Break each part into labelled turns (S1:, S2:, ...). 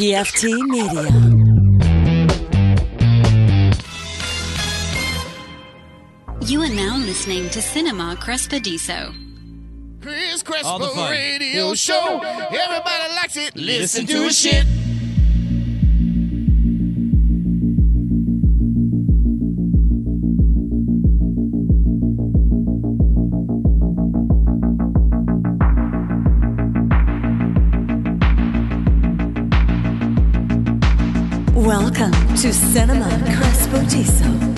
S1: PFT Media.
S2: You are now listening to Cinema Crespediso.
S3: Chris
S4: All the
S3: Crespo
S4: fun.
S3: Radio Show. Everybody likes it. Listen,
S4: Listen
S3: to
S4: to
S3: it shit.
S1: Welcome to Cinema Crespodiso.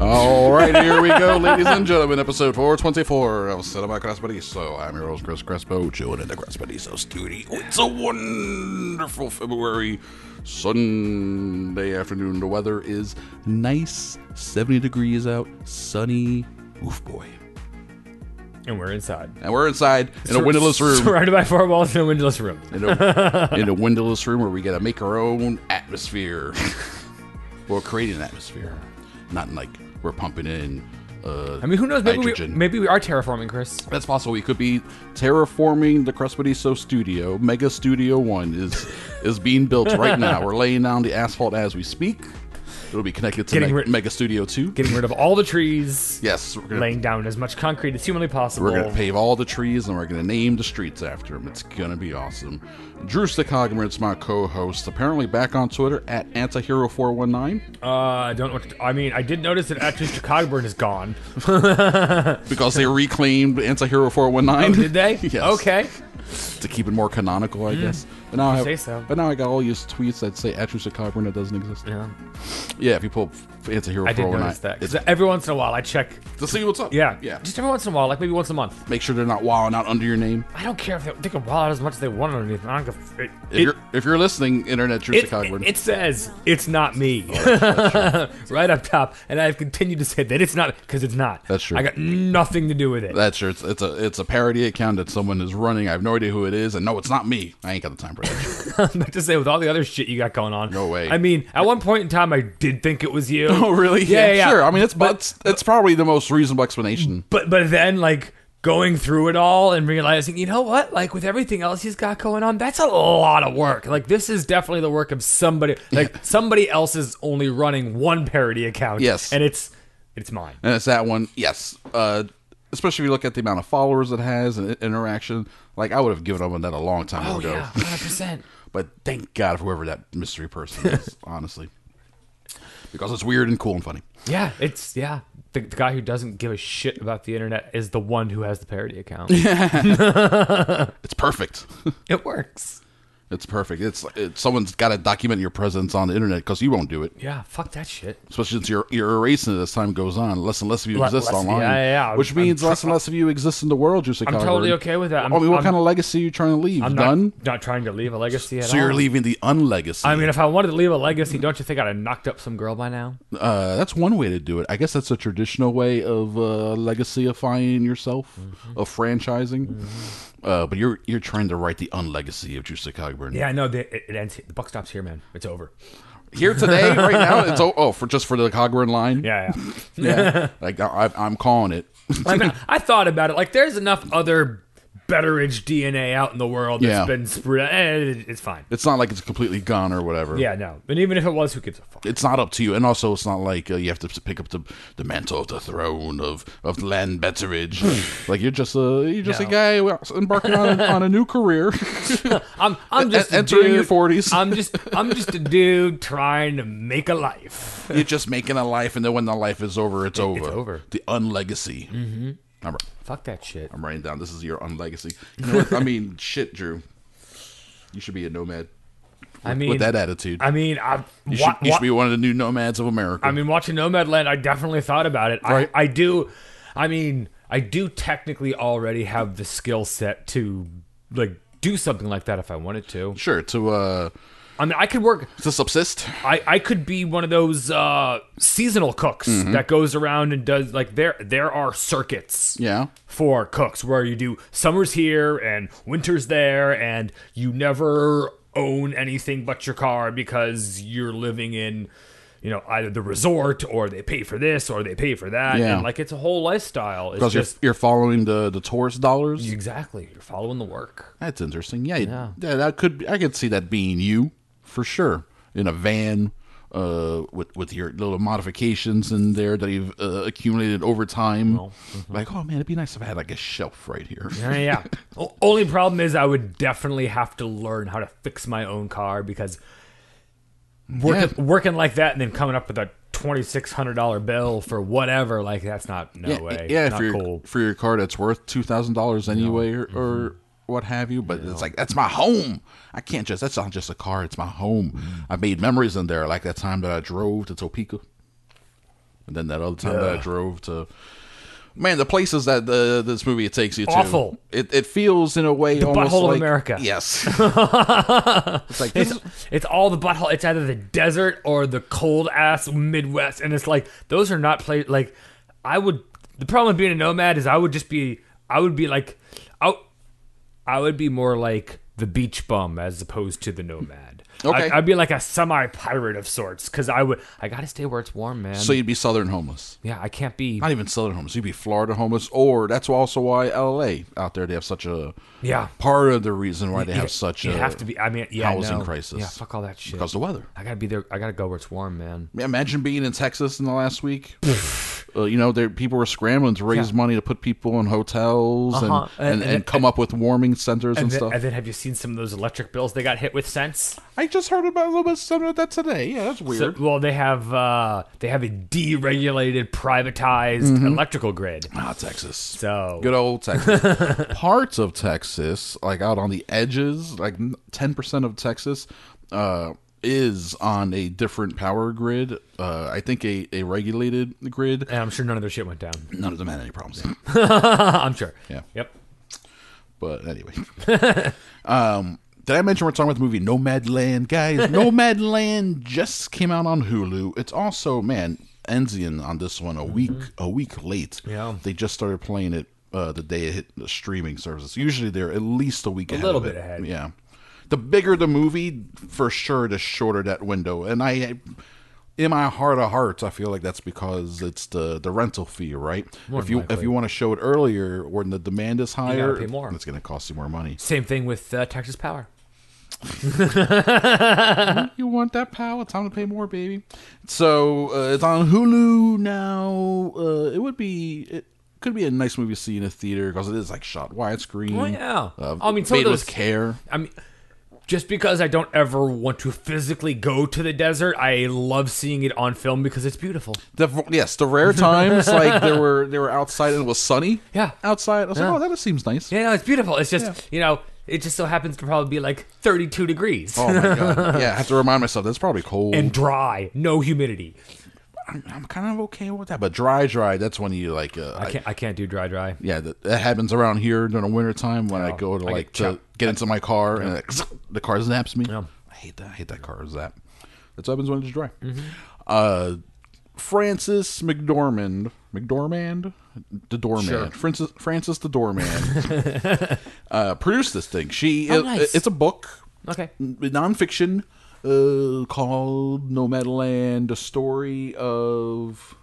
S5: All right, here we go, ladies and gentlemen. Episode 424 of Cinema Crespediso. I'm your host, Chris Crespo, chilling in the Crespediso studio. It's a wonderful February Sunday afternoon. The weather is nice, 70 degrees out, sunny. Oof, boy.
S4: And we're inside.
S5: And we're inside in a
S4: Sur-
S5: windowless room.
S4: Surrounded by four walls in a windowless room.
S5: In a, in a windowless room where we gotta make our own atmosphere. well, create an atmosphere. Not like we're pumping in. Uh,
S4: I mean, who knows? Maybe we,
S5: Hydrogen.
S4: maybe we are terraforming, Chris.
S5: That's possible. We could be terraforming the Crespediso Studio. Mega Studio One is is being built right now. We're laying down the asphalt as we speak. It'll be connected to
S4: Getting
S5: Me-
S4: rid-
S5: Mega Studio Two.
S4: Getting rid of all the trees.
S5: yes, we're gonna,
S4: Laying down as much concrete as humanly possible.
S5: we're gonna pave all the trees and we're gonna name the streets after them. It's gonna be awesome. Drew Stakogmertz, my co-host, apparently back on Twitter at antihero419
S4: Uh, I don't know what to, I mean, I did notice that actually Chicagoburn is gone.
S5: because they reclaimed antihero419.
S4: Oh, did they?
S5: yes.
S4: Okay. Hmm.
S5: to keep it more canonical, I guess. But now I have,
S4: say so.
S5: but now I got all these tweets that say Atreus Cockburn that doesn't exist.
S4: Yeah.
S5: Yeah, if you pull f- It's a Hero
S4: I did
S5: 419,
S4: notice that. 'cause
S5: it's-
S4: every once in a while I check.
S5: to see what's up.
S4: Yeah.
S5: yeah.
S4: Just every once in a while, like maybe once a month.
S5: make sure they're not wowing out under your name.
S4: I don't care if they, they can wild out as much as they want underneath. I don't give it,
S5: If you're if you're listening, Internet Atreus
S4: it,
S5: Cockburn.
S4: it says it's not me
S5: Oh,
S4: right up top and i've continued to say that it's not because it's not
S5: That's true.
S4: i got nothing to do with it
S5: That's sure. It's, it's a it's a parody account that someone is running. I have no idea who it is, and no, it's not me. I ain't got the time for that.
S4: but to say with all the other shit you got going on
S5: No way.
S4: i mean at one point in time i did think it was you
S5: oh, really?
S4: yeah, yeah, yeah.
S5: Sure. I mean, it's
S4: But-
S5: but it's, it's probably the most reasonable explanation.
S4: but but then like going through it all and realizing you know what like with everything else he's got going on that's a lot of work like this is definitely the work of somebody like somebody else is only running one parody account
S5: Yes.
S4: and it's it's mine
S5: And it's that one, yes. Uh, especially if you look at the amount of followers it has and i- interaction. Like I would have given up on that a long time
S4: oh
S5: ago.
S4: yeah 100%
S5: But thank God for whoever that mystery person is, honestly, because it's weird and cool and funny.
S4: Yeah, it's yeah. The, the guy who doesn't give a shit about the internet is the one who has the parody account.
S5: It's perfect.
S4: it works.
S5: It's perfect. It's it, someone's got to document your presence on the internet because you won't do it,
S4: Yeah, fuck that shit.
S5: especially since you're you're erasing it as time goes on. Less and less of you
S4: Le-
S5: exist
S4: less-
S5: online,
S4: yeah, yeah, yeah.
S5: which
S4: I'm-
S5: means
S4: I'm tr-
S5: less and less of you exist in the world. You're
S4: I'm totally okay with that.
S5: i
S4: I'm-
S5: mean, what
S4: I'm-
S5: kind of legacy are you trying to leave?
S4: I'm not,
S5: None.
S4: not trying to leave a legacy at
S5: so you're
S4: all.
S5: leaving the unlegacy.
S4: I mean, if I wanted to leave a legacy, don't you think I'd have knocked up some girl by now?
S5: Uh, that's one way to do it. I guess that's a traditional way of uh, legacyifying yourself,
S4: Mm-hmm.
S5: of franchising. Uh, but you're you're trying to write the unlegacy of Juicy Cogburn.
S4: Yeah, no, the, it, it ends. The buck stops here, man. It's over.
S5: Here today, right now, it's oh, oh for just for the Cogburn line.
S4: Yeah, yeah.
S5: yeah. like I, I'm calling it.
S4: I, mean, I thought about it. Like, there's enough other Betteridge DNA out in the world that's
S5: Yeah.
S4: been spread. eh, it- It's fine.
S5: It's not like it's completely gone or whatever.
S4: Yeah, no. And even if it was, who gives a fuck?
S5: It's not up to you, and also it's not like uh, you have to pick up the the mantle of the throne of of land betteridge. like you're just a you're just
S4: No.
S5: a guy embarking on, a- on a new career.
S4: I'm, I'm just a
S5: entering your
S4: dude-
S5: 40s.
S4: I'm just, I'm just a dude trying to make a life.
S5: You're just making a life, and then when the life is over, it's over.
S4: over.
S5: The unlegacy. Mm-hmm. I'm,
S4: Fuck that shit.
S5: I'm writing down. This is your unlegacy. You know what? I mean, shit, Drew. You should be a nomad
S4: I mean,
S5: with that attitude.
S4: I mean, I,
S5: you, should,
S4: wa-
S5: you
S4: wa-
S5: should be one of the new nomads of America.
S4: I mean, watching Nomadland, I definitely thought about it.
S5: Right.
S4: I, I do. I mean, I do technically already have the skill set to like do something like that if I wanted to.
S5: sure to uh
S4: I mean, I could work.
S5: to subsist.
S4: I, I could be one of those uh, seasonal cooks
S5: Mm-hmm.
S4: that goes around and does like there there are circuits.
S5: Yeah.
S4: for cooks where you do summer's here and winter's there and you never own anything but your car because you're living in you know either the resort or they pay for this or they pay for that.
S5: Yeah.
S4: And like it's a whole lifestyle. It's
S5: Because you're,
S4: just
S5: you're following the, the tourist dollars.
S4: exactly you're following the work.
S5: That's interesting. Yeah, yeah. that could be- I could see that being you for sure in a van uh, with with your little modifications in there that you've uh, accumulated over time. Like, oh man, it'd be nice if I had like a shelf right here.
S4: Yeah, yeah. O- Only problem is I would definitely have to learn how to fix my own car because working
S5: Yeah.
S4: working like that and then coming up with a twenty six hundred dollar bill for whatever like that's not no
S5: yeah,
S4: way.
S5: yeah,
S4: not
S5: for your,
S4: cool.
S5: for your car that's worth two thousand dollars anyway, or, or
S4: Mm-hmm.
S5: what have you. But it's like that's my home. I can't just. That's not just a car. It's my home.
S4: Mm-hmm.
S5: I made memories in there, like that time that I drove to Topeka, and then that other time that I drove to. Man, the places that the, this movie takes you
S4: Awful.
S5: to, it, it feels in a way almost
S4: butthole of
S5: like
S4: America.
S5: Yes, it's like this.
S4: It's,
S5: is-
S4: it's all the butthole. It's either the desert or the cold ass Midwest, and it's like those are not play. Like I would. The problem with being a nomad is I would just be. I would be like, I, I would be more like the beach bum as opposed to the nomad.
S5: Okay.
S4: I, would be like a semi pirate of sorts because I would. I gotta stay where it's warm, man.
S5: so you'd be southern homeless.
S4: yeah, I can't be.
S5: Not even southern homeless. You'd be Florida homeless, or that's also why L.A. out there they have such a
S4: yeah.
S5: part of the reason why they
S4: You-
S5: have such
S4: you
S5: a
S4: have to be. I mean, yeah, I
S5: housing
S4: know.
S5: crisis.
S4: Yeah, fuck all that shit.
S5: because of the weather.
S4: I gotta be there. I gotta go where it's warm, man.
S5: Imagine being in Texas in the last week. Uh, you know, there people were scrambling to raise
S4: Yeah.
S5: money to put people in hotels and,
S4: Uh-huh.
S5: and,
S4: And-
S5: and,
S4: and-
S5: come up with warming centers and,
S4: And then,
S5: stuff.
S4: and then have you seen some of those electric bills they got hit with since?
S5: I just heard about a little bit something about that today. Yeah, that's
S4: So-
S5: weird.
S4: well, they have uh, they have a deregulated, privatized electrical grid.
S5: ah, Texas.
S4: So
S5: Good old Texas. Parts of Texas, like out on the edges, like ten percent of Texas, uh, is on a different power grid. Uh, I think a, a regulated grid.
S4: and I'm sure none of their shit went down.
S5: None of them had any problems.
S4: I'm sure.
S5: Yeah.
S4: Yep.
S5: But anyway, um, did I mention we're talking about the movie Nomadland, guys? Nomadland just came out on Hulu. It's also man Enzian on this one a week a week late.
S4: Mm-hmm. Yeah.
S5: they just started playing it uh, the day it hit the streaming services. Usually they're at least a week a ahead
S4: little
S5: of
S4: bit
S5: it.
S4: ahead.
S5: Yeah, the bigger the movie, for sure, the shorter that window. And I. In my heart of hearts, I feel like that's because it's the, the rental fee, right? if
S4: than
S5: you if
S4: likely.
S5: you want to show it earlier, when the demand is higher,
S4: gotta pay more.
S5: it's going to cost you more money.
S4: Same thing with uh, Texas Power.
S5: You want that power? Time to pay more, baby. So uh, it's on Hulu now. Uh, it would be. It, could be a nice movie to see in a theater because it is like shot widescreen.
S4: Oh, yeah.
S5: uh,
S4: I mean, some of
S5: made
S4: those-
S5: with care.
S4: I mean, just because I don't ever want to physically go to the desert, I love seeing it on film because it's beautiful.
S5: The, yes, the rare times like there were they were outside and it was sunny.
S4: Yeah.
S5: outside. I was
S4: Yeah.
S5: like, oh, that seems nice.
S4: Yeah, no, it's beautiful. It's just
S5: Yeah.
S4: you know, it just so happens to probably be like 32 degrees
S5: Oh my god. Yeah, I have to remind myself that's probably cold.
S4: and dry, no humidity.
S5: I'm kind of okay with that, but dry, dry. That's when you like. Uh,
S4: I can't. I can't do dry, dry.
S5: yeah, that, that happens around here during the wintertime when I
S4: Oh,
S5: go to
S4: I
S5: like
S4: get
S5: to get into my car and it, the car zaps me.
S4: Yeah.
S5: I hate that. I hate that car zap. That's what happens when it's dry.
S4: Mm-hmm.
S5: Uh, Francis McDormand, McDormand, the doorman.
S4: Sure.
S5: Francis Francis the doorman uh, produced this thing. She
S4: Oh,
S5: it-
S4: nice.
S5: it's a book
S4: Okay.
S5: nonfiction uh, called Nomadland, a story of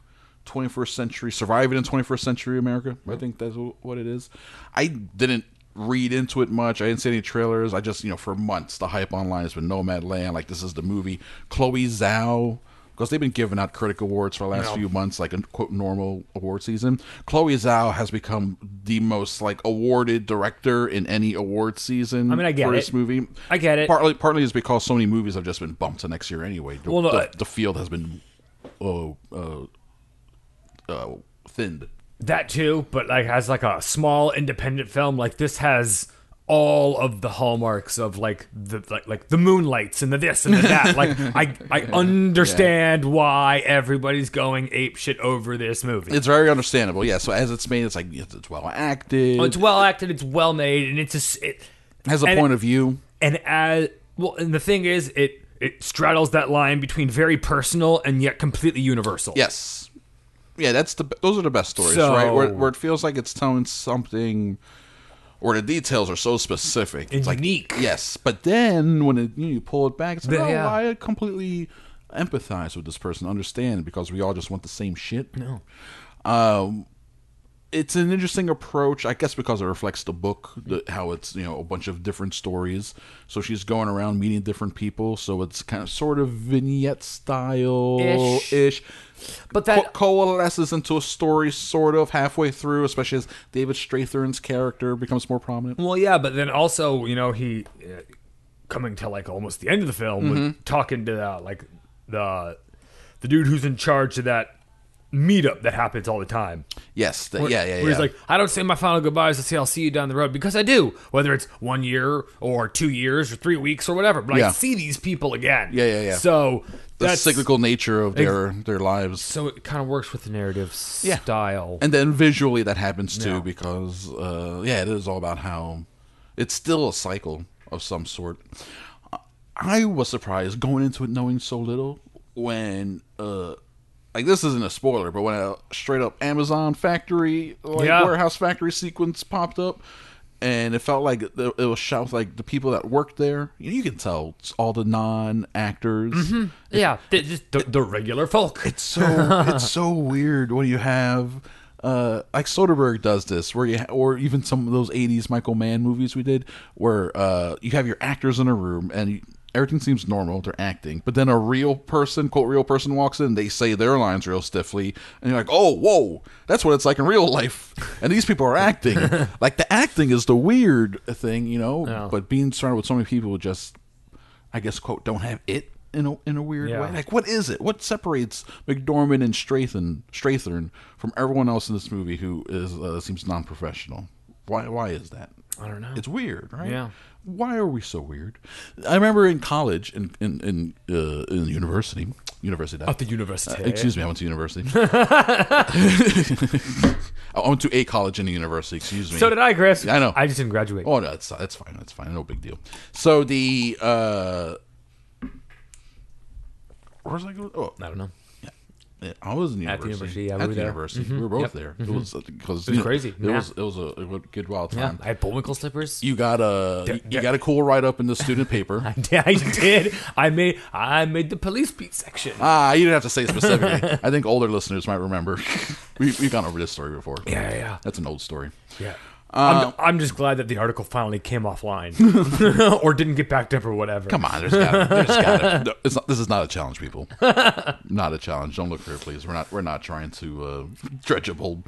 S5: 21st century surviving in 21st century America. I think that's wh- what it is. I didn't read into it much. I didn't see any trailers. I just, you know, for months the hype online has been Nomadland, like this is the movie. Chloe Zhao. Because they've been giving out critic awards for the last few months, like a quote normal award season. Chloe Zhao has become the most like awarded director in any award season.
S4: I mean, I get
S5: for
S4: it.
S5: this movie.
S4: I get it.
S5: Partly, partly is because so many movies have just been bumped to next year anyway. The,
S4: Well, no,
S5: the,
S4: I-
S5: the field has been oh, uh, uh, thinned.
S4: That too, but like as like a small independent film, like this has all of the hallmarks of like the like like the moonlights and the this and the that. like I I understand why everybody's going ape shit over this movie.
S5: It's very understandable. Yeah. So as it's made, it's like it's, it's well acted.
S4: Oh, It's well acted, it's well made, and it's just it,
S5: has a
S4: and-
S5: point of view.
S4: and as well. And the thing is, it it straddles that line between very personal and yet completely universal.
S5: Yes. Yeah, that's the those are the best stories,
S4: So-
S5: right? Where, where it feels like it's telling something, or the details are so specific,
S4: And
S5: it's like
S4: unique.
S5: Yes, but then when it, you pull it back, it's like
S4: The-
S5: oh,
S4: yeah.
S5: I completely empathize with this person, understand because we all just want the same shit. No. Um, it's an interesting approach, I guess, because it reflects the book, the, how it's you know a bunch of different stories. So she's going around meeting different people. So it's kind of sort of vignette style
S4: Ish.
S5: ish,
S4: But that-
S5: co- coalesces into a story sort of halfway through, especially as David Strathern's character becomes more prominent.
S4: Well, yeah, but then also, you know, he uh, coming to like almost the end of the film,
S5: Mm-hmm.
S4: with talking to uh, like the the dude who's in charge of that meetup that happens all the time.
S5: Yes, the,
S4: Where-
S5: yeah, yeah, yeah.
S4: Where he's like, I don't say my final goodbyes to say I'll see you down the road because I do, whether it's one year or two years or three weeks or whatever. But
S5: Yeah.
S4: I see these people again.
S5: Yeah, yeah, yeah.
S4: So
S5: the
S4: that's
S5: cyclical nature of their their lives.
S4: So it kind of works with the narrative
S5: Yeah.
S4: style.
S5: and then visually that happens too
S4: Yeah.
S5: because uh, yeah it is all about how it's still a cycle of some sort i was surprised going into it knowing so little when uh like this isn't a spoiler but when a straight up amazon factory like
S4: Yeah.
S5: warehouse factory sequence popped up and it felt like it it was shot like the people that worked there. You, know, you can tell it's all the non actors.
S4: Mm-hmm. yeah, th- just the, the regular folk.
S5: It's so it's so weird when you have uh like Soderbergh does this where you ha- or even some of those 80s Michael Mann movies we did where uh you have your actors in a room and you, everything seems normal they're acting but then a real person quote real person walks in they say their lines real stiffly and you're like oh whoa that's what it's like in real life and these people are acting like the acting is the weird thing you know
S4: Yeah.
S5: but being surrounded with so many people who just I guess quote don't have it in a in a weird
S4: Yeah.
S5: way. Like what is it? What separates McDormand and Strathern Strathern from everyone else in this movie who is uh, seems non professional? Why why is that?
S4: I don't know.
S5: It's weird, right?
S4: Yeah.
S5: Why are we so weird? I remember in college in in in, uh, in university university
S4: at the university.
S5: uh, excuse me, I went to university. I went to a college and a university. Excuse me.
S4: So did I, Chris.
S5: I know.
S4: I just didn't graduate.
S5: Oh, no, that's that's fine. That's fine. No big deal. So the uh, where was I going? Oh,
S4: I don't know.
S5: yeah, I was in
S4: At the
S5: university.
S4: university, yeah, we
S5: At
S4: were
S5: the
S4: there. Mm-hmm.
S5: university, we were both
S4: Yep.
S5: there. It was uh, because it
S4: was crazy.
S5: It
S4: Yeah.
S5: was it was a, a good- good wild
S4: Yeah,
S5: time.
S4: I had bullwinkle slippers.
S5: you got a you,
S4: yeah.
S5: got a cool write up in the student paper.
S4: Yeah, I did. I made I made the police beat section.
S5: ah, you didn't have to say specifically. I think older listeners might remember. we, we've gone over this story before.
S4: Yeah, yeah, yeah.
S5: That's an old story.
S4: Yeah.
S5: uh,
S4: I'm, I'm just glad that the article finally came offline or didn't get backed up or whatever.
S5: Come on, there's got there's got no, it's not, this is not a challenge, people. not a challenge. Don't look for it, please. We're not we're not trying to uh, dredge up old.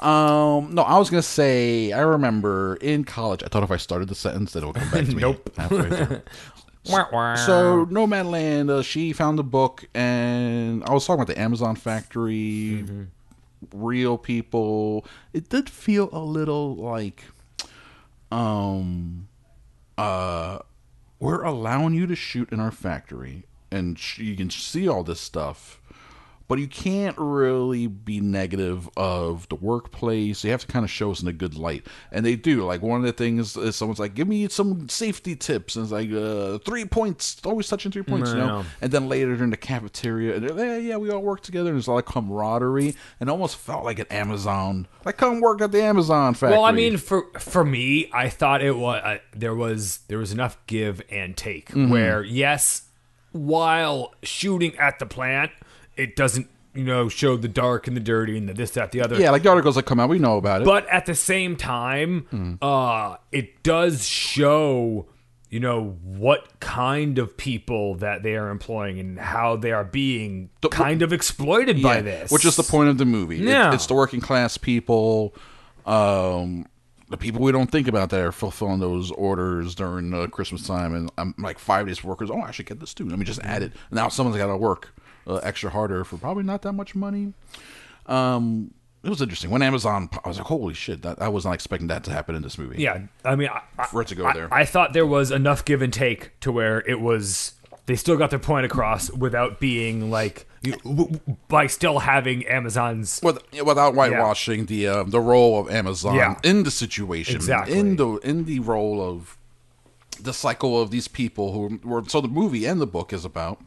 S5: Um, no, I was gonna say. I remember in college, I thought if I started the sentence, that it would come back to me.
S4: Nope.
S5: halfway through.
S4: Wah, wah.
S5: So Nomadland, uh, she found the book, and I was talking about the Amazon factory, real people. It did feel a little like, um, uh, we're allowing you to shoot in our factory, and sh- you can see all this stuff. But you can't really be negative of the workplace. You have to kind of show us in a good light, and they do. Like one of the things is someone's like, "Give me some safety tips," and it's like, uh, three points, always touching three points, you know.
S4: Yeah.
S5: And then later in the cafeteria, and they're, yeah, yeah, we all work together, and there's a lot of camaraderie, and it almost felt like an Amazon, like come work at the Amazon factory.
S4: Well, I mean, for for me, I thought it was uh, there was there was enough give and take.
S5: Mm-hmm.
S4: Where yes, while shooting at the plant, it doesn't you know show the dark and the dirty and the this that the other.
S5: yeah, like the articles that come out, we know about it.
S4: but at the same time
S5: Mm.
S4: uh it does show you know what kind of people that they are employing and how they are being kind of exploited by
S5: Yeah,
S4: this
S5: which is the point of the movie. It-
S4: Yeah.
S5: it's the working class people, um, the people we don't think about that are fulfilling those orders during uh, Christmas time, and I'm like five days workers. Oh, I should get this too. Let me just add it. Now someone's got to work uh, extra harder for probably not that much money. Um, it was interesting when Amazon. I was like, holy shit! That, I was not expecting that to happen in this movie.
S4: yeah i mean I, I,
S5: for it to go
S4: I-
S5: there.
S4: I thought there was enough give and take to where it was they still got their point across without being like you- w- w- by still having amazon's
S5: With, without whitewashing the um, the role of Amazon
S4: Yeah.
S5: in the situation,
S4: Exactly.
S5: in the in the role of the cycle of these people who were so the movie and the book is about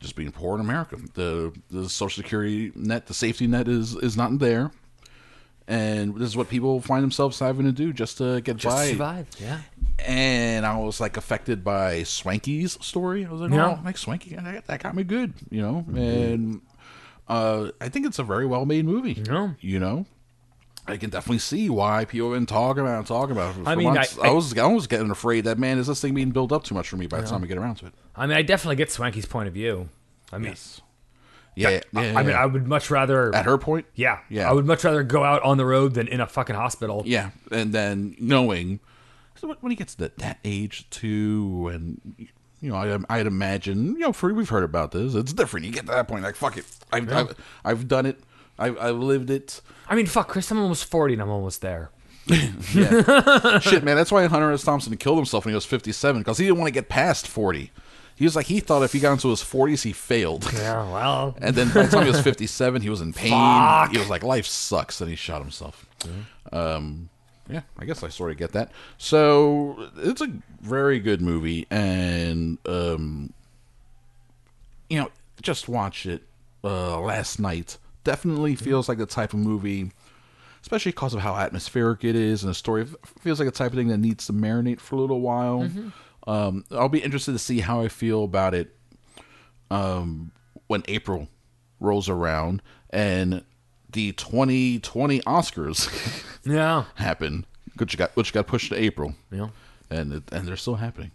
S5: just being poor in America. The the social security net, the safety net is is not there, and this is what people find themselves having to do just to get by.
S4: yeah
S5: and I was like affected by Swanky's story. I was like,
S4: Yeah. Mm-hmm.
S5: oh, like Swanky, that, that got me good, you know. And uh, I think it's a very well made movie.
S4: Yeah.
S5: You know, I can definitely see why people have been talking about it and talking about it. For
S4: I mean, I-
S5: months. I,
S4: I-
S5: was I was getting afraid that man is this thing being built up too much for me by the time I get around to it.
S4: I mean, I definitely get Swanky's point of view. I mean,
S5: Yeah,
S4: I,
S5: yeah,
S4: I mean,
S5: yeah.
S4: I would much rather.
S5: at her point.
S4: yeah,
S5: yeah.
S4: I would much rather go out on the road than in a fucking hospital.
S5: Yeah, and then knowing so when- when he gets to that age too, and you know, I, I'd imagine you know, for we've heard about this. It's different. You get to that point, like fuck it, I've I've, I've done it. I've, I've lived it.
S4: I mean, fuck, Chris, I'm almost 40 and I'm almost there.
S5: Yeah. Shit, man. That's why Hunter S. Thompson killed himself when he was 57 because he didn't want to get past 40. He was like, he thought if he got into his 40s, he failed.
S4: Yeah, well.
S5: And then by the time he was 57, he was in pain.
S4: Fuck.
S5: He was like, life sucks. And he shot himself. Um, yeah, I guess I sort of get that. So it's a very good movie. And, um, you know, just watch it uh, last night. Definitely feels like the type of movie, especially because of how atmospheric it is and the story, f- feels like a type of thing that needs to marinate for a little while. Um, I'll be interested to see how I feel about it when April rolls around and the 2020 Oscars
S4: Yeah.
S5: happen, which got which got pushed to April.
S4: Yeah.
S5: and it, and they're still happening,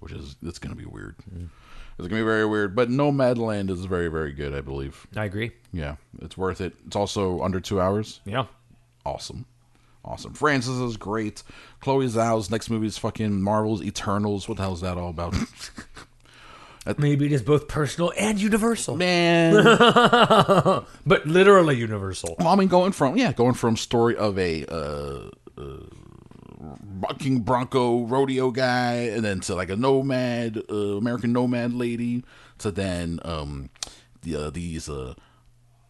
S5: which is it's going to be weird. It's going to be very weird. But Nomadland is very very good, I believe.
S4: I agree.
S5: Yeah, it's worth it. It's also under two hours.
S4: Yeah.
S5: Awesome. Awesome. Francis is great. Chloe Zhao's next movie is fucking Marvel's Eternals. What the hell is that all about? Uh,
S4: Maybe it is both personal and universal.
S5: Man.
S4: But literally universal.
S5: Well, I mean, going from yeah, going from story of a uh, uh, bucking bronco rodeo guy, and then to like a nomad uh, American nomad lady, to then um, the, uh, these uh,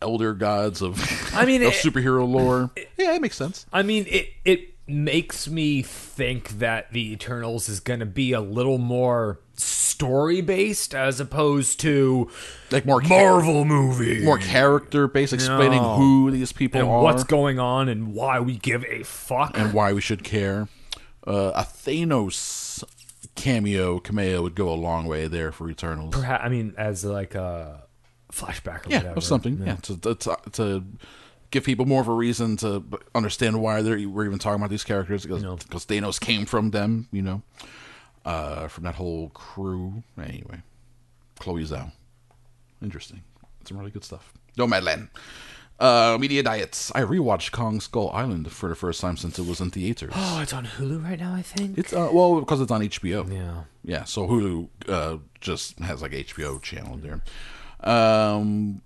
S5: elder gods of
S4: I mean,
S5: of
S4: it-
S5: superhero lore. yeah, it makes sense.
S4: I mean, it it makes me think that the Eternals is going to be a little more story based as opposed to
S5: Like more cha-
S4: Marvel movie.
S5: more character based, explaining
S4: No.
S5: who these people
S4: and
S5: are,
S4: what's going on and why we give a fuck.
S5: and why we should care. Uh, a Thanos cameo cameo would go a long way there for Eternals.
S4: Perha- I mean, as like a flashback or
S5: yeah,
S4: whatever.
S5: or something. Yeah, to, to- to to give people more of a reason to b- understand why they're we're even talking about these characters because
S4: No.
S5: because Thanos came from them, you know, uh, from that whole crew. Anyway, Chloe Zhao, interesting. Some really good stuff. Nomadland. Uh, media diets. I rewatched Kong Skull Island for the first time since it was in theaters.
S4: Oh, it's on Hulu right now, I think.
S5: It's uh, well because it's on HBO.
S4: Yeah.
S5: yeah. So Hulu uh, just has like HBO channel there. Um,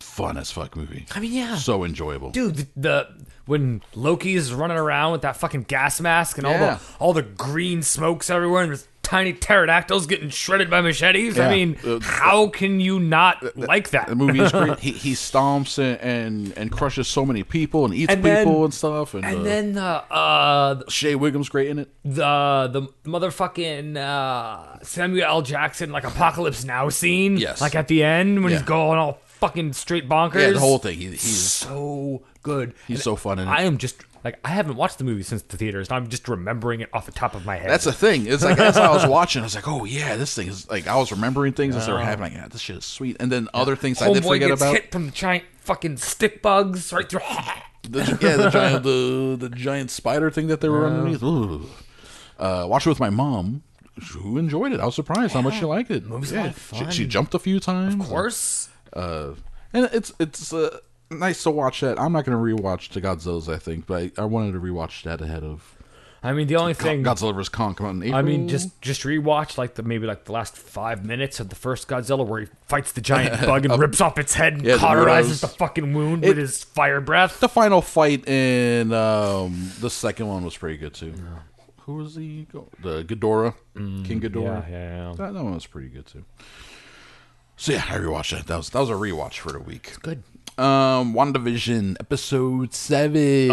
S5: fun as fuck movie.
S4: I mean, yeah.
S5: so enjoyable.
S4: dude the, the when loki is running around with that fucking gas mask and all
S5: Yeah.
S4: the all the green smokes everywhere and there's tiny pterodactyls getting shredded by machetes i
S5: Yeah.
S4: mean
S5: Uh,
S4: how can you not like that
S5: The movie is great. he, he stomps and, and and crushes so many people and eats
S4: And
S5: people
S4: then-
S5: and stuff. And, uh,
S4: and then the uh the
S5: Shea Wiggum's great in it.
S4: the, the motherfucking uh samuel l jackson like apocalypse now scene
S5: Yes.
S4: like at the end when
S5: Yeah.
S4: he's going all fucking straight bonkers
S5: Yeah, the whole thing. He, he's
S4: so good
S5: He's
S4: And
S5: so fun in it.
S4: i am just like i haven't watched the movie since the theaters and i'm just remembering it off the top of my head
S5: that's the thing. It's like as I was watching, I was like, oh yeah, this thing is like I was remembering things as they were happening. Like, yeah, this shit is sweet. And then other things I did
S4: Homeboy
S5: forget
S4: gets
S5: about.
S4: hit from the giant fucking stick bugs right through.
S5: The, yeah, the giant the, the giant spider thing that they were underneath. Ugh. Uh, watch it with my mom, who enjoyed it. I was surprised how much she liked it.
S4: Movie's a lot of fun.
S5: She, she jumped a few times.
S4: of course.
S5: Uh, and it's it's uh, nice to watch that. I'm not going to rewatch the Godzillas, I think, but I, I wanted to rewatch that ahead of
S4: I mean, the only thing.
S5: Godzilla vs Kong. Come out in April.
S4: I mean, just just rewatch like the maybe like the last five minutes of the first Godzilla where he fights the giant bug and rips off its head and
S5: Um, Yeah, the
S4: cauterizes
S5: weirdos.
S4: the, fucking wound
S5: It-
S4: with his fire breath.
S5: the final fight in um, the second one was pretty good too. Who was the go- the Ghidorah, King Ghidorah?
S4: Mm, Yeah, yeah, yeah.
S5: That, that one was pretty good too. So yeah, I rewatched that. That was that was a rewatch for the week.
S4: Good.
S5: Um, WandaVision episode seven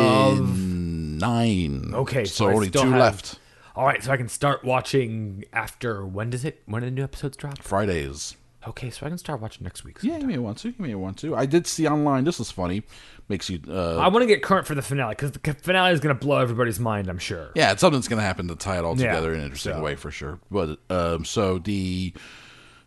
S5: nine.
S4: Okay,
S5: so,
S4: so, I
S5: only
S4: still
S5: two
S4: have-
S5: left.
S4: All right, so I can start watching after when does it? When do the new episodes drop?
S5: Fridays.
S4: Okay, so I can start watching next week's.
S5: Yeah, you may want to. You may want to. I did see online. This is funny. Makes you. Uh,
S4: I want to get current for the finale because the finale is going to blow everybody's mind. I'm sure.
S5: yeah, it's something's going to happen to tie it all
S4: Yeah.
S5: together in an interesting way for sure. But um, so the.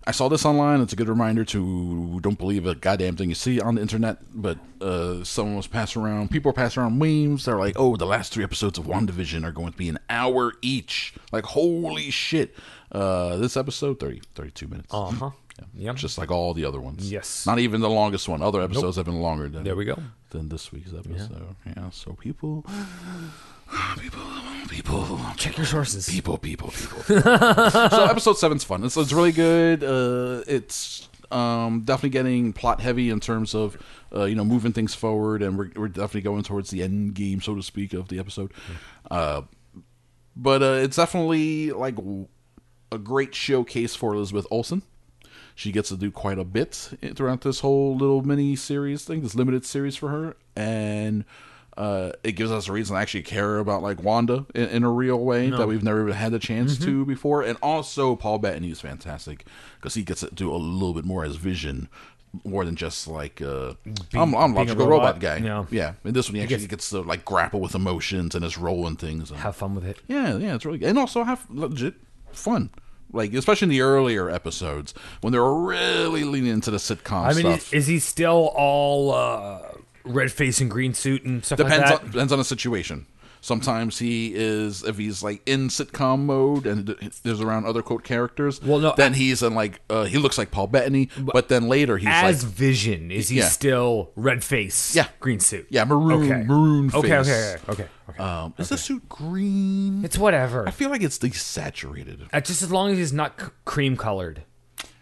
S5: I saw this online. It's a good reminder to don't believe a goddamn thing you see on the internet. But uh, someone was passing around, people were passing around memes. They're like, "Oh, the last three episodes of WandaVision are going to be an hour each." Like, holy shit! Uh, this episode, 30, 32 minutes.
S4: Uh huh. Yep.
S5: Uh-huh. just like all the other ones.
S4: Yes.
S5: Not even the longest one. Other episodes have been longer than
S4: There we go.
S5: than this week's episode. Yeah. so people, people, people,
S4: Check your sources.
S5: people, people, people. so episode seven's fun. It's, it's really good. Uh, it's um, definitely getting plot heavy in terms of uh, you know moving things forward, and we're, we're definitely going towards the end game, so to speak, of the episode. Uh, but uh, it's definitely like w- a great showcase for Elizabeth Olsen. She gets to do quite a bit eh, throughout this whole little mini series thing, this limited series for her, and uh, it gives us a reason to actually care about like Wanda in, in a real way that we've never even had the chance
S4: Mm-hmm.
S5: to before. And also, Paul Bettany is fantastic because he gets to do a little bit more as Vision, more than just like uh, I'm, I'm
S4: being a
S5: logical
S4: robot,
S5: robot, guy.
S4: yeah.
S5: yeah. And this one he actually gets to like grapple with emotions and his role in things. And-
S4: Have fun with it.
S5: yeah, yeah, it's really good. And also have legit fun. Like, especially in the earlier episodes when they're really leaning into the sitcom
S4: I mean,
S5: stuff.
S4: is, is he still all uh, red face and green suit and stuff
S5: depends,
S4: like
S5: on,
S4: that?
S5: depends on the situation. Sometimes he is, if he's like in sitcom mode and th- there's around other quote characters,
S4: Well, no,
S5: then
S4: I-
S5: he's in like, uh, he looks like Paul Bettany, but then later he's
S4: As
S5: like,
S4: Vision, is he
S5: Yeah.
S4: still red face?
S5: Yeah.
S4: green suit.
S5: yeah, maroon, maroon
S4: Okay,
S5: face.
S4: okay, okay, okay. okay.
S5: Um, is the suit green?
S4: it's whatever.
S5: I feel like it's desaturated.
S4: Uh, just as long as he's not c- cream colored.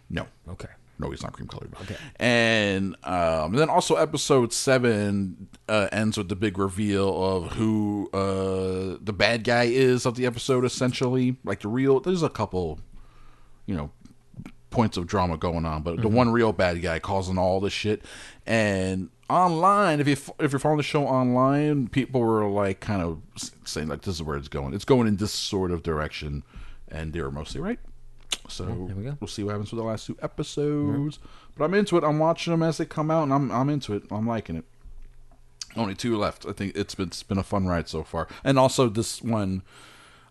S5: No.
S4: Okay.
S5: No, he's not cream colored. Okay. And um, then also episode seven uh, ends with the big reveal of who uh, the bad guy is of the episode, essentially. Like the real, there's a couple, you know, points of drama going on, but the one real bad guy causing all this shit. And online, if you f- if you're following the show online, people were like kind of s- saying like, "This is where it's going. It's going in this sort of direction," and they were mostly right. So
S4: we
S5: we
S4: go.
S5: will see what happens with the last two episodes. But I'm into it. I'm watching them as they come out, and I'm I'm into it. I'm liking it. Only two left. I think it's been it's been a fun ride so far. And also this one,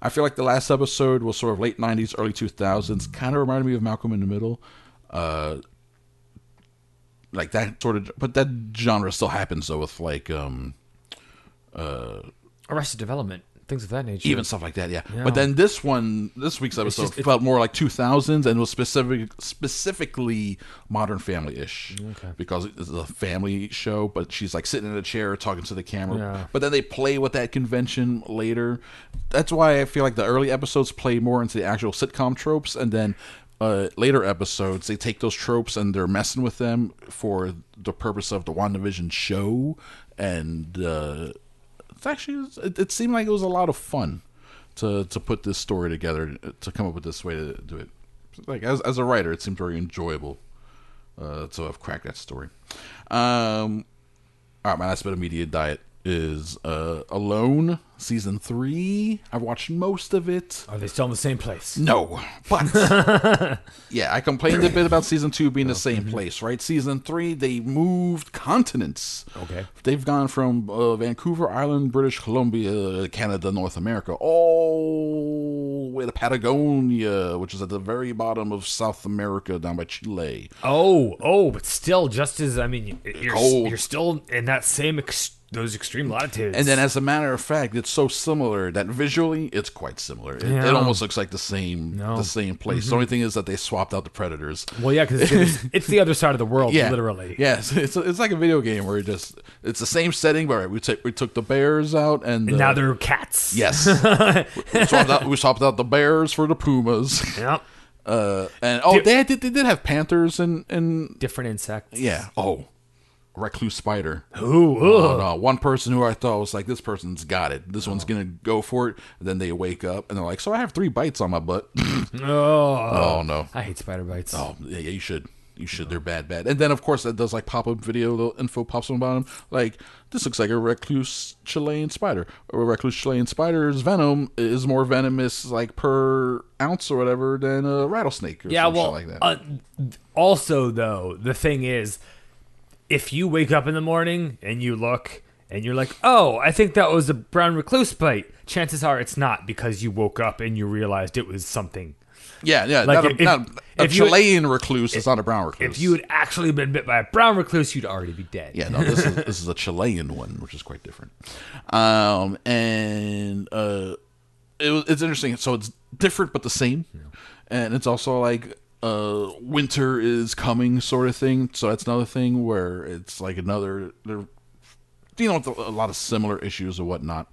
S5: I feel like the last episode was sort of late '90s, early 2000s. Kind of reminded me of Malcolm in the Middle. Uh, like that sort of, but that genre still happens though with like um
S4: Arrested Development, things of that nature.
S5: even stuff like that. Yeah.
S4: Yeah.
S5: But then this one, this week's episode
S4: just- it-
S5: felt more like 2000s and was specific specifically Modern Family ish. Okay. Because it's a family show, but she's like sitting in a chair talking to the camera.
S4: Yeah.
S5: But then they play with that convention later. That's why I feel like the early episodes play more into the actual sitcom tropes, and then uh, later episodes they take those tropes and they're messing with them for the purpose of the WandaVision show. And uh, it's actually it, it seemed like it was a lot of fun to to put this story together to come up with this way to do it. Like as as a writer, it seemed very enjoyable uh, to have cracked that story. Um, all right, my last bit of media diet is uh, Alone season three. I've watched most of it.
S4: Are they still in the same place?
S5: No, but yeah, I complained a bit about season two being the same place, right? Season three, they moved continents.
S4: Okay.
S5: they've gone from uh, Vancouver Island, British Columbia, Canada, North America, all the way to Patagonia, which is at the very bottom of South America, down by Chile.
S4: Oh, oh, but still, just as I mean, y- you're
S5: Cold.
S4: you're still in that same ex- those extreme latitudes.
S5: And then, as a matter of fact, it's so similar that visually it's quite similar. It,
S4: Yeah.
S5: it almost looks like the same,
S4: No. Mm-hmm.
S5: the same place. The only thing is that they swapped out the predators.
S4: well, yeah, because it's, it's the other side of the world,
S5: yeah,
S4: literally.
S5: Yes, it's it's like a video game where it just it's the same setting, but we took we took the bears out and,
S4: And now
S5: uh,
S4: they're cats.
S5: yes, we, swapped out, we swapped out the bears for the pumas.
S4: Yep.
S5: Uh, and oh,
S4: Dude.
S5: they did they did have panthers and and
S4: Different insects.
S5: yeah. Oh, recluse spider.
S4: Ooh, ugh. Oh.
S5: Oh, no. One person who I thought was like, this person's got it. This one's gonna go for it. then they wake up and they're like, so I have three bites on my butt.
S4: Oh.
S5: oh no.
S4: I hate spider bites.
S5: Oh yeah, yeah, you should. you should. They're bad, bad. And then of course that does like pop up video. Little info pops on the bottom. Like this looks like a recluse Chilean spider. A recluse Chilean spider's venom is more venomous, like per ounce or whatever, than a rattlesnake. Or
S4: Yeah,
S5: some shit
S4: well,
S5: like that.
S4: uh, th- also though, the thing is, if you wake up in the morning and you look and you're like, "Oh, I think that was a brown recluse bite," chances are it's not because you woke up and you realized it was something.
S5: yeah, yeah.
S4: like,
S5: not a,
S4: if-
S5: not a
S4: if you-
S5: Chilean recluse. it's not a brown recluse.
S4: If you had actually been bit by a brown recluse, you'd already be dead.
S5: Yeah, no, this is this is a Chilean one, which is quite different. Um, and uh, it, was- it's interesting. So it's different but the same, and it's also like uh, winter is coming sort of thing. So that's another thing where it's like another they're dealing with a lot of similar issues and whatnot.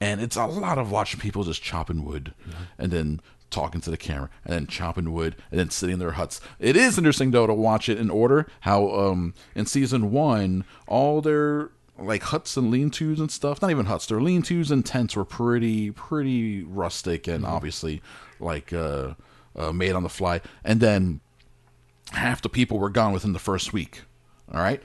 S5: And it's a lot of watching people just chopping wood and then talking to the camera and then chopping wood and then sitting in their huts. It is interesting though to watch it in order how um in season 1 all their like huts and lean-tos and stuff, not even huts, their lean-tos and tents were pretty pretty rustic and obviously like uh, uh made on the fly. And then half the people were gone within the first week. All right.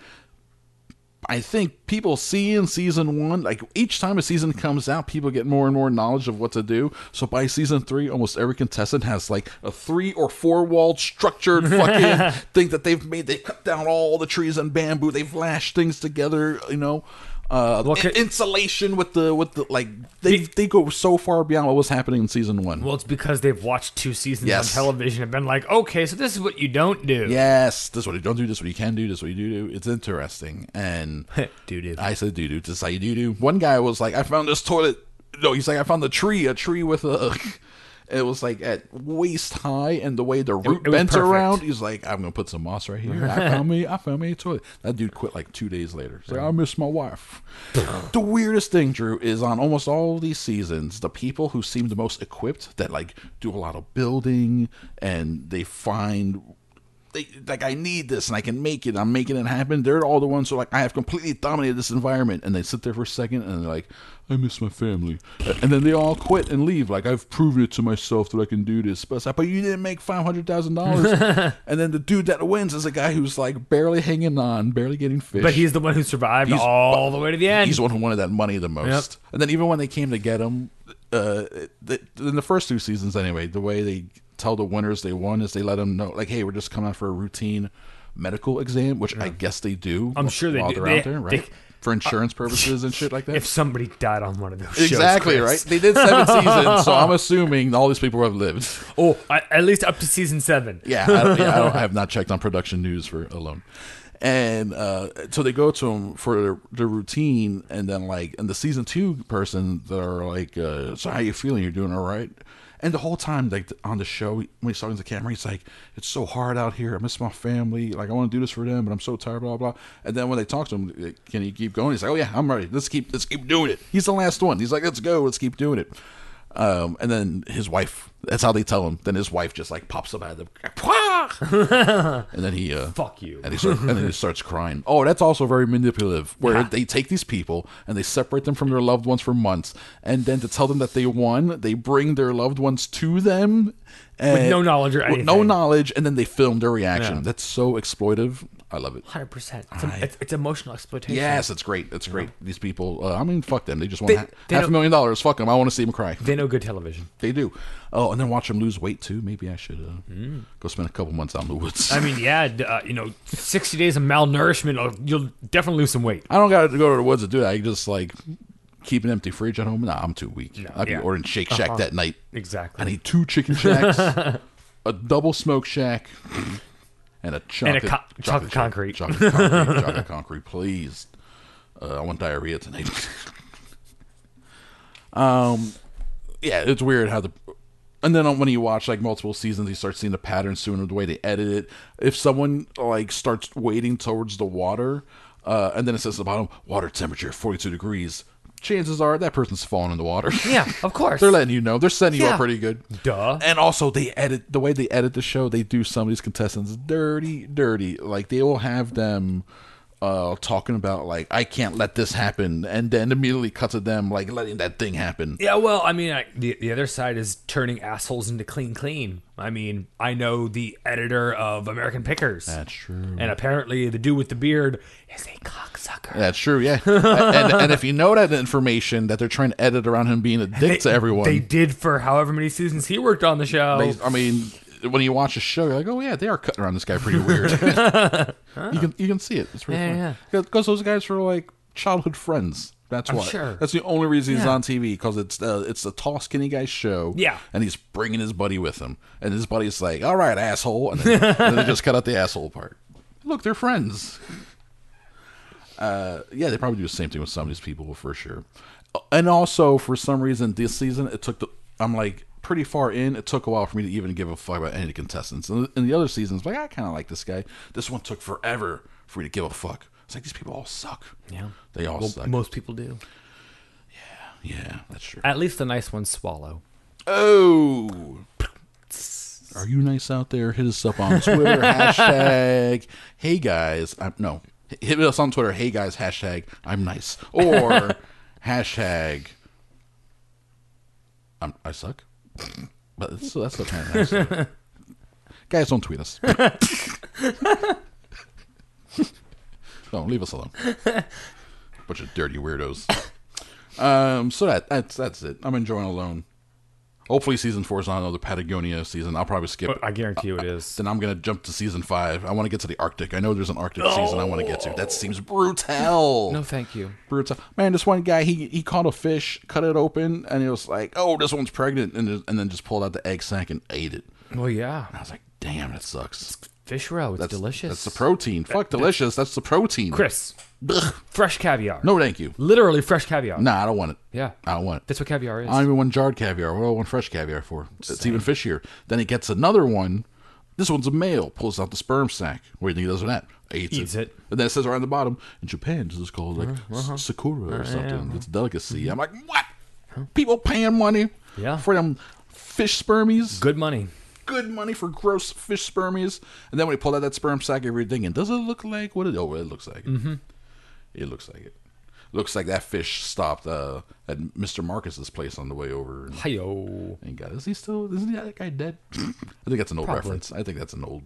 S5: I think people see in season one, like each time a season comes out, people get more and more knowledge of what to do. So by season three, almost every contestant has like a three or four walled structured fucking thing that they've made. They cut down all the trees and bamboo. They've lashed things together, you know. Uh,
S4: Well, ca-
S5: in- insulation with the with the like they they go so far beyond what was happening in season one.
S4: Well, it's because they've watched two seasons
S5: Yes.
S4: on television and been like, "Okay, so this is what you don't do."
S5: Yes, this is what you don't do. This is what you can do. This is what you do do. It's interesting. And
S4: Doo-doo.
S5: I said doo doo. This is how you do do. One guy was like, I found this toilet. No, he's like, I found the tree, a tree with a. It was like at waist high, and the way the root
S4: it was
S5: bent
S4: perfect.
S5: around, he's like, "I'm gonna put some moss right here." I found me, I found me a toilet. That dude quit like two days later. He's like, "I miss my wife." the weirdest thing, Drew, is on almost all these seasons, the people who seem the most equipped that like do a lot of building and they find they like I need this and I can make it. I'm making it happen. They're all the ones who are like I have completely dominated this environment, and they sit there for a second and they're like, I miss my family, and then they all quit and leave. Like I've proven it to myself that I can do this. But it's like, but you didn't make five hundred thousand dollars, and then the dude that wins is a guy who's like barely hanging on, barely getting fish.
S4: But he's the one who survived
S5: He's-
S4: all the way to the end.
S5: He's the one who wanted that money the most. And then even when they came to get him, uh, th in the first two seasons anyway, the way they tell the winners they won is they let them know, like, hey, we're just coming out for a routine medical exam, which I guess they do.
S4: I'm sure they
S5: while
S4: do.
S5: They're out
S4: They-
S5: there, right?
S4: they-
S5: for insurance purposes and shit like that.
S4: if somebody died on one of those shows,
S5: exactly
S4: Chris.
S5: right. They did seven seasons, so I'm assuming all these people have lived.
S4: Oh, I, at least up to season seven.
S5: Yeah, I, don't, yeah I, don't, I have not checked on production news for alone. And uh, so they go to him for the, the routine, and then like, and the season two person, they're like, uh, "So how you feeling? You're doing all right?" And the whole time, like on the show, when he's talking to the camera, he's like, "It's so hard out here. I miss my family. Like I want to do this for them, but I'm so tired." Blah blah. blah." And then when they talk to him, like, "Can you keep going?" He's like, "Oh yeah, I'm ready. Let's keep let's keep doing it." He's the last one. He's like, "Let's go. Let's keep doing it." Um, and then his wife. That's how they tell him. Then his wife just like pops up out of the. and then he uh,
S4: Fuck you.
S5: And he starts, and then he starts crying. Oh, that's also very manipulative. Where they take these people and they separate them from their loved ones for months, and then to tell them that they won, they bring their loved ones to them. And
S4: no knowledge or
S5: with No
S4: anything.
S5: knowledge, and then they film their reaction.
S4: Yeah.
S5: That's so exploitive. I love it.
S4: Hundred percent. It's, em- it's, it's emotional exploitation.
S5: Yes, it's great. It's great. These people. Uh, I mean, fuck them. They just want
S4: They-
S5: ha-
S4: they
S5: half a
S4: don't-
S5: million dollars. Fuck them. I want to see them cry.
S4: they know good television.
S5: They do. Oh, and then watch them lose weight too. Maybe I should uh, go spend a couple months out in the woods.
S4: Mm. I mean, yeah, d- uh, you know, sixty days of malnourishment, uh, you'll definitely lose some weight.
S5: I don't got to go to the woods to do that. I can just like keep an empty fridge at home. Nah, I'm too weak. I'd
S4: yeah. Uh-huh.
S5: be ordering Shake Shack that night.
S4: Exactly.
S5: I need two chicken shacks, a double smoke shack, and a chocolate
S4: co- chocolate
S5: shack.
S4: concrete.
S5: Chocolate concrete, chocolate concrete, please. Uh, I want diarrhea tonight. um, yeah, it's weird how the. And then on- when you watch like multiple seasons, you start seeing the pattern soon of the way they edit it. If someone like starts wading towards the water, uh, and then it says at the bottom, water temperature forty two degrees. Chances are that person's falling in the water.
S4: yeah, of course.
S5: They're letting you know. They're setting you
S4: Yeah.
S5: up pretty good.
S4: Duh.
S5: And also, they edit the way they edit the show. They do some of these contestants dirty, dirty. Like they will have them uh, talking about like I can't let this happen, and then immediately cut to them like letting that thing happen.
S4: Yeah, well, I mean, I, the, the other side is turning assholes into clean, clean. I mean, I know the editor of American Pickers. That's
S5: true.
S4: And apparently, the dude with the beard is a cocksucker.
S5: That's true, yeah. and, and if you know that information that they're trying to edit around him being a dick to everyone,
S4: They did for however many seasons he worked on the show.
S5: They- I mean, when you watch a show, you're like, oh yeah, they are cutting around this guy pretty weird. you can you can see it. It's pretty
S4: Yeah,
S5: funny. Because those guys were like childhood friends. That's why.
S4: sure.
S5: That's the only reason he's
S4: Yeah.
S5: on TV because it's uh, it's the tall skinny guy show.
S4: Yeah.
S5: and he's bringing his buddy with him, and his buddy's like, "All right, asshole," and then, and then they just cut out the asshole part. Look, they're friends. Uh, yeah, they probably do the same thing with some of these people for sure. Uh, And also, for some reason, this season it took the I'm like pretty far in. It took a while for me to even give a fuck about any of the contestants. And in the other seasons, like I kind of like this guy. This one took forever for me to give a fuck. It's like these people all suck. Yeah, they all
S4: well,
S5: suck.
S4: most people do.
S5: yeah, that's true.
S4: At least the nice ones swallow.
S5: Oh. Are you nice out there? Hit us up on Twitter. hashtag Hey Guys. I'm, no. Hit us on Twitter. Hey Guys. Hashtag I'm nice. Or hashtag I'm, I suck. But that's, that's not kind of nice. Guys, don't tweet us. don't leave us alone. Bunch of dirty weirdos. Um, so that that's that's it. I'm enjoying alone. Hopefully, season four is not another Patagonia season. I'll probably skip.
S4: I guarantee you it is.
S5: then I'm gonna jump to season five. I want to get to the Arctic. I know there's an Arctic season I want to get to. That seems brutal.
S4: No, thank you.
S5: brutal. Man, this one guy he he caught a fish, cut it open, and he was like, "Oh, this one's pregnant," and and then just pulled out the egg sack and ate it.
S4: Well, yeah.
S5: I was like, "Damn, that sucks."
S4: Fish roe. It's
S5: That's
S4: delicious.
S5: That's the protein. Fuck delicious. That's the protein.
S4: Chris,
S5: Ugh.
S4: fresh caviar.
S5: No, thank you.
S4: Literally fresh caviar.
S5: Nah, I don't want it.
S4: Yeah.
S5: I don't want it.
S4: That's what caviar is.
S5: I don't even want jarred caviar. What do I want fresh caviar for? It's even fishier. Then he gets another one. This one's a male. Pulls out the sperm sac. What do you think he does with that? Eats,
S4: Eats it. Uh-huh,
S5: And then it says right on the bottom, in Japan, this is called like s- sakura
S4: Uh,
S5: or something. It's a delicacy. I'm like, what? People paying money
S4: Mm-hmm. Yeah.
S5: for them fish spermies?
S4: Good money.
S5: good money for gross fish spermies. And then when he pulled out that sperm sack, you were thinking, does it look like what it? Oh, it looks like it. It looks like it. Looks like that fish stopped uh, at Mr. Marcus's place on the way over. And,
S4: Hiyo.
S5: and got, is he still? Isn't that guy dead? I think that's an old
S4: Probably.
S5: reference. I think that's an old.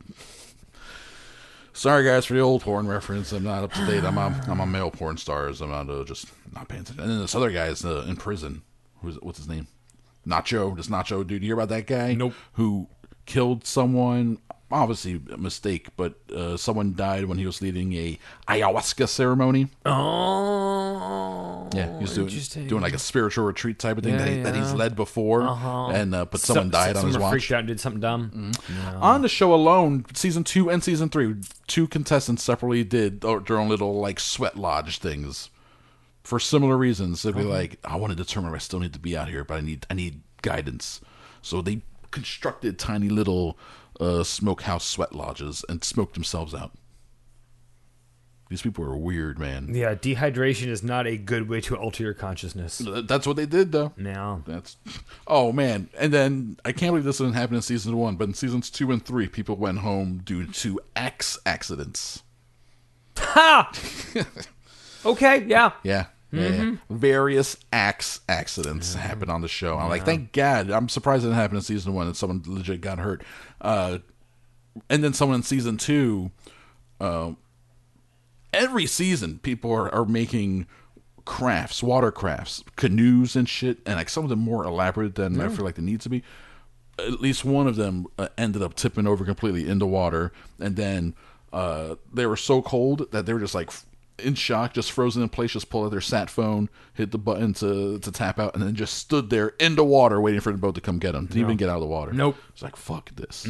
S5: Sorry guys for the old porn reference. I'm not up to date. I'm a, I'm a male porn stars. I'm not uh, just not paying attention. And then this other guy is uh, in prison. Who's what's his name? Nacho. This Nacho dude. You hear about that guy?
S4: Nope.
S5: Who killed someone? Obviously a mistake, but uh, someone died when he was leading a ayahuasca ceremony.
S4: Oh.
S5: Yeah, he's doing
S4: interesting.
S5: doing like a spiritual retreat type of thing that, he, that he's
S4: yeah. Uh-huh.
S5: led before, and uh, but someone died on his watch.
S4: someone
S5: Mm-hmm.
S4: freaked out and did something dumb.
S5: On the show alone, season two and season three, two contestants separately did their their own little like sweat lodge things for similar reasons. They'd be like, I want to determine if I still need to be out here, but I need I need guidance. So they constructed tiny little uh, smokehouse sweat lodges and smoked themselves out. These people are weird, man.
S4: Yeah, dehydration is not a good way to alter your consciousness.
S5: Th- That's what they did, though.
S4: Now,
S5: That's oh man, and then I can't believe this didn't happen in season one, but in seasons two and three, people went home due to axe accidents.
S4: ha! okay, yeah.
S5: Yeah, yeah, yeah. various axe accidents happened on the show. I'm like, thank God. I'm surprised it didn't happen in season one, and someone legit got hurt. Uh, and then someone in season two, uh, every season people are, are making crafts, water crafts, canoes and shit, and like some of them more elaborate than I feel like they need to be. At least one of them uh, ended up tipping over completely into water, and then uh, they were so cold that they were just like f- in shock, just frozen in place. Just pulled out their sat phone, hit the button to to tap out, and then just stood there in the water waiting for the boat to come get them. Didn't even get out of the water.
S4: Nope.
S5: It's like fuck this.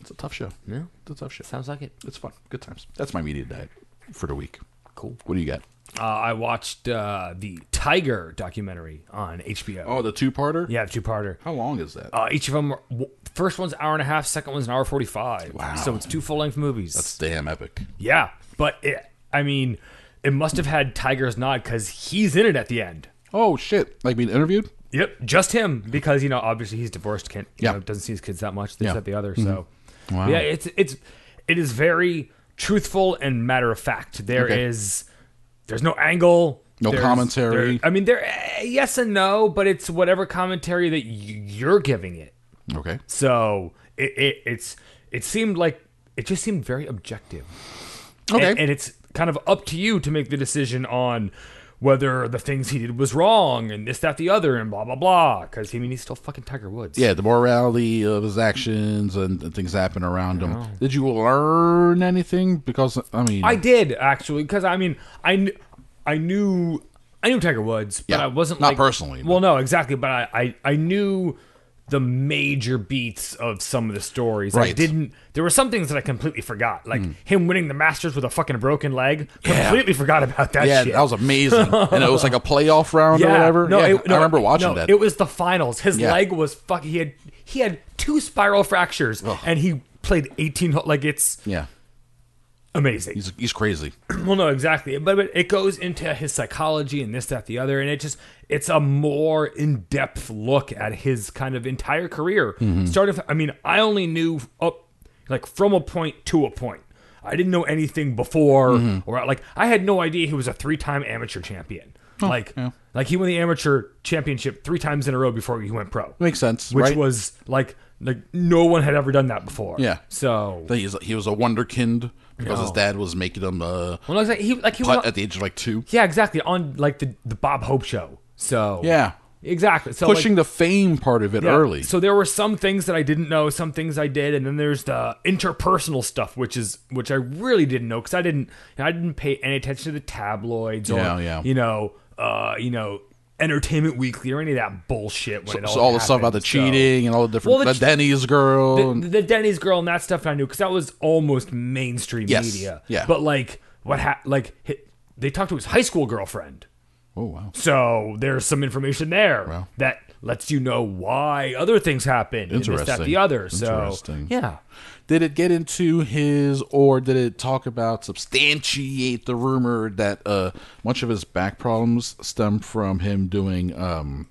S5: It's a tough show.
S4: Yeah.
S5: It's a tough show.
S4: Sounds like it.
S5: It's fun. Good times. That's my media diet for the week.
S4: Cool.
S5: What do you got?
S4: Uh, I watched uh, the Tiger documentary on HBO.
S5: Oh, the two parter?
S4: Yeah, two parter.
S5: How long is that?
S4: Uh, each of them, are, w- first one's hour and a half, second one's an hour 45.
S5: Wow.
S4: So it's two full length movies.
S5: That's damn epic.
S4: yeah, but it, I mean, it must have had Tiger's nod because he's in it at the end.
S5: Oh shit. Like being interviewed?
S4: Yep, just him because you know obviously he's divorced, can't you
S5: Yeah. Mm-hmm.
S4: know, doesn't see his kids that much. This
S5: Yeah.
S4: that the other. So yeah, it's it's it is very truthful and matter of fact. There is
S5: Okay.
S4: there's no angle.
S5: No
S4: there's-
S5: commentary.
S4: there- I mean, there eh, yes and no, but it's whatever commentary that y- you're giving it.
S5: Okay.
S4: So it, it it's it seemed like it just seemed very objective.
S5: Okay.
S4: And, and it's kind of up to you to make the decision on whether the things he did was wrong and this, that, the other, and blah, blah, blah. Because, I mean, he's still fucking Tiger Woods.
S5: yeah, the morality of his actions and the things that happen around him. Did you learn anything? Because I mean,
S4: Oh. I did, actually. Because, I mean, I, kn- I knew. I knew Tiger Woods, but
S5: Yeah,
S4: I wasn't
S5: not
S4: like,
S5: personally,
S4: Well, no, exactly, but I, I, I knew the major beats of some of the stories. I
S5: Right. Hmm.
S4: didn't. There were some things that I completely forgot, like him winning the Masters with a fucking broken leg. Completely forgot about that.
S5: yeah,
S4: shit.
S5: that was amazing, and it was like a playoff round or whatever.
S4: No,
S5: yeah,
S4: it, no,
S5: I remember watching
S4: no,
S5: that.
S4: It was the finals. His
S5: Yeah.
S4: leg was fuck. He had he had two spiral fractures, and he played eighteen. ho- Like it's
S5: yeah,
S4: amazing.
S5: he's he's crazy.
S4: well, no, exactly. But, but it goes into his psychology and this, that, the other, and it just it's a more in depth look at his kind of entire career.
S5: Mm-hmm.
S4: Starting, f- I mean, I only knew up like from a point to a point. I didn't know anything before,
S5: Mm-hmm.
S4: or like I had no idea he was a three time amateur champion.
S5: Oh,
S4: like, like he won the amateur championship three times in a row before he went pro,
S5: Makes sense,
S4: which
S5: right?
S4: was like like no one had ever done that before.
S5: Yeah.
S4: so.
S5: That He's, he was a wonderkind because his
S4: No.
S5: dad was making him uh,
S4: well, no, it's like he like he was
S5: putt
S4: on-
S5: at the age of like two.
S4: Yeah, exactly. On like the, the Bob Hope show. So
S5: Yeah.
S4: exactly. So
S5: Pushing the
S4: like,
S5: fame part of it
S4: yeah.
S5: early.
S4: So there were some things that I didn't know, some things I did, and then there's the interpersonal stuff, which is which I really didn't know because I didn't I didn't pay any attention to the tabloids or
S5: Yeah, yeah.
S4: you know uh you know Entertainment Weekly or any of that bullshit. When
S5: So-
S4: it
S5: so all the stuff about the
S4: happened. So-
S5: cheating and all the different
S4: Well,
S5: the,
S4: the ch-
S5: Denny's girl.
S4: the,
S5: and-
S4: the Denny's girl and that stuff I knew because that was almost mainstream
S5: Yes,
S4: media.
S5: yeah.
S4: But like what hap like hi they talked to his high school girlfriend.
S5: oh wow!
S4: So there's some information there
S5: Wow.
S4: that lets you know why other things happen. and This, that,
S5: Interesting.
S4: the other. So
S5: Interesting.
S4: yeah,
S5: Did it get into his, or did it talk about substantiate the rumor that uh, much of his back problems stem from him doing um,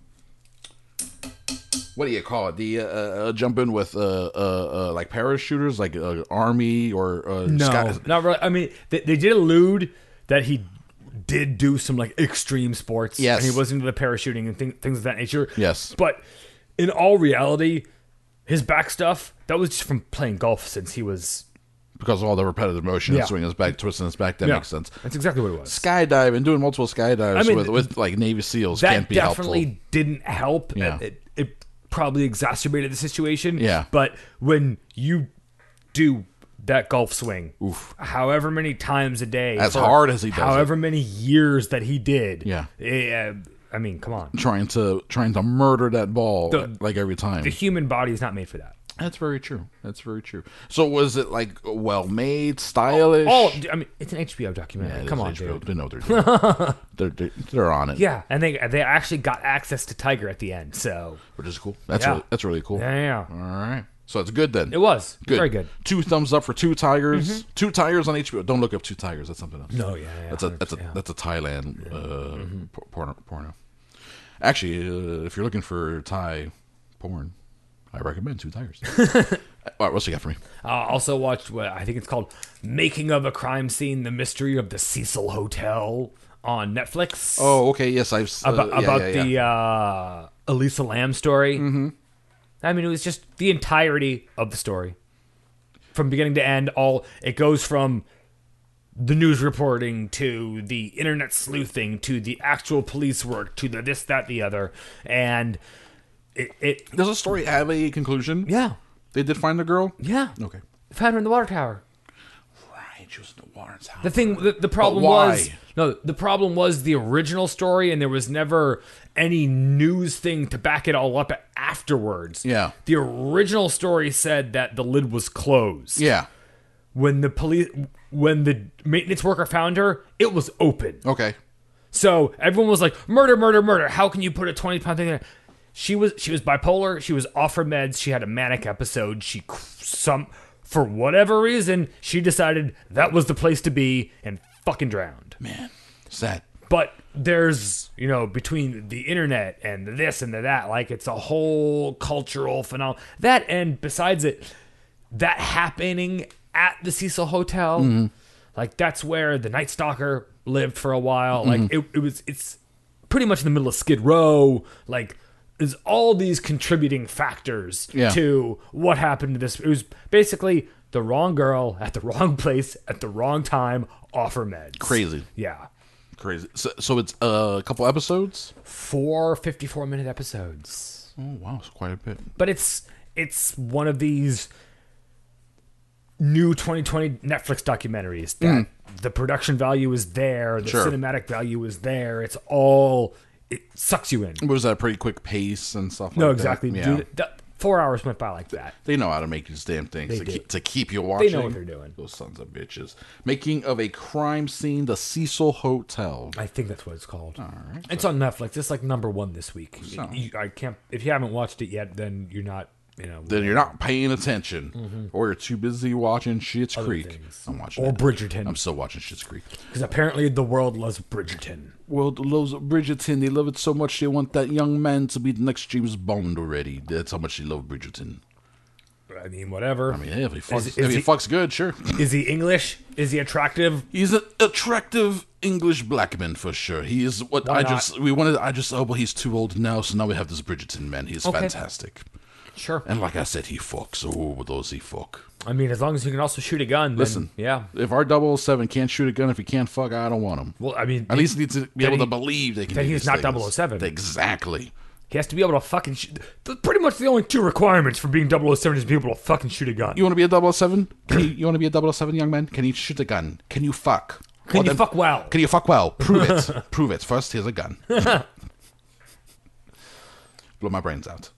S5: what do you call it? The uh, uh, jumping with uh, uh, uh, like parachuters, like uh, army or uh,
S4: no,
S5: sky-
S4: not really. I mean, they, they did allude that he did do some like extreme sports.
S5: Yes.
S4: and he was into the parachuting and thing, things of that nature.
S5: Yes.
S4: but in all reality, his back stuff that was just from playing golf since he was.
S5: because of all the repetitive motion
S4: Yeah.
S5: and swinging his back, twisting his back. That
S4: Yeah,
S5: makes sense.
S4: That's exactly what it was.
S5: Skydiving, doing multiple skydives
S4: I mean,
S5: with, with like Navy SEAls
S4: that
S5: can't be
S4: definitely
S5: helpful.
S4: didn't help.
S5: Yeah.
S4: It, it, it probably exacerbated the situation.
S5: Yeah.
S4: But when you do that golf swing, Oof. however many times a day,
S5: As hard as he does it.
S4: however many years that he did,
S5: Yeah.
S4: eh, I mean, come on,
S5: Trying to trying to murder that ball
S4: The-
S5: like every time.
S4: the human body is not made for that.
S5: That's very true. That's very true. So was it like well made, stylish?
S4: Oh, I mean, it's an HBO documentary.
S5: Yeah,
S4: come on,
S5: those HBO
S4: dude.
S5: They know what they're doing. they're, they're they're on it.
S4: Yeah, and they they actually got access to Tiger at the end, so
S5: which is cool. That's
S4: Yeah.
S5: really, that's really cool.
S4: yeah,
S5: All
S4: yeah.
S5: right. So it's good then.
S4: it was
S5: good.
S4: very good. Mm-hmm.
S5: Two thumbs up for two tigers. Two tigers on HBO. Don't look up two tigers. That's something else.
S4: No, yeah, yeah,
S5: that's a that's a
S4: yeah. Mm-hmm.
S5: that's a Thailand uh, por- porno, porno. Actually, uh, if you're looking for Thai porn, I recommend two tigers. Uh, All right, what's he got for me?
S4: Uh, also watched what I think it's called "Making of a Crime Scene: The Mystery of the Cecil Hotel" on Netflix.
S5: Oh, okay. Yes, I've s- uh,
S4: about,
S5: yeah,
S4: about
S5: yeah, yeah.
S4: the uh, Elisa Lamb story. Mm-hmm. I mean, it was just the entirety of the story, from beginning to end. All it goes from the news reporting to the internet sleuthing to the actual police work to the this that the other, and it, it
S5: Does the story have a conclusion?
S4: yeah
S5: They did find the girl?
S4: yeah
S5: Okay.
S4: found her in the water tower.
S5: Right, she was in the Warren's house.
S4: The thing, the, the problem
S5: why?
S4: was no. The problem was the original story, and there was never any news thing to back it all up afterwards.
S5: Yeah.
S4: the original story said that the lid was closed.
S5: yeah.
S4: when the police, when the maintenance worker found her, it was open.
S5: Okay.
S4: So everyone was like, "Murder, murder, murder! How can you put a twenty pound thing in?" there?" She was she was bipolar. She was off her meds. She had a manic episode. She cr- some for whatever reason she decided that was the place to be and fucking drowned.
S5: Man. Sad.
S4: But there's you know between the internet and the this and the that, like it's a whole cultural phenomenon.
S5: Mm-hmm.
S4: That and besides it, that happening at the Cecil Hotel Like that's where the Night Stalker lived for a while.
S5: Mm-hmm.
S4: Like it, it was it's pretty much in the middle of Skid Row. Like there's all these contributing factors
S5: Yeah.
S4: to what happened to this. It was basically the wrong girl at the wrong place at the wrong time. Offer meds.
S5: Crazy.
S4: Yeah.
S5: Crazy. So, so it's uh, a couple episodes.
S4: Four 54 minute episodes.
S5: Oh wow, it's quite a bit.
S4: but it's it's one of these new 2020 Netflix documentaries that the production value is there, the
S5: Mm. Sure.
S4: cinematic value is there. It's all it sucks you in.
S5: What was that? Pretty quick pace and stuff.
S4: No,
S5: like
S4: exactly.
S5: That.
S4: Dude,
S5: Yeah,
S4: that- four hours went by like that.
S5: they know how to make these damn things
S4: They
S5: to,
S4: do.
S5: keep, to keep you watching.
S4: what they're doing.
S5: Those sons of bitches. Making of a crime scene, the Cecil Hotel.
S4: I think that's what it's called. It's on Netflix. It's like number one this week. You- I can't. If you haven't watched it yet, then you're not. You know,
S5: Then you're not paying attention, or you're too busy watching Shit's Creek.
S4: Mm-hmm. things.
S5: I'm watching
S4: or
S5: it. I'm
S4: Bridgerton,
S5: still watching Shit's Creek.
S4: because apparently the world loves Bridgerton.
S5: Well, loves Bridgerton. They love it so much they want that young man to be the next James Bond already. That's how much they love Bridgerton.
S4: I mean, whatever.
S5: I mean, yeah, if he fucks,
S4: is
S5: if he,
S4: he-
S5: fucks good, sure.
S4: is he English? Is he attractive?
S5: He's an attractive English black man for sure. He is what
S4: Why
S5: I
S4: not?
S5: just we wanted. I just oh well, he's too old now, so now we have this Bridgerton man. He's
S4: Okay.
S5: fantastic,
S4: Sure.
S5: and like I said, he fucks. Oh, those he fuck.
S4: I mean, as long as you can also shoot a gun. Then,
S5: Listen.
S4: Yeah.
S5: If our 007 can't shoot a gun, if he can't fuck, I don't want him.
S4: Well, I mean,
S5: At least he needs to be
S4: Then
S5: able to
S4: he-
S5: believe they can.
S4: then
S5: do
S4: he's
S5: these
S4: not
S5: things.
S4: 007.
S5: Exactly.
S4: he has to be able to fucking shoot. th- Pretty much the only two requirements for being 007 is to be able to fucking shoot a gun.
S5: You want to be a 007? Can you, you want to be a 007 young man? Can you shoot a gun? Can you fuck?
S4: Can you fuck well?
S5: Can you fuck well? Prove it. Prove it. First, here's a gun. blow my brains out.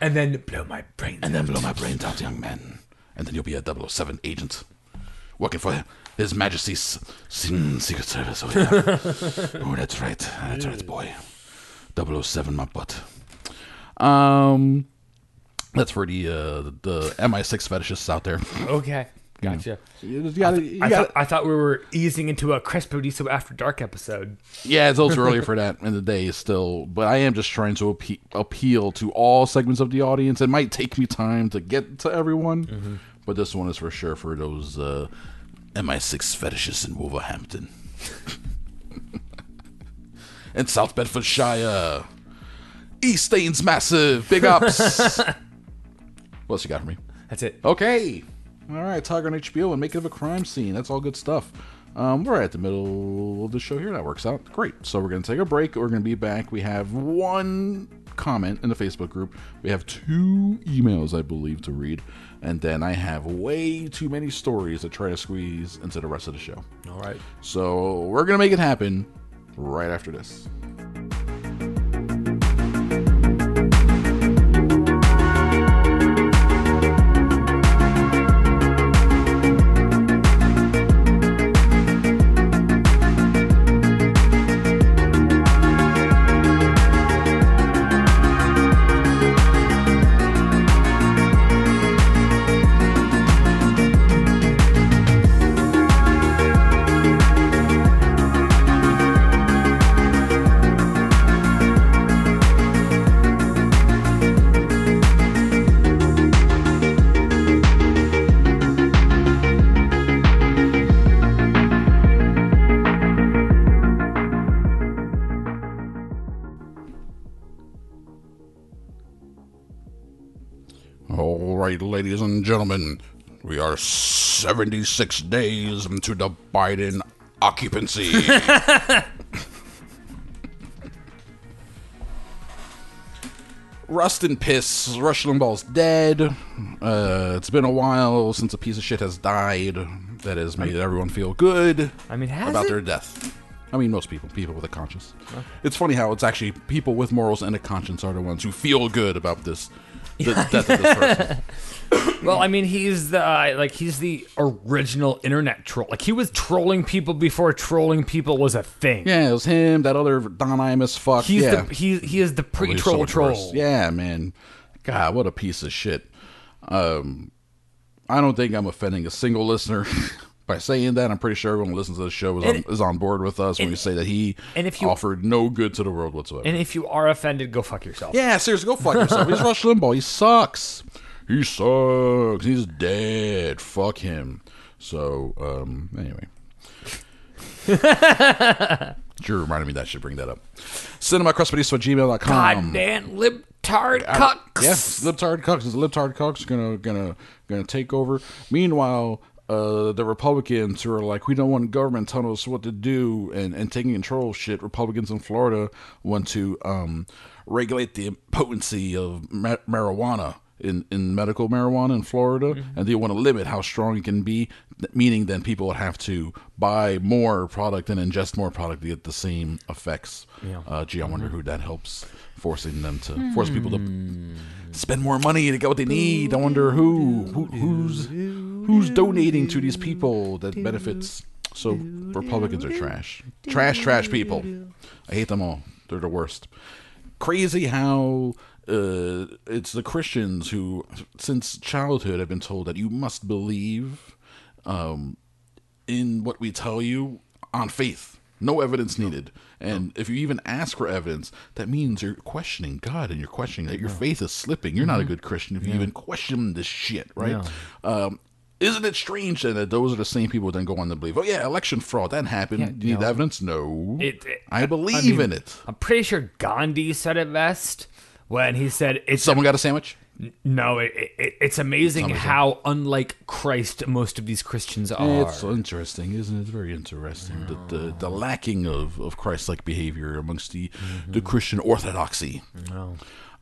S4: and then blow my brains.
S5: And then blow my brains out, young man. And then you'll be a 007 agent. Working for His Majesty's Sin- Secret Service. Oh, yeah. oh, that's right. That's right, boy. 007, my butt. Um, that's for the, uh, the MI6 fetishists out there.
S4: Okay. Gotcha.
S5: You just gotta- you
S4: I,
S5: gotta-
S4: thought, I thought we were easing into a Crespo Diso After Dark episode.
S5: yeah, it's a little too early for that in the day still, but I am just trying to appe- appeal to all segments of the audience. It might take me time to get to everyone, but this one is for sure for those uh, MI6 fetishists in Wolverhampton and South Bedfordshire. East Stains Massive, big ups. what else you got for me?
S4: That's it.
S5: Okay. All right, Tiger on HBO and make it of a crime scene. That's all good stuff. Um, we're at the middle of the show here. That works out great. So we're going to take a break. We're going to be back. We have one comment in the Facebook group. We have two emails, I believe, to read. And then I have way too many stories to try to squeeze into the rest of the show.
S4: All right.
S5: So we're going to make it happen right after this. All right, ladies and gentlemen, we are 76 days into the Biden occupancy. Rust and piss. Rush Limbaugh's dead. Uh, it's been a while since a piece of shit has died that has made everyone feel good
S4: I mean, has
S5: about
S4: it?
S5: their death. I mean, most people, people with a conscience. It's funny how it's actually people with morals and a conscience are the ones who feel good about this, the death of this person.
S4: Well, I mean, he's the uh, like he's the original internet troll. Like he was trolling people before trolling people was a thing.
S5: Yeah, it was him, that other Don Imus fuck.
S4: He's
S5: yeah.
S4: the he he is the
S5: He's so
S4: pre-troll
S5: much
S4: troll.
S5: worse. Yeah, man. God, what a piece of shit. Um, I don't think I'm offending a single listener by saying that. I'm pretty sure everyone who listens to the show is,
S4: And-
S5: on, is on board with us when
S4: and-
S5: we say that he
S4: and if you-
S5: offered no good to the world whatsoever.
S4: And if you are offended, go fuck yourself.
S5: yeah, seriously, go fuck yourself. He's Rush Limbaugh. He sucks. He sucks. He's dead. Fuck him. So um, anyway, Drew reminded me that I should bring that up. CinemaCrespediso at gmail.com. Um,
S4: Goddamn libtard cucks.
S5: Yes, libtard cucks. The libtard cucks gonna gonna gonna take over. Meanwhile, uh, the Republicans who are like, we don't want government telling us what to do and, and taking control of shit. Republicans in Florida want to um, regulate the potency of ma- marijuana. In, in medical marijuana in Florida, and they want to limit how strong it can be, th- meaning then people would have to buy more product and ingest more product to get the same effects. Uh, gee, I wonder who that helps forcing them to force people to spend more money to get what they need. I wonder who, who who's who's donating to these people that benefits. So Republicans are trash, trash, trash people. I hate them all. They're the worst. Crazy how uh, it's the Christians who, since childhood, have been told that you must believe um, in what we tell you on faith. No evidence needed. And if you even ask for evidence, that means you're questioning God and you're questioning that your faith is slipping. You're not
S4: Mm-hmm.
S5: a good Christian if you even question this shit, right? Um, isn't it strange then that those are the same people then go on to believe, oh, yeah, election fraud, that happened. you need evidence? No.
S4: It- it-
S5: I believe in it.
S4: I'm pretty sure Gandhi said it best when he said, "It's
S5: Someone got a sandwich?
S4: no, it, it, it's amazing how unlike Christ most of these Christians are."
S5: It's interesting, isn't it? It's very interesting that the, the lacking of, of Christ like behavior amongst the, the
S4: Mm-hmm.
S5: Christian orthodoxy.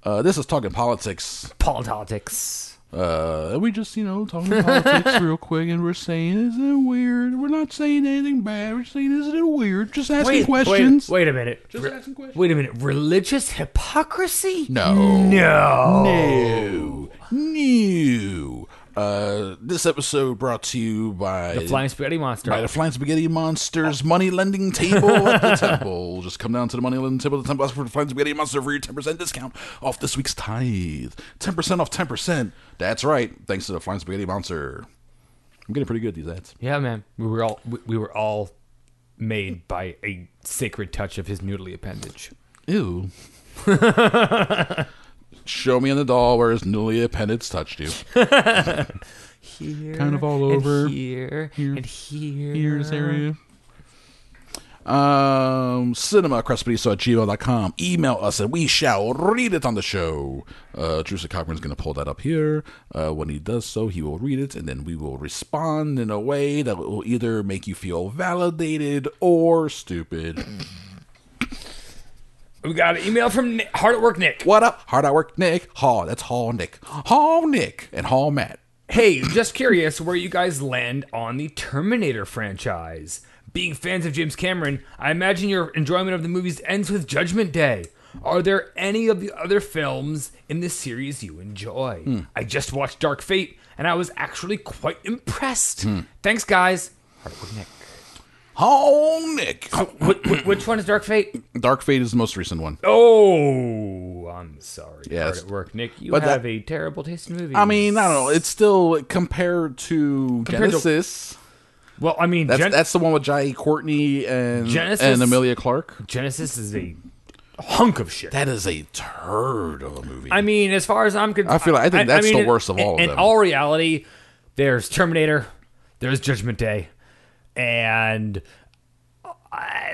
S5: Uh, this is talking politics.
S4: Politics.
S5: Uh, and we just, you know, talking politics real quick, and we're saying, isn't it weird? We're not saying anything bad. We're saying, isn't it weird? Just asking questions.
S4: Wait, wait a minute.
S5: Just
S4: Re-
S5: asking questions.
S4: Wait a minute. Religious hypocrisy?
S5: No.
S4: No.
S5: No. No. Uh, this episode brought to you by
S4: The flying spaghetti monster.
S5: By the Flying Spaghetti Monster's money lending table at the temple. Just come down to the money lending table at the temple. Ask for the Flying Spaghetti Monster for your 10% discount off this week's tithe. 10% off 10%. That's right. Thanks to the Flying Spaghetti Monster. I'm getting pretty good at these ads.
S4: yeah, man. We were all we, we were all made by a sacred touch of his noodly appendage.
S5: Ew. Show me in the doll where his newly appendage touched you.
S4: Here,
S5: Kind of all over.
S4: and here,
S5: Here.
S4: and here.
S5: ears area. Um, cinemacrespediso at gmail.com. Email us and we shall read it on the show. Uh, Drew Cochran's going to pull that up here. Uh, when he does so, he will read it and then we will respond in a way that will either make you feel validated or stupid.
S4: We got an email from Nick, Hard at Work Nick.
S5: what up? Hard at work, Nick. Hall. That's Hall Nick. Hall Nick and Hall Matt.
S4: Hey, just curious where you guys land on the Terminator franchise. Being fans of James Cameron, I imagine your enjoyment of the movies ends with Judgment Day. Are there any of the other films in this series you enjoy?
S5: Hmm.
S4: I just watched Dark Fate and I was actually quite impressed.
S5: Hmm.
S4: Thanks, guys. Hardwood Nick.
S5: Hall Nick.
S4: Wh- wh- which one is Dark Fate?
S5: Dark Fate is the most recent one.
S4: Oh, I'm sorry.
S5: Yes.
S4: Hard at work, Nick. You
S5: But that-
S4: have a terrible taste in movies.
S5: I mean, I don't know. It's still compared to
S4: Compared to-
S5: Genesis.
S4: well, I mean,
S5: That's
S4: Gen-
S5: that's the one with Jai Courtney and
S4: Genesis?
S5: and Amelia Clark.
S4: Genesis is a hunk of shit.
S5: That is a turd of a movie.
S4: I mean, as far as I'm concerned,
S5: I feel like- I think that's the worst of all of
S4: In
S5: them.
S4: all reality, there's Terminator, there's Judgment Day, and uh,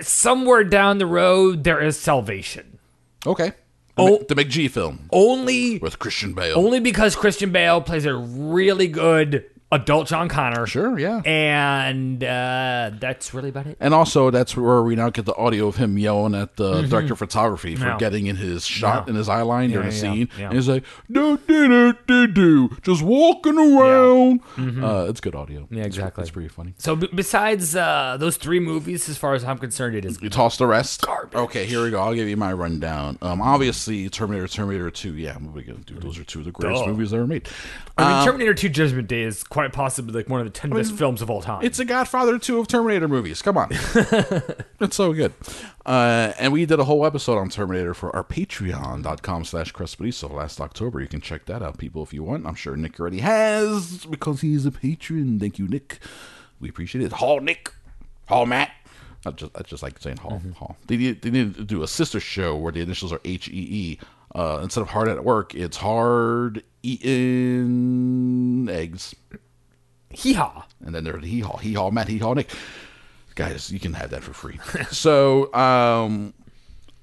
S4: somewhere down the road there is Salvation.
S5: okay. The,
S4: Oh.
S5: Ma- the McGee film
S4: Only,
S5: with Christian Bale.
S4: only because Christian Bale plays a really good adult John Connor.
S5: sure, yeah. And,
S4: And uh, that's really about it.
S5: also, that's where we now get the audio of him yelling at the director of photography for
S4: Mm-hmm. Yeah.
S5: getting in his shot
S4: Yeah.
S5: in his eye line during
S4: yeah,
S5: a
S4: yeah,
S5: scene.
S4: yeah.
S5: And he's like, do, do, do, do, do, just walking around.
S4: Mm-hmm.
S5: Uh, it's good audio. It's-
S4: exactly.
S5: It's pretty funny.
S4: So b- besides uh, those three movies, as far as I'm concerned, it is
S5: You toss the rest.
S4: Garbage.
S5: Okay, here we go. I'll give you my rundown. Um, obviously, Terminator, Terminator Two. Yeah, what are we gonna do? Those are two of the greatest
S4: Duh.
S5: movies ever made.
S4: I
S5: Um,
S4: mean, Terminator 2 Judgment Day is quite possibly like one of the 10 best films of all time.
S5: It's a Godfather Two of Terminator movies. Come on, it's so good. Uh, and we did a whole episode on Terminator for our Patreon.com/slash Crespediso last October. You can check that out, people, if you want. I'm sure Nick already has because he's a patron. Thank you, Nick. We appreciate it. Hall Nick, Hall Matt. I just I just like saying Hall Hall. They need, they need to do a sister show where the initials are H E E. Uh, instead of hard at work, it's hard eating eggs.
S4: Hee haw.
S5: And then there's hee haw, hee haw, Matt, hee haw, Nick. Guys, you can have that for free. so, um,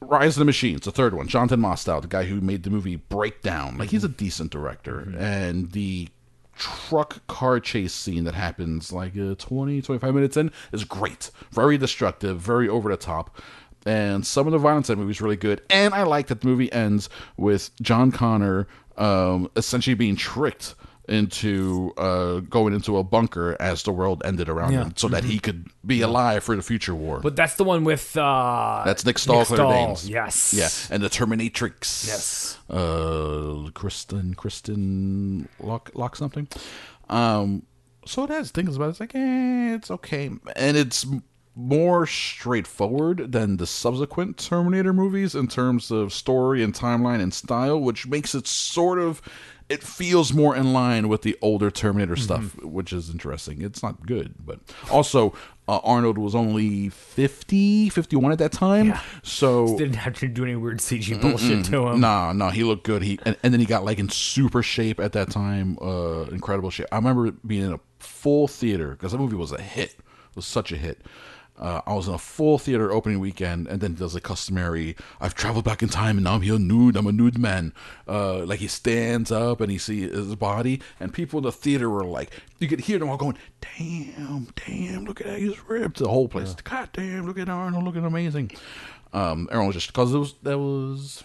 S5: Rise of the Machines, the third one, Jonathan Mostow, the guy who made the movie Breakdown. Like he's a decent director, and the truck car chase scene that happens like uh, 20 25 minutes in is great very destructive very over the top and some of the violence in the movie is really good and i like that the movie ends with john connor um, essentially being tricked into uh, going into a bunker as the world ended around him so that he could be alive for the future war
S4: But that's the one with uh
S5: that's Nick Stahl,
S4: Nick
S5: Claire
S4: Stahl,
S5: Danes.
S4: yes.
S5: Yeah, and the Terminatrix.
S4: Yes.
S5: Uh, Kristen, Kristen Lock, Lock something. Um, so it has things about it. It's like, eh, it's okay. And it's m- more straightforward than the subsequent Terminator movies in terms of story and timeline and style, which makes it sort of. It feels more in line with the older Terminator stuff, which is interesting. It's not good, but also uh, Arnold was only 50, 51 at that time.
S4: Yeah.
S5: So
S4: Didn't have to do any weird CG bullshit to him.
S5: no, no, he looked good. He and, and then he got like in super shape at that time, uh, incredible shape. I remember being in a full theater because that movie was a hit. It was such a hit. Uh, I was in a full theater opening weekend, and then there's a customary. I've traveled back in time, and now I'm here nude. I'm a nude man. Uh, like he stands up, and he sees his body, and people in the theater were like, you could hear them all going, "Damn, damn, look at that, he's ripped." The whole place, "God damn, look at Arnold, looking amazing." Um, everyone was just because it was that was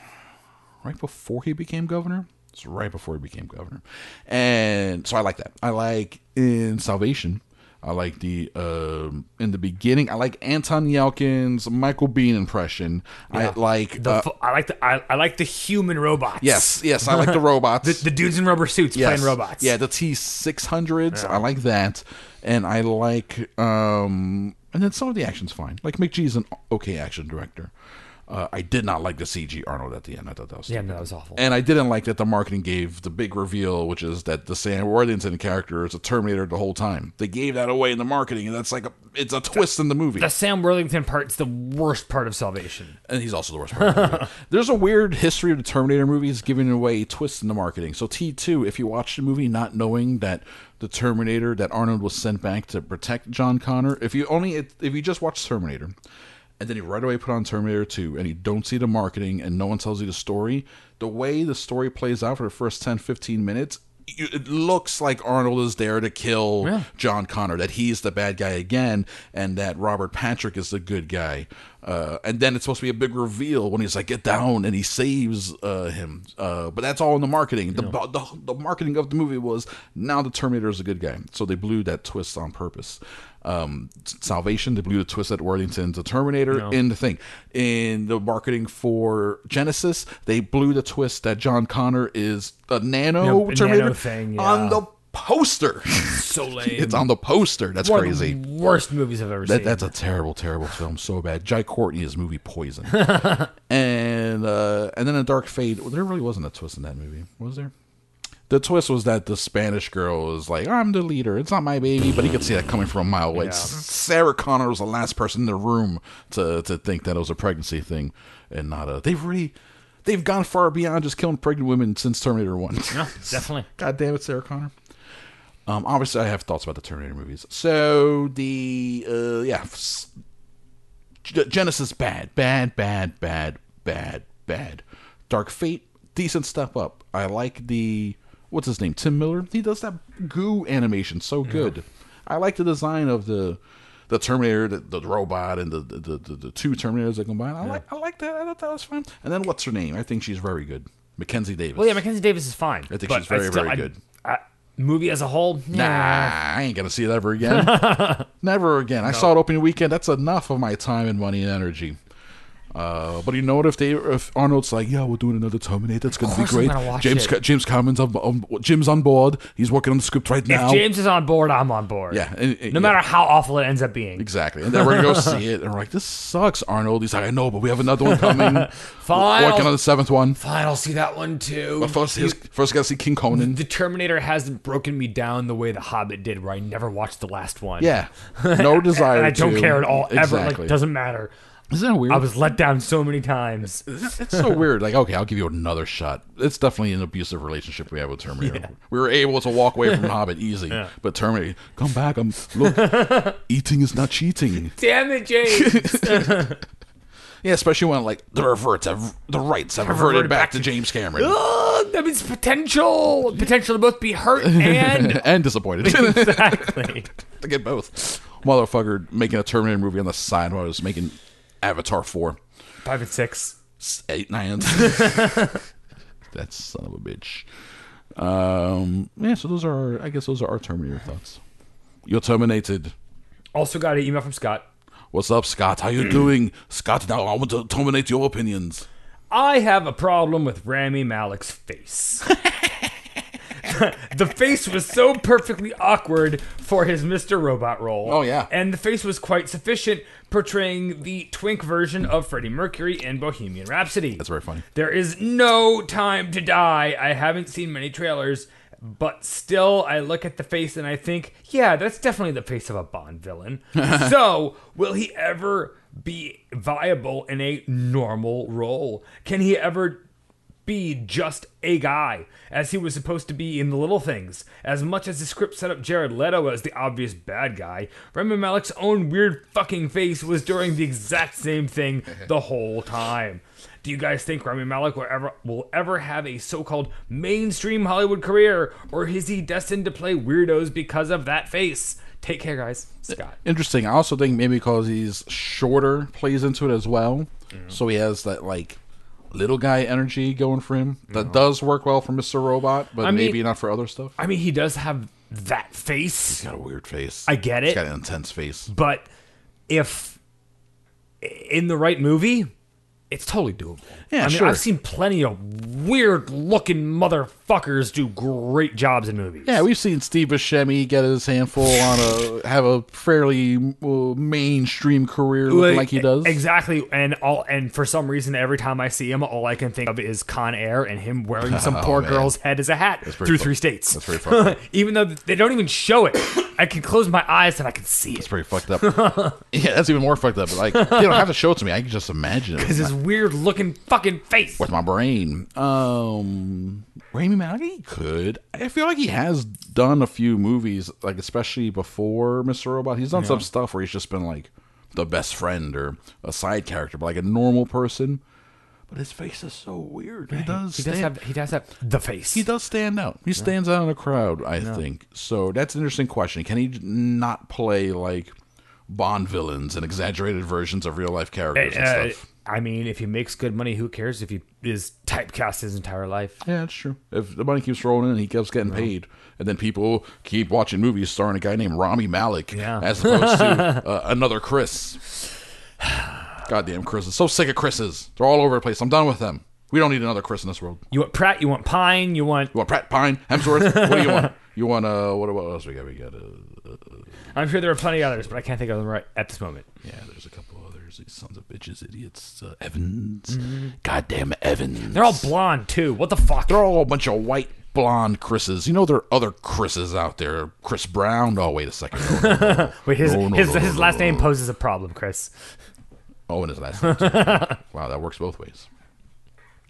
S5: right before he became governor. It's right before he became governor, and so I like that. I like in Salvation. I like the um, in the beginning. I like Anton Yelkin's Michael Bean impression. I like
S4: The
S5: uh,
S4: fu- I like the I, I like the human robots.
S5: yes, yes. I like the robots.
S4: The, the dudes in rubber suits
S5: yes.
S4: playing robots.
S5: Yeah, the T six hundreds. I like that, and I like um, and then some of the action's fine. Like McGee is an okay action director. Uh, I did not like the CG Arnold at the end. I thought that was
S4: Yeah,
S5: stupid.
S4: no, that was awful.
S5: And I didn't like that the marketing gave the big reveal, which is that the Sam Worthington character is a Terminator the whole time. They gave that away in the marketing, and that's like a, it's a twist in the movie.
S4: the Sam Worthington part's the worst part of Salvation.
S5: And he's also the worst part. Of the movie. There's a weird history of the Terminator movies giving away twists in the marketing. So T2, if you watch the movie not knowing that the Terminator that Arnold was sent back to protect John Connor, if you only if you just watch Terminator, and then you right away put on Terminator 2 and you don't see the marketing and no one tells you the story, the way the story plays out for the first 10 15 minutes you- it looks like Arnold is there to kill
S4: Yeah.
S5: John Connor, that he's the bad guy again, and that Robert Patrick is the good guy. Uh, and then it's supposed to be a big reveal when he's like, "Get down!" and he saves uh, him. Uh, but that's all in the marketing. The, the the marketing of the movie was now the Terminator is a good guy, so they blew that twist on purpose. Um, Salvation, they blew the twist at Worthington's the Terminator in the thing. In the marketing for Genesis, they blew the twist that John Connor is a nano
S4: Yeah,
S5: Terminator
S4: nano thing,
S5: on
S4: yeah.
S5: the poster.
S4: So lame.
S5: it's on the poster. That's
S4: One
S5: crazy.
S4: Of the worst movies I've ever
S5: That,
S4: seen.
S5: that's a terrible, terrible film. So bad. Jai Courtney is movie poison. and uh, and then in Dark Fade, well, there really wasn't a twist in that movie, was there? The twist was that the Spanish girl is like, I'm the leader. It's not my baby, but he could see that coming from a mile away.
S4: Yeah.
S5: S- Sarah Connor was the last person in the room to, to think that it was a pregnancy thing and not a. They've really. They've gone far beyond just killing pregnant women since Terminator 1.
S4: definitely.
S5: God damn it, Sarah Connor. Um, obviously, I have thoughts about the Terminator movies. So the uh, yeah, s- G- Genesis bad, bad, bad, bad, bad, bad. Dark Fate decent step up. I like the what's his name Tim Miller. He does that goo animation so good. I like the design of the the Terminator, the, the robot, and the the, the the- the two Terminators that combine. I like I like that. I thought that was fun. And then what's her name? I think she's very good. Mackenzie Davis.
S4: Well, yeah, Mackenzie Davis is fine. I
S5: think she's very, very good.
S4: I, movie as a whole, nah.
S5: Nah, I ain't gonna see it ever again. Never again. I saw it opening weekend. That's enough of my time and money and energy. Uh, but you know what? If they, if Arnold's like, yeah, we're doing another Terminator. It's gonna be
S4: course I'm
S5: great.
S4: gonna watch
S5: James,
S4: it.
S5: Ca- James Cameron's on, on, Jim's on board. He's working on the script right
S4: If
S5: now.
S4: James is on board, I'm on board.
S5: Yeah, and- and-
S4: no matter how awful it ends up being.
S5: exactly. And then we're gonna go see it. And we're like, this sucks, Arnold. He's like, I know, but we have another one coming.
S4: Fine,
S5: Working
S4: I'll-
S5: on the seventh one.
S4: Fine, I'll see that one too.
S5: But first, here's- first gotta see King Conan.
S4: the Terminator hasn't broken me down the way The Hobbit did, where I never watched the last one.
S5: Yeah, no desire.
S4: and I don't
S5: to.
S4: care at all. Ever,
S5: Exactly.
S4: like, doesn't matter.
S5: Isn't that weird?
S4: I was let down so many times.
S5: It's so weird. Like, okay, I'll give you another shot. It's definitely an abusive relationship we have with Terminator. We were able to walk away from Hobbit easy, but Terminator, come back. I'm look, eating is not cheating.
S4: Damn it, James.
S5: Yeah, especially when like the reverts have the rights have reverted back to James Cameron
S4: Ugh, that means potential. Potential to both be hurt and.
S5: and disappointed to
S4: exactly.
S5: get both. Motherfucker making a Terminator movie on the side while I was making Avatar four,
S4: Five and six.
S5: S- eight nine. that son of a bitch. Um, yeah, so those are I guess those are our Terminator thoughts. You're terminated.
S4: Also got an email from Scott.
S5: What's up, Scott? How you doing? Scott, now I want to terminate your opinions.
S4: I have a problem with Rami Malek's face. the face was so perfectly awkward for his Mr. Robot role.
S5: Oh, yeah.
S4: And the face was quite sufficient, portraying the twink version of Freddie Mercury in Bohemian Rhapsody.
S5: That's very funny.
S4: There is no time to die. I haven't seen many trailers, but still, I look at the face and I think, yeah, that's definitely the face of a Bond villain. so, will he ever be viable in a normal role? Can he ever be just a guy, as he was supposed to be in The Little Things. As much as the script set up Jared Leto as the obvious bad guy, Remy Malek's own weird fucking face was doing the exact same thing the whole time. Do you guys think Rami Malek will ever, will ever have a so-called mainstream Hollywood career, or is he destined to play weirdos because of that face? Take care, guys. Scott.
S5: Interesting. I also think maybe because he's shorter plays into it as well. So he has that like little guy energy going for him that does work well for Mr. Robot, but
S4: I mean-
S5: maybe not for other stuff.
S4: I mean, he does have that face.
S5: He's got a weird face.
S4: I get
S5: He's
S4: it.
S5: got an intense face.
S4: but if in the right movie, it's totally doable.
S5: Yeah,
S4: I mean,
S5: sure.
S4: I've seen plenty of weird looking motherfuckers do great jobs in movies.
S5: Yeah, we've seen Steve Buscemi get his handful on a have a fairly uh, mainstream career looking like, he does.
S4: exactly. And all and for some reason, every time I see him, all I can think of is Con Air and him wearing some
S5: Oh,
S4: poor
S5: man.
S4: girl's head as a hat through
S5: pretty
S4: three
S5: fucked.
S4: states.
S5: That's pretty fucked up.
S4: even though they don't even show it, I can close my eyes and I can see it.
S5: It's pretty fucked up. yeah, that's even more fucked up. But like, you don't have to show it to me. I can just imagine it.
S4: Because his weird looking fucking face.
S5: with my brain. Um, Rami Malek he could. I feel like he has done a few movies, like especially before Mr. Robot. He's done some stuff where he's just been like the best friend or a side character, but like a normal person. But his face is so weird. He does.
S4: He does
S5: stand-
S4: have he does have the face.
S5: he does stand out. He stands out in a crowd, I think. So that's an interesting question. Can he not play like Bond villains and exaggerated versions of real life characters
S4: Uh,
S5: and stuff?
S4: I mean, if he makes good money, who cares if he is typecast his entire life?
S5: Yeah, that's true. If the money keeps rolling in, he keeps getting paid, and then people keep watching movies starring a guy named Rami Malik,
S4: Yeah.
S5: as opposed to uh, another Chris. Goddamn Chris! I'm so sick of Chris's. They're all over the place. I'm done with them. We don't need another Chris in this world.
S4: You want Pratt? You want Pine? You want?
S5: You want Pratt Pine Hemsworth? what do you want? You want uh? What, what else we got? We got uh,
S4: I'm sure there are plenty others, but I can't think of them right at this moment.
S5: yeah. There's a couple others. These sons of bitches, idiots. Uh, Evans. Goddamn Evans.
S4: Mm-hmm. They're all blonde too. What the fuck?
S5: They're all a bunch of white blonde Chris's. You know there are other Chris's out there. Chris Brown. Oh wait a second. No, no, no, no.
S4: Wait, his
S5: No, no,
S4: his,
S5: no, no,
S4: his
S5: no,
S4: last
S5: no,
S4: name
S5: no.
S4: poses a problem, Chris.
S5: Oh, and his last name. too. wow, that works both ways.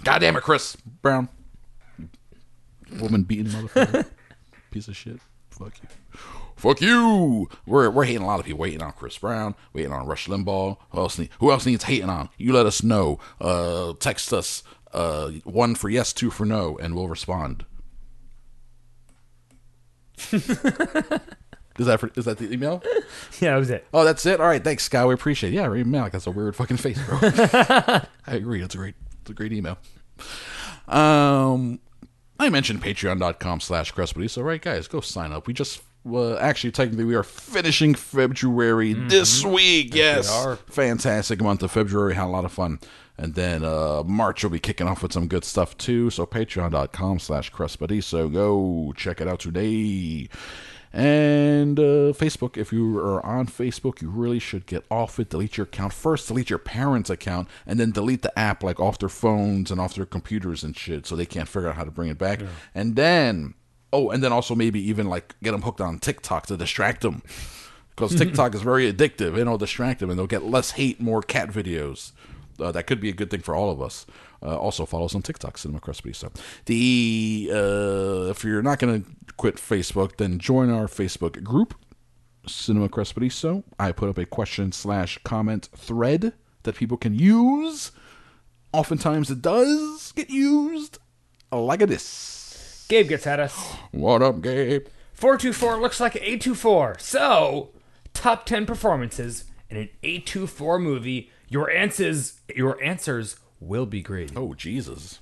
S5: God damn it, Chris Brown. Woman beating motherfucker. Piece of shit. Fuck you. Fuck you. We're we're hating a lot of people. Waiting on Chris Brown. Waiting on Rush Limbaugh. Who else? Need, who else needs hating on? You let us know. Uh, text us. Uh, one for yes, two for no, and we'll respond. is that for, is that the email?
S4: Yeah, that was it.
S5: Oh, that's it. All right, thanks, Sky. We appreciate it. Yeah, Rami Malik. That's a weird fucking face, bro. I agree. That's a great. It's a great email. Um, I mentioned patreon.com slash crespity. So, right, guys, go sign up. We just, well, actually, technically, we are finishing February this week. Yes.
S4: are.
S5: Fantastic month of February. Had a lot of fun. And then uh, March will be kicking off with some good stuff, too. So, patreon.com slash crespity. So, go check it out today. And uh, Facebook, if you are on Facebook, you really should get off it. Delete your account first, delete your parents' account, and then delete the app like off their phones and off their computers and shit, so they can't figure out how to bring it back. And then, oh, and then also maybe even like get them hooked on TikTok to distract them. because TikTok is very addictive and it'll distract them, and they'll get less hate, more cat videos. Uh, that could be a good thing for all of us. Uh, also, follow us on TikTok, Cinema Crespity. So, the uh, if you're not going to quit Facebook, then join our Facebook group. Cinema Crespediso. I put up a question slash comment thread that people can use. Oftentimes it does get used like this.
S4: Gabe gets at us.
S5: What up, Gabe?
S4: 424 looks like an 824. So, top 10 performances in an 824 movie. Your answers your answers will be great.
S5: Oh, Jesus.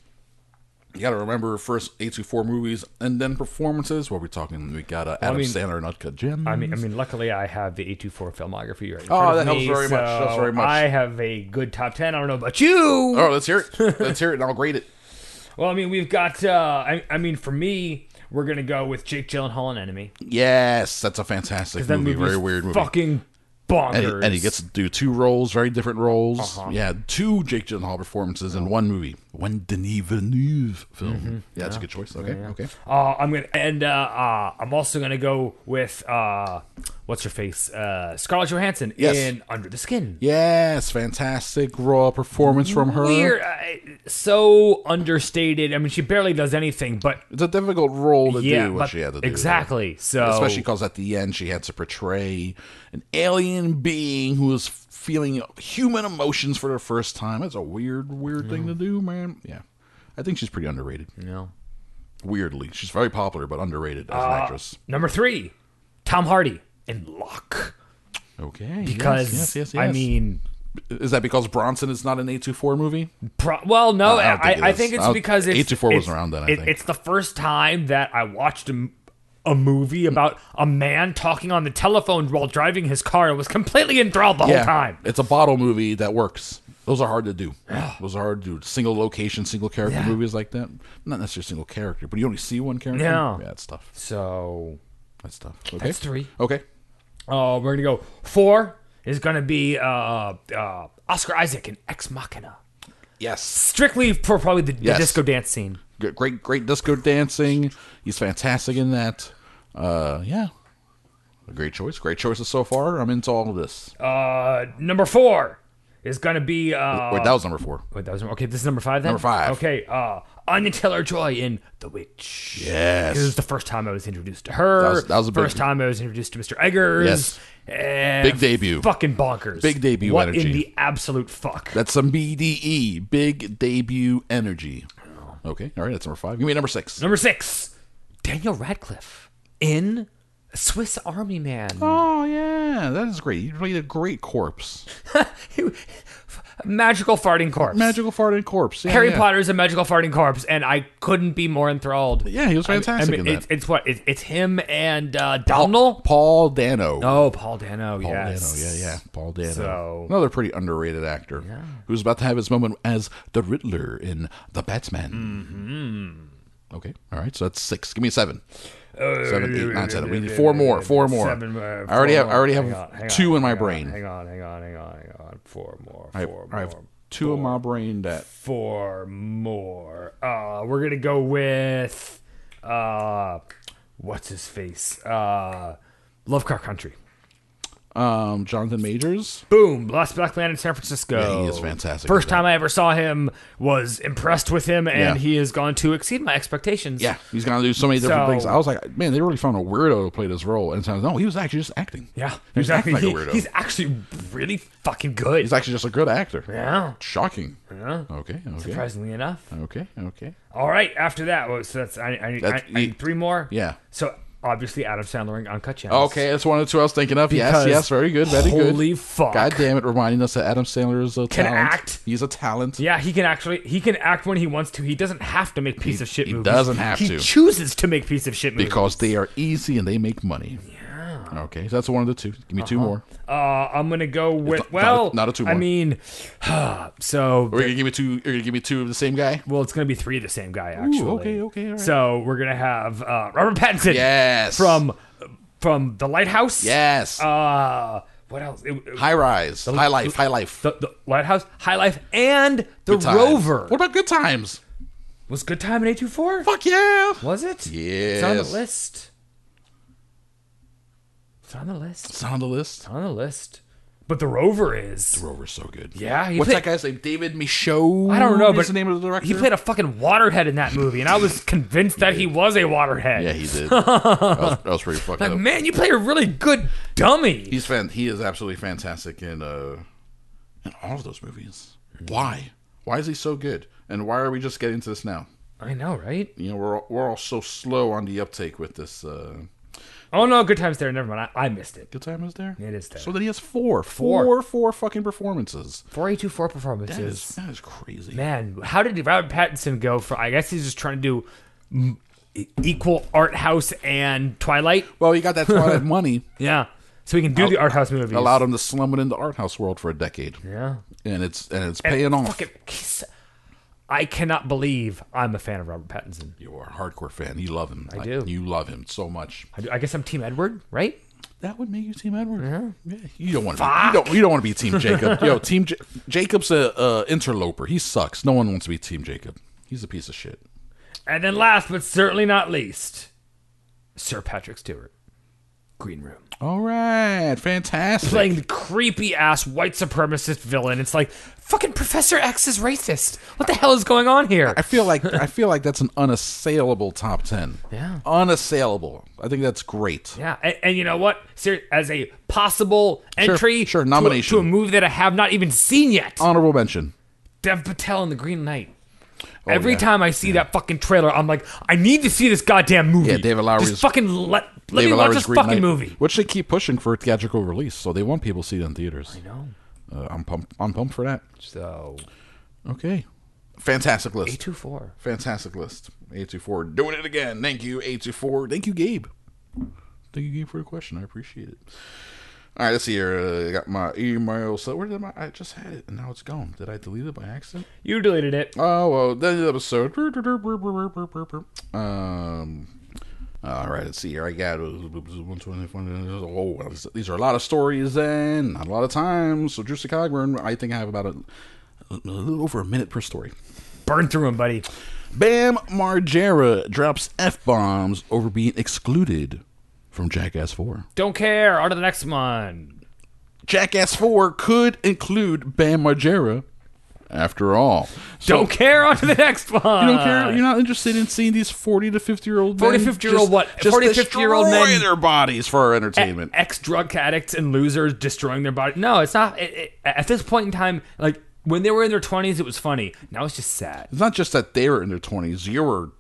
S5: You got to remember first 824 movies and then performances. What are we talking? We got uh, Adam
S4: mean-
S5: Sandler and Utka Jim.
S4: I mean, I mean, luckily I have the 824 filmography right in
S5: Mm-hmm. Oh,
S4: front of
S5: that helps
S4: me,
S5: very much. Helps
S4: so
S5: very much.
S4: I have a good top 10. I don't know about you.
S5: oh, let's hear it. Let's hear it and I'll grade it.
S4: Well, I mean, we've got, uh, I, I mean, for me, we're going to go with Jake Gyllenhaal and Enemy.
S5: Yes, that's a fantastic
S4: That
S5: movie.
S4: movie's
S5: Very weird movie.
S4: fucking bonkers.
S5: and he, and he gets to do two roles, very different roles.
S4: Uh-huh.
S5: Yeah, two Jake Gyllenhaal performances in one movie, one Denis Villeneuve film.
S4: Mm-hmm.
S5: Yeah, that's a good choice. Okay, okay.
S4: Uh, I'm gonna and uh, uh, I'm also gonna go with uh, what's her face, uh, Scarlett Johansson
S5: Yes.
S4: in Under the Skin.
S5: Yes, fantastic raw performance from her.
S4: Weird, uh, so understated. I mean, she barely does anything, but
S5: It's a difficult role to
S4: yeah,
S5: do what
S4: but
S5: she had to do.
S4: exactly. So
S5: Especially because at the end she had to portray an alien being who is feeling human emotions for the first time. That's a weird, weird thing to do, man. Yeah. I think she's pretty underrated.
S4: you know.
S5: Weirdly, she's very popular but underrated
S4: Uh,
S5: as an actress.
S4: number three, Tom Hardy in Lock
S5: Okay.
S4: because I mean,
S5: is that because Bronson is not an A 24 movie?
S4: Pro- well, no,
S5: I
S4: I,
S5: don't think it
S4: I,
S5: is.
S4: think
S5: I
S4: it's
S5: don't-
S4: because it's,
S5: 824
S4: it's-
S5: wasn't around then, I
S4: it-
S5: think.
S4: it's the first time that I watched a, m- a movie about a man talking on the telephone while driving his car and was completely enthralled the whole time.
S5: It's a bottle movie that works. Those are hard to do. Those are hard to do. Single location, single character movies like that. Not necessarily single character, but you only see one character.
S4: No.
S5: Yeah, it's tough.
S4: So,
S5: That's tough. Okay.
S4: That's three.
S5: Okay.
S4: oh, we're gonna go four is gonna be uh, uh, Oscar Isaac in Ex Machina,
S5: Yes.
S4: strictly for probably the, the
S5: Yes.
S4: disco dance scene.
S5: G- Great, great disco dancing. He's fantastic in that. Uh, yeah. A great choice. Great choices so far. I'm into all of this.
S4: Uh, number four is gonna be uh,
S5: Wait, that was number four.
S4: wait, that was okay. This is number five then.
S5: Number five.
S4: Okay, uh, Anya Taylor Joy in The Witch.
S5: Yes.
S4: This is the first time I was introduced to her.
S5: That was- that was a big-
S4: first time I was introduced to Mr. Eggers.
S5: Yes.
S4: Eh,
S5: Big debut.
S4: Fucking bonkers.
S5: Big debut
S4: What
S5: energy.
S4: in the absolute fuck?
S5: That's some BDE, big debut energy. Okay, all right, that's number five. Give me number six.
S4: Number six, Daniel Radcliffe in Swiss Army Man.
S5: Oh yeah, that is great. You played a great corpse,
S4: magical farting corpse.
S5: magical farting corpse. Yeah,
S4: Harry
S5: yeah.
S4: Potter is a magical farting corpse, and I couldn't be more enthralled.
S5: Yeah, he was
S4: I
S5: fantastic
S4: mean,
S5: in
S4: it's,
S5: that.
S4: it's what? It's, it's him and uh, Domhnall?
S5: Paul Dano.
S4: Oh, Paul Dano,
S5: Paul
S4: yes.
S5: Dano. Yeah, yeah. Paul Dano.
S4: So-
S5: Another pretty underrated actor who's about to have his moment as the Riddler in The Batman. Mm-hmm.
S4: Mm-hmm.
S5: Okay, all right. So that's six. Give me a seven.
S4: Oh,
S5: Seven, eight, nine, seven. We need four more. Four more.
S4: Seven, uh,
S5: I already
S4: four
S5: have. I already
S4: more.
S5: have
S4: Hang on, hang
S5: two
S4: on,
S5: in my
S4: hang on,
S5: brain.
S4: Hang on, hang on, hang on, hang on. Four more.
S5: I have,
S4: Four
S5: I have
S4: more.
S5: two in my brain that
S4: Four more. Uh, we're gonna go with uh, what's his face? Uh, Love Car Country.
S5: um Jonathan Majors.
S4: Boom! Last Black Man in San Francisco.
S5: Yeah, he is fantastic
S4: First
S5: in that.
S4: time I ever saw him, was impressed with him, and
S5: Yeah.
S4: he has gone to exceed my expectations.
S5: Yeah, he's gonna do so many different
S4: So-
S5: things. I was like, man, they really found a weirdo to play this role. And so no, he was actually just acting.
S4: yeah,
S5: he was
S4: exactly.
S5: acting
S4: He-
S5: like a weirdo.
S4: he's actually really fucking good.
S5: He's actually just a good actor.
S4: yeah.
S5: Shocking. Okay. Okay.
S4: Surprisingly enough.
S5: Okay. Okay.
S4: All right. After that, well, so that's I, I, need-
S5: That's-
S4: I, I need three more.
S5: Yeah.
S4: So obviously, Adam Sandler and Uncut Gems.
S5: Okay. That's one of the two I was thinking of. yes.
S4: Because
S5: Yes. Very good. Very good.
S4: holy fuck.
S5: God damn it! Reminding us that Adam Sandler is a
S4: Can
S5: talent.
S4: act.
S5: He's a talent.
S4: Yeah, he can actually he can act when he wants to. He doesn't have to make piece of shit
S5: he
S4: movies.
S5: doesn't have
S4: he
S5: to.
S4: chooses to make piece of shit movies.
S5: Because they are easy and they make money. Yeah. Okay. So that's one of the two. Give me two more.
S4: uh, I'm gonna go with
S5: not-
S4: well,
S5: not a- not a two
S4: I
S5: more.
S4: mean,
S5: Are
S4: so
S5: you gonna give me two? Are you gonna give me two of the same guy?
S4: well, it's gonna be three of the same guy actually.
S5: okay, okay, all right.
S4: So we're gonna have uh, Robert Pattinson.
S5: Yes.
S4: From from the Lighthouse.
S5: Yes.
S4: Uh, what else? It- it-
S5: high rise. high life. High life.
S4: the, the Lighthouse, High Life, and the
S5: Good times.
S4: Rover.
S5: What about good times?
S4: Was Good Time in 824?
S5: Fuck yeah.
S4: Was it? It's on the
S5: Yes.
S4: list. It's on the list.
S5: It's on the list.
S4: It's on the list. But the Rover is.
S5: Rover's so good.
S4: Yeah, he
S5: What's
S4: played-
S5: that guy's name? David Michaud.
S4: I don't know,
S5: is
S4: but
S5: the name of the director.
S4: he played a fucking waterhead in that movie, and I was convinced that he was a waterhead.
S5: yeah, he did. that, was, that was pretty fucking.
S4: Like,
S5: dope.
S4: man, you play a really good dummy.
S5: He's fan. He is absolutely fantastic in uh, in all of those movies. Why? Why is he so good? And why are we just getting to this now?
S4: I know, right?
S5: You know, we're all, we're all so slow on the uptake with this. Uh,
S4: Oh no, good times there. Never mind. I, I missed it.
S5: good time is there.
S4: It is there.
S5: So then he has four,
S4: Four.
S5: four, four fucking performances.
S4: Four eight two four
S5: That is
S4: performances.
S5: that is crazy.
S4: Man, how did Robert Pattinson go for? I guess he's just trying to do mm, e- equal art house and Twilight.
S5: Well, he got that Twilight money.
S4: Yeah, so he can do the art house movies.
S5: Allowed him to slum it in the art house world for a decade,
S4: Yeah.
S5: and it's and it's paying off.
S4: Fucking, he's- I cannot believe I'm a fan of Robert Pattinson.
S5: You are a hardcore fan. You love him. I
S4: do.
S5: You love him so much.
S4: I, do- I guess I'm Team Edward, right?
S5: That would make you Team Edward. Yeah. You don't want to. Be, you don't. You don't want to be Team Jacob. Yo, Team J- Jacob's a uh, interloper. He sucks. No one wants to be Team Jacob. He's a piece of shit.
S4: And then last but certainly not least, Sir Patrick Stewart, Green Room.
S5: All right, fantastic.
S4: playing the creepy ass white supremacist villain. It's like fucking Professor X is racist. What the hell is going on here?
S5: I feel like I feel like that's an unassailable top ten.
S4: Yeah.
S5: unassailable. I think that's great.
S4: yeah, and, and you know what? Ser- as a possible entry,
S5: sure,
S4: to a-
S5: nomination. Um,
S4: to a, movie that I have not even seen yet.
S5: Honorable mention.
S4: Dev Patel and the Green Knight.
S5: Oh,
S4: Every
S5: yeah.
S4: time I see that fucking trailer, I'm like, I need to see this goddamn movie.
S5: Yeah, David Lowry's-
S4: Just fucking let, let
S5: David
S4: me watch
S5: Lowery's
S4: this
S5: Green
S4: fucking
S5: Knight,
S4: movie.
S5: which they keep pushing for a theatrical release, so they want people to see it in theaters. I know. Uh, I'm pumped. I'm pumped for that.
S4: So
S5: Okay, fantastic list.
S4: two four.
S5: Fantastic list. A24 doing it again. Thank you, A24. Thank you, Gabe. Thank you, Gabe, for the question. I appreciate it. All right, let's see here. Uh, I got my email. So where did my? I just had it, and now it's gone. Did I delete it by accident?
S4: You deleted it.
S5: Oh well, then the episode. Um. All right, let's see here. I got 121. Oh, well, this- these are a lot of stories and not a lot of time. So, Juicy Cogburn, I think I have about a, a little over a minute per story.
S4: Burn through him, buddy.
S5: Bam Margera drops F bombs over being excluded from Jackass 4.
S4: Don't care. On to the next one.
S5: Jackass 4 could include Bam Margera after all. So
S4: Don't care. On to the next one.
S5: You don't care. You're not interested in seeing these 40 to 50 year old
S4: 40 to 50 year old what? 40 to 50 year old men-
S5: their bodies for our entertainment.
S4: E- ex drug addicts and losers destroying their body. No, it's not. It, it, at this point in time, like when they were in their twenties, it was funny. Now it's just sad.
S5: It's not just that they were in their 20s, you were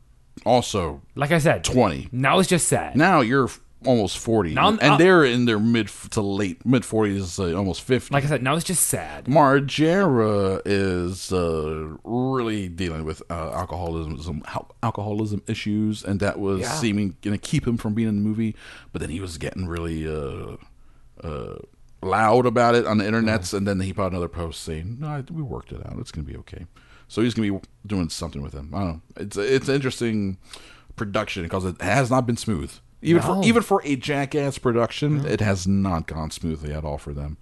S5: also
S4: Like I said,
S5: 20.
S4: Now it's just sad.
S5: Now you're f- almost 40.
S4: Now I'm-
S5: and
S4: I'm-
S5: they're in their mid f- to late, mid 40s, uh, almost 50.
S4: Like I said, now it's just sad.
S5: Margera is uh, really dealing with uh, alcoholism, al- alcoholism issues, and that was
S4: Yeah.
S5: seeming going to keep him from being in the movie. But then he was getting really uh, uh, loud about it on the internets, and then he put out another post saying, "No, I, we worked it out. It's going to be okay." So he's going to be doing something with him. I don't know. It's it's an interesting production because it has not been smooth. Even
S4: No.
S5: for even for a jackass production, it has not gone smoothly at all for them.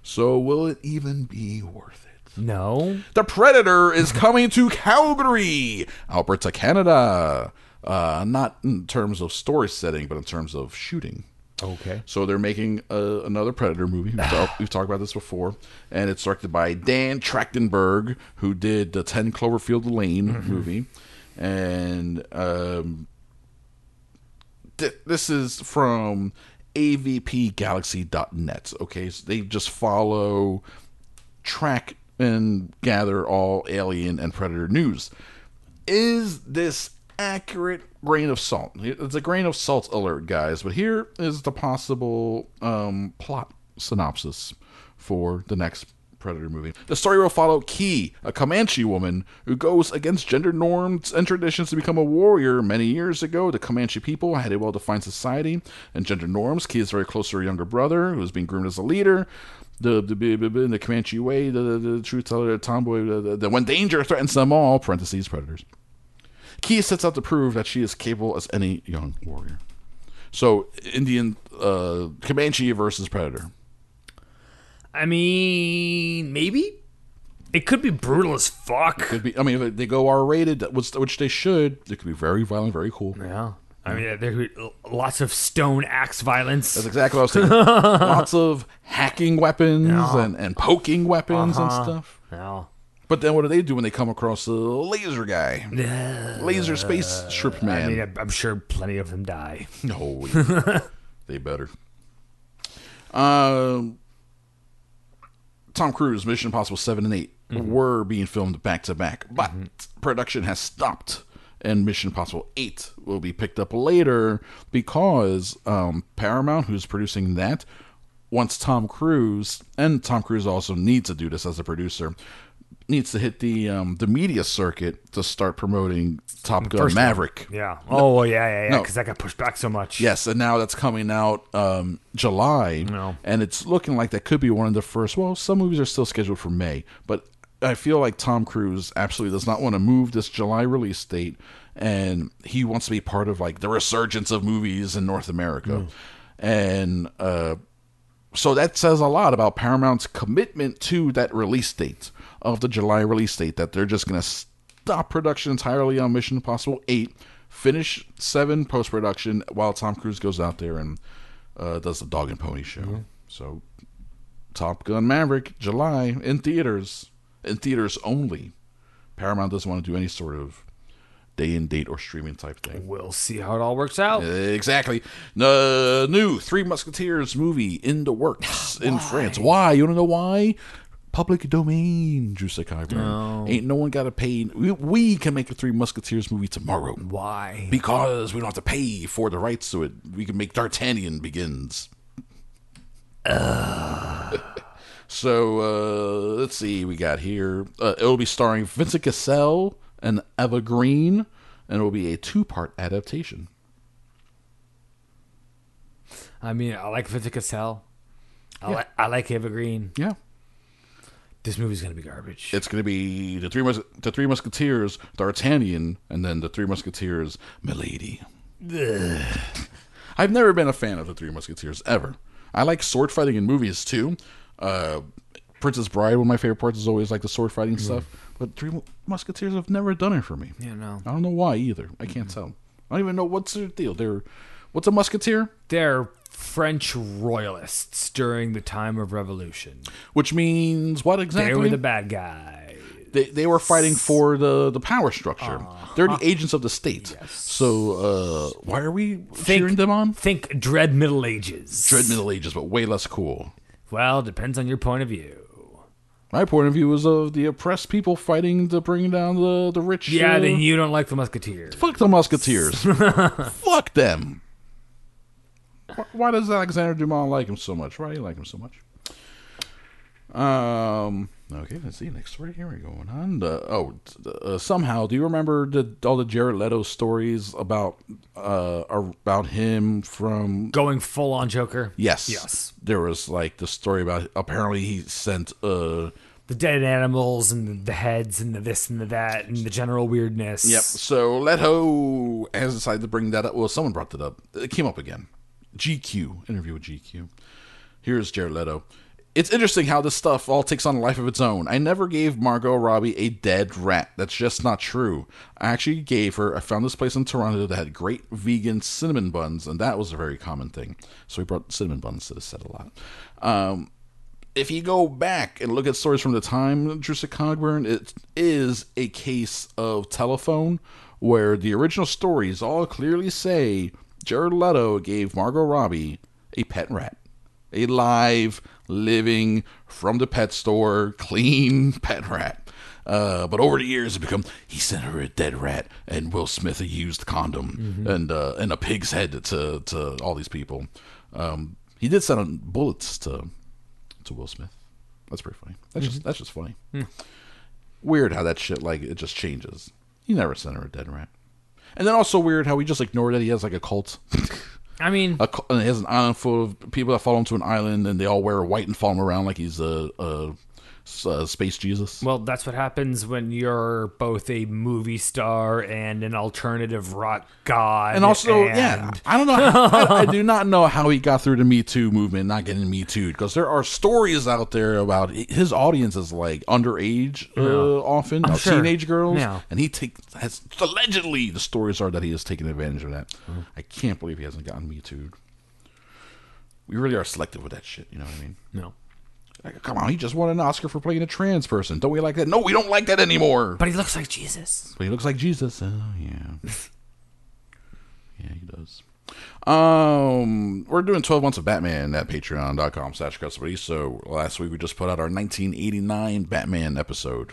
S5: So will it even be worth it?
S4: No,
S5: The Predator is coming to Calgary, Alberta, Canada. Uh, not in terms of story setting, but in terms of shooting.
S4: okay.
S5: So they're making uh, another Predator movie. We've, talked- we've talked about this before, and it's directed by Dan Trachtenberg, who did the Ten Cloverfield Lane movie, and um, th- this is from avpgalaxy.net. Okay, so they just follow, track, and gather all alien and predator news. Is this accurate grain of salt? It's a grain of salt alert, guys, but here is the possible um, plot synopsis for the next Predator movie. The story will follow Key, a Comanche woman who goes against gender norms and traditions to become a warrior. Many years ago, the Comanche people had a well defined society and gender norms. Key is very close to her younger brother, who is being groomed as a leader. The, the, the, the, the Comanche way, the, the, the truth teller, the tomboy, the, the, the when danger threatens them all, parentheses, predators. Key sets out to prove that she is capable as any young warrior. So, Indian uh, Comanche versus Predator.
S4: I mean, maybe it could be brutal as fuck.
S5: Could be. I mean, if they go R rated, which, which they should. It could be very violent, very cool.
S4: Yeah. I mean, there could be lots of stone axe violence.
S5: That's exactly what I was thinking. Lots of hacking weapons and, and poking weapons
S4: Uh-huh.
S5: and stuff.
S4: no.
S5: But then what do they do when they come across a laser guy? laser space strip man.
S4: I mean, I'm- I'm sure plenty of them die.
S5: No, yeah. they better. Um, Tom Cruise, Mission Impossible Seven and 8 were being filmed back to back, but production has stopped, and Mission Impossible Eight will be picked up later because um, Paramount, who's producing that, wants Tom Cruise, and Tom Cruise also needs to do this as a producer. Needs to hit the um, the media circuit to start promoting Top Gun
S4: First one.
S5: Maverick.
S4: Yeah. Oh, well, yeah, yeah, yeah.
S5: No.
S4: Because that got pushed back so much.
S5: Yes, and now that's coming out um, July,
S4: No.
S5: and it's looking like that could be one of the first. Well, some movies are still scheduled for May, but I feel like Tom Cruise absolutely does not want to move this July release date, and he wants to be part of like the resurgence of movies in North America, and uh, so that says a lot about Paramount's commitment to that release date of the July release date that they're just going to stop production entirely on Mission Impossible 8, finish 7 post production while Tom Cruise goes out there and uh, does the dog and pony show. So Top Gun Maverick, July, in theaters, in theaters only. Paramount doesn't want to do any sort of day and date or streaming type thing.
S4: We'll see how it all works out.
S5: Exactly. The new Three Musketeers movie in the works in France. Why? You want to know why? Public domain, Drew No. Ain't no one got to pay. We, we can make a Three Musketeers movie tomorrow.
S4: Why?
S5: Because we don't have to pay for the rights to it. We can make D'Artagnan Begins. Uh. so, uh, let's see we got here. Uh, it'll be starring Vincent Cassell and Eva Green, and it will be a two part adaptation.
S4: I mean, I like Vincent Cassell. I, like I like Evergreen.
S5: Yeah.
S4: This movie's gonna be garbage.
S5: it's going to be the three mus- the three musketeers, D'Artagnan, and then the three musketeers, Milady. I've never been a fan of the three musketeers ever. I like sword fighting in movies too. Uh, Princess Bride, one of my favorite parts, is always like the sword
S4: Mm.
S5: fighting stuff. But three Mu- musketeers have never done it for me.
S4: you know,
S5: I don't know why either. I can't tell. I don't even know what's their deal. They're what's a musketeer,
S4: they're French royalists during the time of revolution.
S5: which means what exactly?
S4: They were the bad guys.
S5: they, they were fighting for the, the power structure. They're the agents of the state. So uh, why are we cheering them on?
S4: Think dread Middle Ages.
S5: Dread Middle Ages, but way less cool.
S4: Well, depends on your point of view.
S5: My point of view is of the oppressed people fighting to bring down the the rich.
S4: Yeah,
S5: uh,
S4: then you don't like the Musketeers.
S5: fuck the musketeers. fuck them. Wh- Why does Alexander Dumont like him so much? Why do you like him so much? Um. Okay, let's see. Next story here. We're going on. The, oh, t- the- uh, somehow, do you remember the, all the Jared Leto stories about uh about him from?
S4: Going full on Joker.
S5: Yes,
S4: Yes.
S5: There was like the story about apparently he sent uh
S4: The dead animals and the heads and the this and the that and the general weirdness.
S5: Yep. So Leto has decided to bring that up. Well, someone brought it up. It came up again. GQ interview with GQ. Here's Jared Leto. It's interesting how this stuff all takes on a life of its own. I never gave Margot Robbie a dead rat. That's just not true. I actually gave her. I found this place in Toronto that had great vegan cinnamon buns, and that was a very common thing. So we brought cinnamon buns to the set a lot. Um, if you go back and look at stories from the time Drusha Cogburn, it is a case of telephone where the original stories all clearly say Jared Leto gave Margot Robbie a pet rat. A live, living, from the pet store, clean pet rat. Uh, but over the years, it become he sent her a dead rat and Will Smith a used condom and uh, and a pig's head to to all these people. Um, he did send bullets to to Will Smith. That's pretty funny. That's just that's just funny. Weird how that shit like it just changes. He never sent her a dead rat. And then also weird how we just ignore that he has like a cult.
S4: I mean,
S5: a cult and he has an island full of people that follow him to an island and they all wear white and follow him around like he's a, a S- uh, Space Jesus.
S4: Well, that's what happens when you're both a movie star and an alternative rock god.
S5: and also, yeah,
S4: and-
S5: I don't know. I, I do not know how he got through the Me Too movement, not getting Me Too, because there are stories out there about his audience is like underage, uh, often uh,
S4: sure.
S5: teenage girls,
S4: Yeah.
S5: and he takes has allegedly the stories are that he has taken advantage of that.
S4: Mm.
S5: I can't believe he hasn't gotten Me Too. We really are selective with that shit. You know what I mean?
S4: No.
S5: Like, come on, he just won an Oscar for playing a trans person. Don't we like that? No, we don't like that anymore.
S4: But he looks like Jesus.
S5: But he looks like Jesus. Oh yeah, yeah, he does. Um, we're doing twelve months of Batman at patreon.com slash custody. So last week we just put out our nineteen eighty nine Batman episode.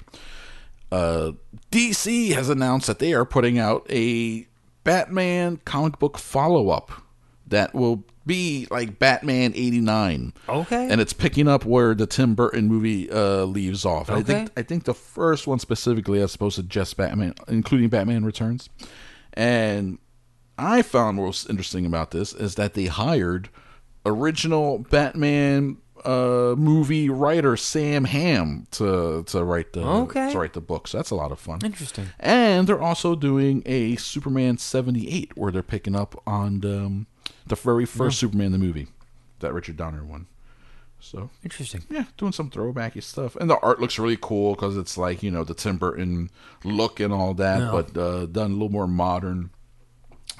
S5: Uh, DC has announced that they are putting out a Batman comic book follow up that will be like Batman eighty nine.
S4: Okay.
S5: and it's picking up where the Tim Burton movie uh, leaves off. I
S4: Okay.
S5: think I think the first one specifically as opposed to just Batman, including Batman Returns. And I found most interesting about this is that they hired original Batman uh, movie writer Sam Ham to to write the
S4: Okay.
S5: to write the book. So that's a lot of fun.
S4: Interesting.
S5: And they're also doing a Superman 78 where they're picking up on the, um, the very first Superman the movie, that Richard Donner one. So
S4: Interesting.
S5: yeah, doing some throwbacky stuff, and the art looks really cool because it's like you know the Tim Burton look and all that, but uh, done a little more modern.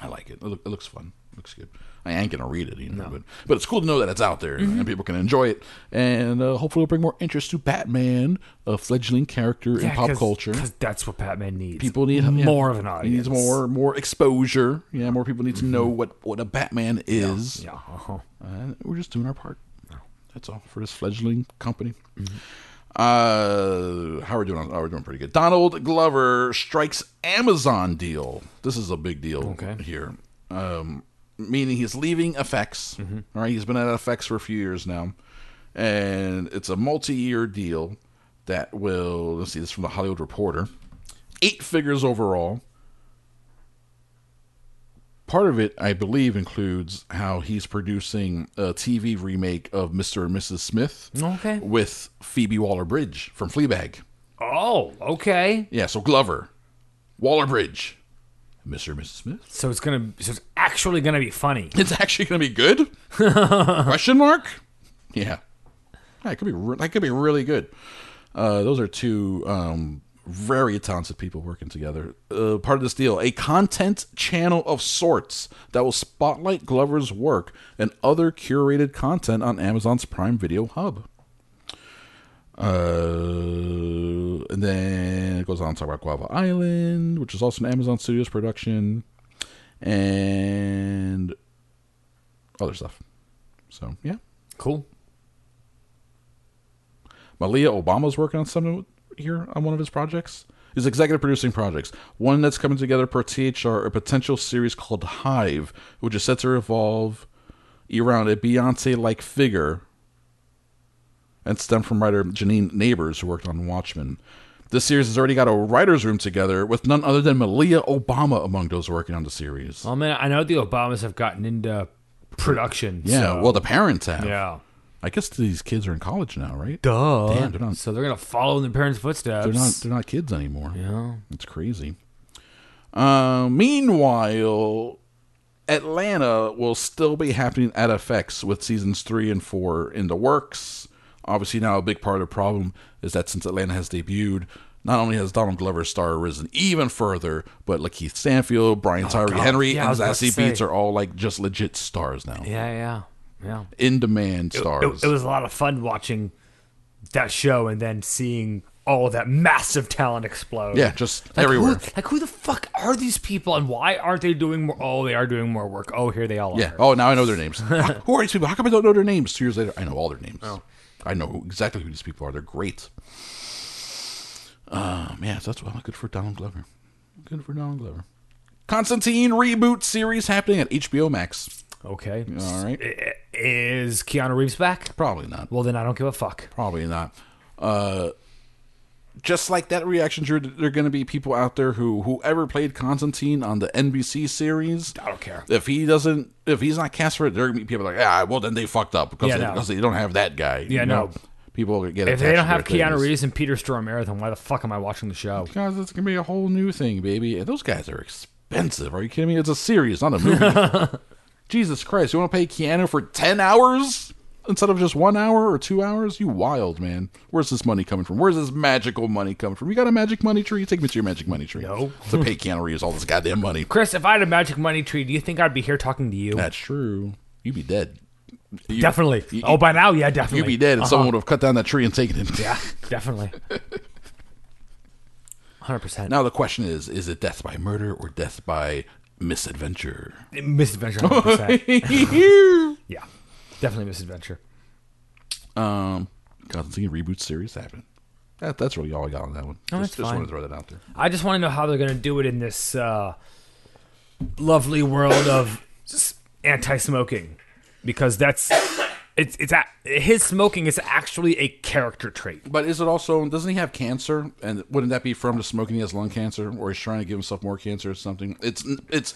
S5: I like it. It, look, it looks fun. It looks good. I ain't gonna read it, you know, but but it's cool to know that it's out there
S4: Mm-hmm.
S5: and people can enjoy it, and uh, hopefully it'll bring more interest to Batman, a fledgling character in pop culture.
S4: Because that's what Batman needs.
S5: People need yeah,
S4: more of an audience. Mm-hmm.
S5: Needs more more exposure. Yeah, more people need to know what what a Batman is.
S4: Yeah. uh-huh.
S5: And we're just doing our part. That's all for this fledgling company. Uh, how are we doing? on- Oh, we're doing pretty good. Donald Glover strikes Amazon deal. This is a big deal
S4: Okay.
S5: here. Um, meaning he's leaving FX. All right, he's been at FX for a few years now, and it's a multi-year deal that will. Let's see, this is from the Hollywood Reporter. Eight figures overall part of it, I believe, includes how he's producing a TV remake of Mr. and Mrs. Smith
S4: Okay.
S5: with Phoebe Waller Bridge from Fleabag.
S4: Oh, okay.
S5: Yeah, so Glover, Waller Bridge, Mr. and Mrs. Smith.
S4: So it's gonna. So it's actually gonna be funny.
S5: It's actually going to be good? Question mark? Yeah. Yeah, it could be re- that could be really good. Uh, those are two um, very talented people working together. Uh, part of this deal, a content channel of sorts that will spotlight Glover's work and other curated content on Amazon's Prime Video Hub. Uh, and then it goes on to talk about Guava Island, which is also an Amazon Studios production, and other stuff. So yeah,
S4: Cool.
S5: Malia Obama's working on something here on one of his projects. His executive producing projects. One that's coming together per THR, a potential series called Hive, which is set to revolve around a Beyonce like figure and stem from writer Janine Neighbors, who worked on Watchmen. This series has already got a writer's room together with none other than Malia Obama among those working on the series.
S4: Well, Oh, man, I know the Obamas have gotten into production.
S5: yeah,
S4: so-
S5: well, the parents have.
S4: yeah.
S5: I guess these kids are in college now, right?
S4: Duh.
S5: Damn, they're not-
S4: So they're gonna follow in their parents' footsteps.
S5: They're not. They're not kids anymore. Yeah, it's crazy. Uh, meanwhile, Atlanta will still be happening at FX with seasons three and four in the works. Obviously, now a big part of the problem is that since Atlanta has debuted, not only has Donald Glover's star risen even further, but Lakeith Stanfield, Brian Tyree
S4: Oh, God.
S5: Henry,
S4: Yeah, I
S5: and
S4: was about to
S5: Zazie Beats
S4: say.
S5: are all like just legit stars now,
S4: yeah, yeah, yeah.
S5: in demand stars.
S4: It, it was a lot of fun watching that show and then seeing all of that massive talent explode.
S5: yeah, just
S4: Like,
S5: everywhere.
S4: Who, like who the fuck are these people and why aren't they doing more? Oh, they are doing more work. Oh, here they all
S5: Yeah.
S4: are.
S5: Oh, now I know their names. How- who are these people? How come I don't know their names? Two years later, I know all their names. I know who- exactly who these people are. They're great. Uh, man, so that's well, good for Donald Glover. Good for Donald Glover. Constantine reboot series happening at HBO Max.
S4: Okay.
S5: Oh. All right.
S4: I- Is Keanu Reeves back?
S5: Probably not.
S4: Well, then I don't give a fuck.
S5: Probably not. Uh, just like that reaction, Drew, there are going to be people out there who whoever played Constantine on the NBC series.
S4: I don't care.
S5: If he doesn't, if he's not cast for it, there are gonna be people like, ah, well, then they fucked up because
S4: Yeah,
S5: they,
S4: no.
S5: because they don't have that guy.
S4: Yeah, no.
S5: people get
S4: If they don't have
S5: attached to their
S4: Keanu
S5: things.
S4: Reeves and Peter Stormare, then why the fuck am I watching the show?
S5: Guys, it's gonna be a whole new thing, baby. Those guys are expensive. Are you kidding me? It's a series, not a movie. Jesus Christ, you want to pay Keanu for ten hours instead of just one hour or two hours? You wild man. Where's this money coming from? Where's this magical money coming from? You got a magic money tree? Take me to your magic money tree.
S4: No.
S5: to pay Keanu Reeves all this goddamn money.
S4: Chris, if I had a magic money tree, do you think I'd be here talking to you?
S5: That's true. You'd be dead. You-
S4: definitely.
S5: you-
S4: oh, by now, yeah, definitely. Uh-huh.
S5: You'd be dead, and someone would have cut down that tree and taken him.
S4: Yeah, definitely. 100%.
S5: Now the question is: Is it death by murder or death by misadventure?
S4: Misadventure, 100%.
S5: um,
S4: yeah, definitely misadventure.
S5: Um, Constantine reboot series happen. That, that's really all I got on that one.
S4: Oh, that's
S5: just just
S4: fine.
S5: wanted to throw that out there.
S4: I just want to know how they're going to do it in this uh, lovely world of s- anti-smoking, because that's it's it's a, his smoking is actually a character trait.
S5: But is it also doesn't he have cancer? And wouldn't that be from the smoking? He has lung cancer, or he's trying to give himself more cancer or something. It's it's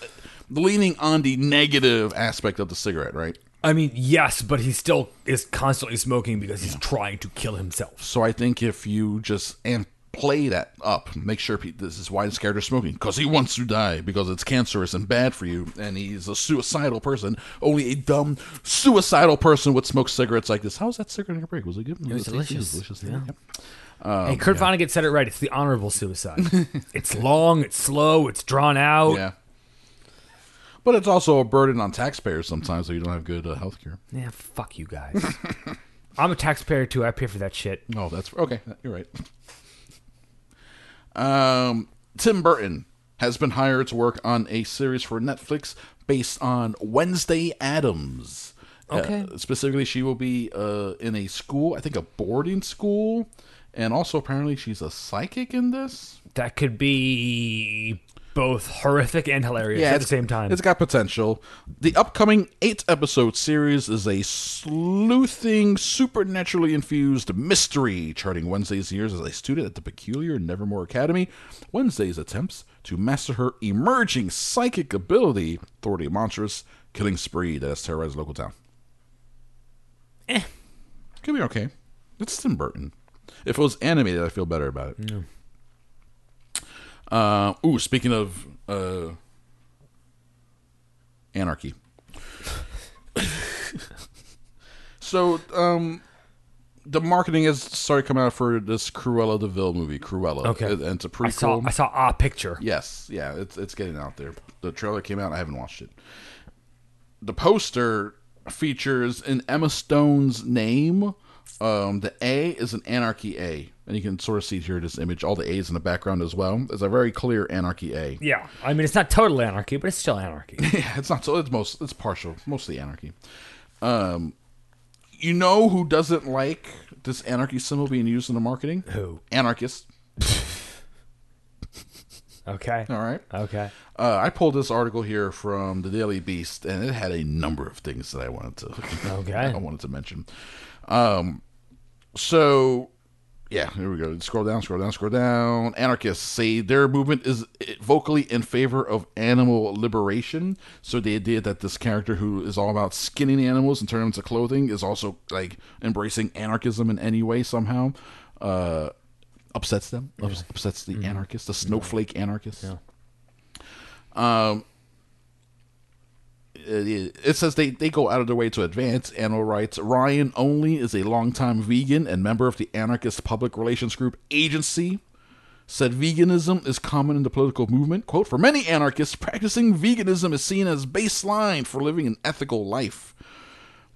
S5: leaning on the negative aspect of the cigarette, right?
S4: I mean, yes, but he still is constantly smoking because he's trying to kill himself.
S5: So I think if you just and play that up, make sure pe- this is why he's scared of smoking because he wants to die because it's cancerous and bad for you, and he's a suicidal person. Only a dumb suicidal person would smoke cigarettes like this. How was that cigarette in your break? Was it good? It
S4: was
S5: tasty?
S4: delicious,
S5: yeah. Yep.
S4: hey, Kurt Vonnegut said it right. It's the honorable suicide. it's long, it's slow, it's drawn out.
S5: Yeah. But it's also a burden on taxpayers sometimes, so you don't have good uh, health care.
S4: Yeah, fuck you guys. I'm a taxpayer too. I pay for that shit.
S5: Oh, that's okay. You're right. Um, Tim Burton has been hired to work on a series for Netflix based on Wednesday Adams.
S4: Okay.
S5: Uh, specifically, she will be uh, in a school, I think a boarding school, and also apparently she's a psychic in this.
S4: That could be both horrific and hilarious at the
S5: it's-
S4: same time.
S5: It's got potential. The upcoming eight episode series is a sleuthing, supernaturally infused mystery, charting Wednesday's years as a student at the peculiar Nevermore Academy. Wednesday's attempts to master her emerging psychic ability, thwarting a monstrous killing spree that has terrorized a local town. Eh. Could be okay. It's Tim Burton. If it was animated, I feel better about it. Uh, ooh, speaking of uh, anarchy. so, um, the marketing has started coming out for this Cruella de Vil movie, Cruella.
S4: Okay.
S5: and it's a
S4: I
S5: prequel.
S4: saw I saw a picture.
S5: Yes, yeah, it's it's getting out there. The trailer came out. I haven't watched it. The poster features an Emma Stone's name. Um, the A is an Anarchy A, and you can sort of see here this image. All the A's in the background as well. It's a very clear Anarchy A.
S4: Yeah, I mean it's not total anarchy, but it's still anarchy.
S5: Yeah, it's not so. It's most. It's partial. Mostly anarchy. Um, you know who doesn't like this anarchy symbol being used in the marketing?
S4: Who?
S5: Anarchists.
S4: Okay.
S5: All right.
S4: Okay.
S5: Uh, I pulled this article here from the Daily Beast, and it had a number of things that I wanted to.
S4: Okay.
S5: I wanted to mention. Um, so yeah, here we go. Scroll down, scroll down, scroll down. Anarchists say their movement is vocally in favor of animal liberation. So the idea that this character who is all about skinning animals in terms of clothing is also like embracing anarchism in any way somehow uh, upsets them. Ups- Upsets the anarchists, the snowflake anarchists. it it says they, they go out of their way to advance animal rights. Ryan Only is a longtime vegan and member of the anarchist public relations group Agency. Said veganism is common in the political movement. Quote For many anarchists, practicing veganism is seen as baseline for living an ethical life.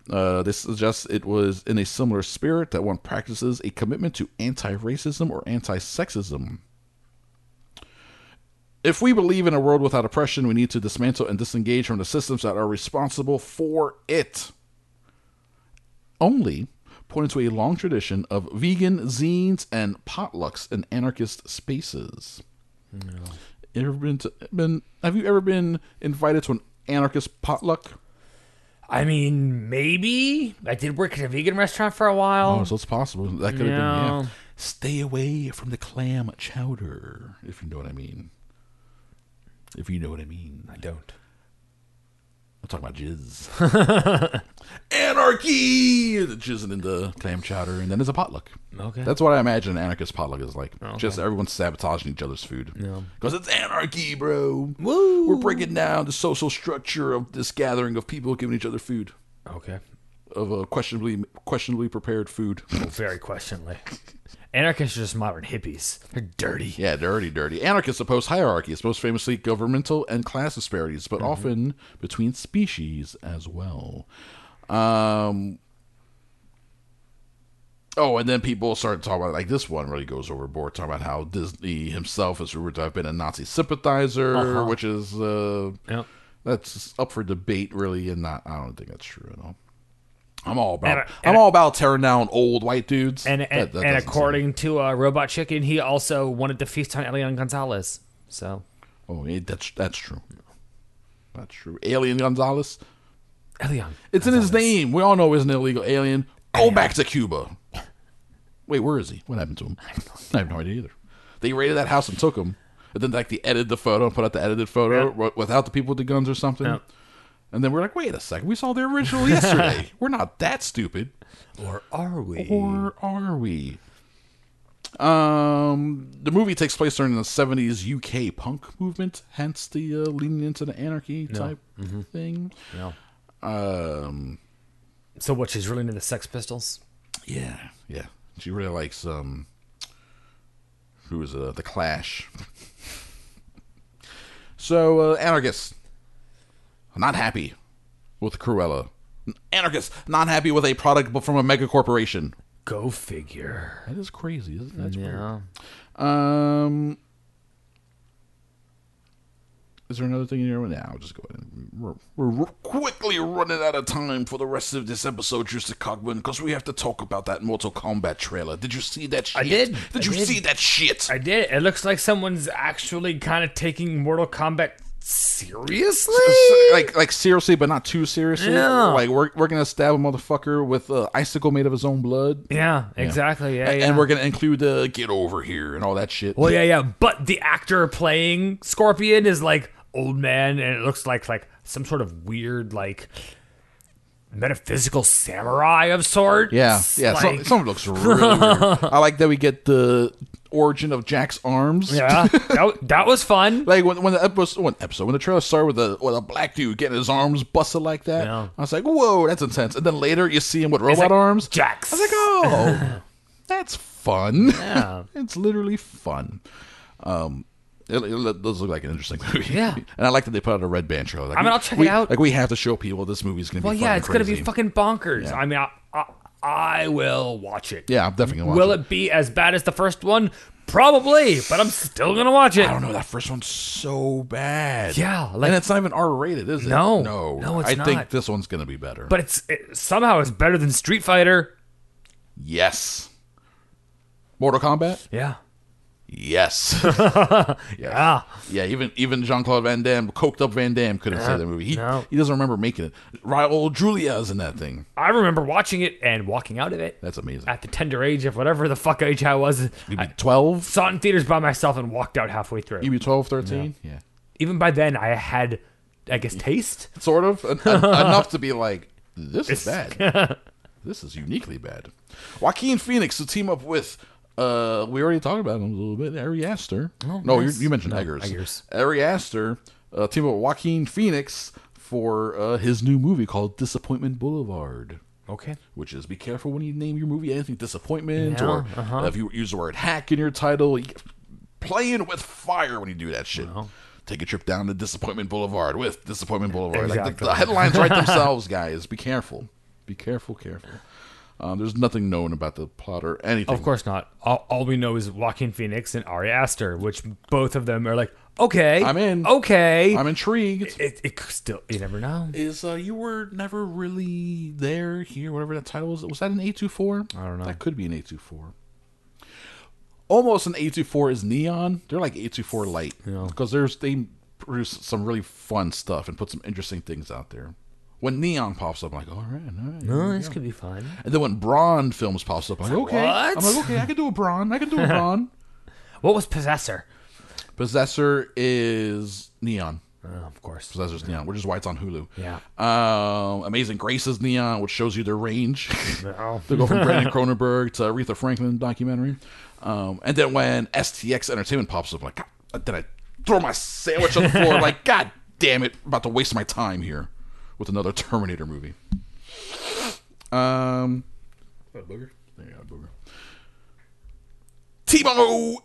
S5: Uh, this suggests it was in a similar spirit that one practices a commitment to anti racism or anti sexism. If we believe in a world without oppression, we need to dismantle and disengage from the systems that are responsible for it. Only pointed to a long tradition of vegan zines and potlucks in anarchist spaces. Ever been to, been, have you ever been invited to an anarchist potluck?
S4: I mean, maybe I did work at a vegan restaurant for a while.
S5: Oh, so it's possible. That could have been. Yeah.
S4: No.
S5: Stay away from the clam chowder, if you know what I mean. If you know what I mean.
S4: I don't.
S5: I'm talking about jizz. Anarchy! The jizzing in the clam chowder, and then there's a potluck.
S4: Okay.
S5: That's what I imagine an anarchist potluck is like. Just everyone sabotaging each other's food. Because it's anarchy, bro. Woo! We're breaking down the social structure of this gathering of people giving each other food,
S4: Okay.
S5: of uh, questionably questionably prepared food.
S4: Very questionably. Anarchists are just modern hippies. They're dirty.
S5: Yeah, dirty, dirty. Anarchists oppose hierarchies, most famously governmental and class disparities,
S4: Mm-hmm.
S5: but often between species as well. Um, oh, and then people started talking about like this one really goes overboard, talking about how Disney himself is rumored to have been a Nazi sympathizer,
S4: Uh-huh.
S5: which is uh,
S4: Yep.
S5: that's up for debate, really, and not. I don't think that's true at all. I'm all about.
S4: And a- and
S5: I'm
S4: a-
S5: all about tearing down old white dudes.
S4: And
S5: That-
S4: and,
S5: that
S4: and
S5: doesn't seem-
S4: according to uh, Robot Chicken, he also wanted to feast on Elian Gonzalez. So
S5: Oh, yeah, that's that's true. That's true. Alien Gonzalez.
S4: Elian,
S5: It's in his name. We all know he's an illegal alien. Go back to Cuba. Wait, where is he? What happened to him? I have no idea either. They raided that house and took him. And then like they edited the photo and put out the edited photo
S4: Yeah.
S5: wi- without the people with the guns or something.
S4: Yeah.
S5: And then we're like, wait a second, we saw the original yesterday. we're not that stupid.
S4: or are we?
S5: Or are we? Um, the movie takes place during the '70s UK punk movement, hence the uh, leaning into the anarchy type thing.
S4: No.
S5: Um,
S4: So what? She's really into the Sex Pistols.
S5: yeah, yeah. She really likes um, who is uh, the Clash. so uh, anarchists, not happy with Cruella. Anarchists, not happy with a product but from a mega corporation.
S4: Go figure.
S5: That is crazy, isn't it? That's weird.
S4: Yeah.
S5: Um, is there another thing in here? Now, I'll just go ahead. And, we're, we're quickly running out of time for the rest of this episode, Juicy Cogman, because we have to talk about that Mortal Kombat trailer. Did you see that shit?
S4: I did.
S5: Did
S4: I
S5: you
S4: did.
S5: see that shit?
S4: I did. It looks like someone's actually kind of taking Mortal Kombat seriously.
S5: like, like seriously, but not too seriously.
S4: Yeah.
S5: Like, we're, we're gonna stab a motherfucker with an icicle made of his own blood,
S4: Yeah, exactly. Yeah,
S5: and,
S4: yeah.
S5: and we're gonna include the "get over here" and all that shit.
S4: Well, yeah, yeah. But the actor playing Scorpion is like old man, and it looks like like some sort of weird like metaphysical samurai of sorts.
S5: Yeah, yeah. some,
S4: Like-
S5: some of it looks really weird. I like that we get the origin of Jack's arms.
S4: yeah. That, that was fun.
S5: Like when, when the episode, when episode, when the trailer started with a with a black dude getting his arms busted like that,
S4: Yeah.
S5: I was like, "Whoa, that's intense!" And then later you see him with robot
S4: like,
S5: arms.
S4: Jax.
S5: I was like, "Oh, that's fun."
S4: Yeah.
S5: it's literally fun. Um, it, it does look like an interesting movie.
S4: Yeah.
S5: and I like that they put out a red band trailer. Like,
S4: I mean,
S5: we-
S4: I'll check it
S5: we-
S4: out.
S5: Like we have to show people this movie's gonna be.
S4: Well, yeah,
S5: fucking
S4: it's gonna be
S5: crazy.
S4: fucking bonkers.
S5: Yeah.
S4: I mean, I, I I will watch it.
S5: Yeah, I'm definitely gonna watch
S4: Will
S5: it.
S4: it be as bad as the first one? Probably, but I'm still gonna watch it.
S5: I don't know. That first one's so bad.
S4: Yeah, like-
S5: and it's not even R rated, is it?
S4: No.
S5: no,
S4: No, it's
S5: I think
S4: not.
S5: this one's gonna be better.
S4: But it's it, somehow it's better than Street Fighter.
S5: yes, Mortal Kombat.
S4: Yeah. Ah,
S5: Yes,
S4: Yeah.
S5: yeah. Even even Jean Claude Van Damme, coked up Van Damme, couldn't say that movie. He
S4: no.
S5: he doesn't remember making it. Raul Julia's in that thing.
S4: I remember watching it and walking out of it
S5: That's amazing.
S4: at the tender age of whatever the fuck age I was.
S5: You'd be
S4: I
S5: 12,
S4: saw it in theaters by myself and walked out halfway through.
S5: you'd be 12, 13. Yeah,
S4: Even by then, I had, I guess, taste.
S5: sort of en- en- enough to be like, this is
S4: It's-
S5: bad. this is uniquely bad. Joaquin Phoenix to team up with. Uh, we already talked about him a little bit. Ari Aster. no, you, you mentioned Eggers.
S4: Eggers.
S5: Ari Aster uh, team up with Joaquin Phoenix for uh, his new movie called Disappointment Boulevard.
S4: Okay.
S5: Which is be careful when you name your movie anything disappointment
S4: Yeah,
S5: or
S4: uh-huh.
S5: if you use the word hack in your title. You get playing with fire when you do that shit. Take a trip down to Disappointment Boulevard with Disappointment Boulevard. Like the,
S4: Exactly.
S5: the headlines write themselves, guys. Be careful. Be careful, careful. Um, there's nothing known about the plot or anything.
S4: Of course not. All, all we know is Joaquin Phoenix and Ari Aster, which both of them are like, okay,
S5: I'm in.
S4: Okay,
S5: I'm intrigued.
S4: It, it could still, you never know.
S5: Is uh, you were never really there here, whatever that title was. Was that an A 24 I
S4: don't know.
S5: That could be an A 24 Almost an A 24 is neon. They're like A 24 light because there's they produce some really fun stuff and put some interesting things out there. When neon pops up, I'm like, all right, all right.
S4: Oh, this could be fun.
S5: And then when Braun films pops up, I'm like, okay,
S4: What?
S5: I'm like, okay, I can do a Braun, I can do a Braun.
S4: What was Possessor?
S5: Possessor is neon.
S4: Oh, of course.
S5: So that's just neon, which is why it's on Hulu.
S4: Yeah.
S5: Um, Amazing Grace is neon, which shows you their range.
S4: No.
S5: they go from Brandon Cronenberg to Aretha Franklin documentary. Um, and then when STX Entertainment pops up, I'm like, God, did I throw my sandwich on the floor? like, God damn it, I'm about to waste my time here with another Terminator movie. Um, is that a booger? There you go, booger. Timo.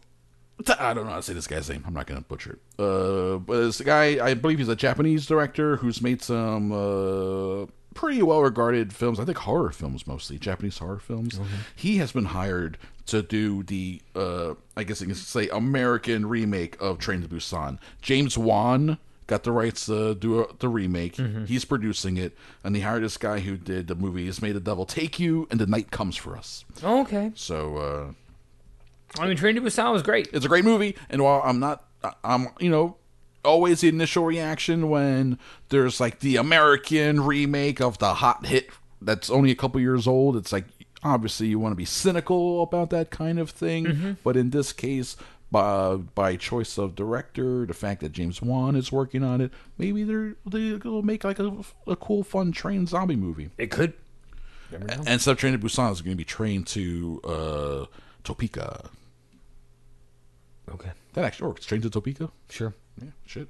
S5: T- I don't know how to say this guy's name. I'm not going to butcher it. Uh, but it's a guy, I believe he's a Japanese director who's made some uh, pretty well regarded films. I think horror films mostly, Japanese horror films. He has been hired to do the, uh, I guess you can say, American remake of Train to Busan. James Wan got the rights to do a, the remake. He's producing it. And he hired this guy who did the movies, May the Devil Take You and The Night Comes for Us.
S4: Oh, okay.
S5: So, uh,
S4: I mean, Trinity Busan was great.
S5: it's a great movie and while i'm not I- i'm you know always the initial reaction when there's like the american remake of the hot hit that's only a couple years old it's like obviously you want to be cynical about that kind of thing but in this case by, by choice of director, the fact that James Wan is working on it, maybe they're they'll make like a, a cool, fun train zombie movie.
S4: It could.
S5: And sub train to Busan is going to be trained to uh, Topeka.
S4: Okay.
S5: That actually works. Train to Topeka.
S4: Sure.
S5: Yeah, shit.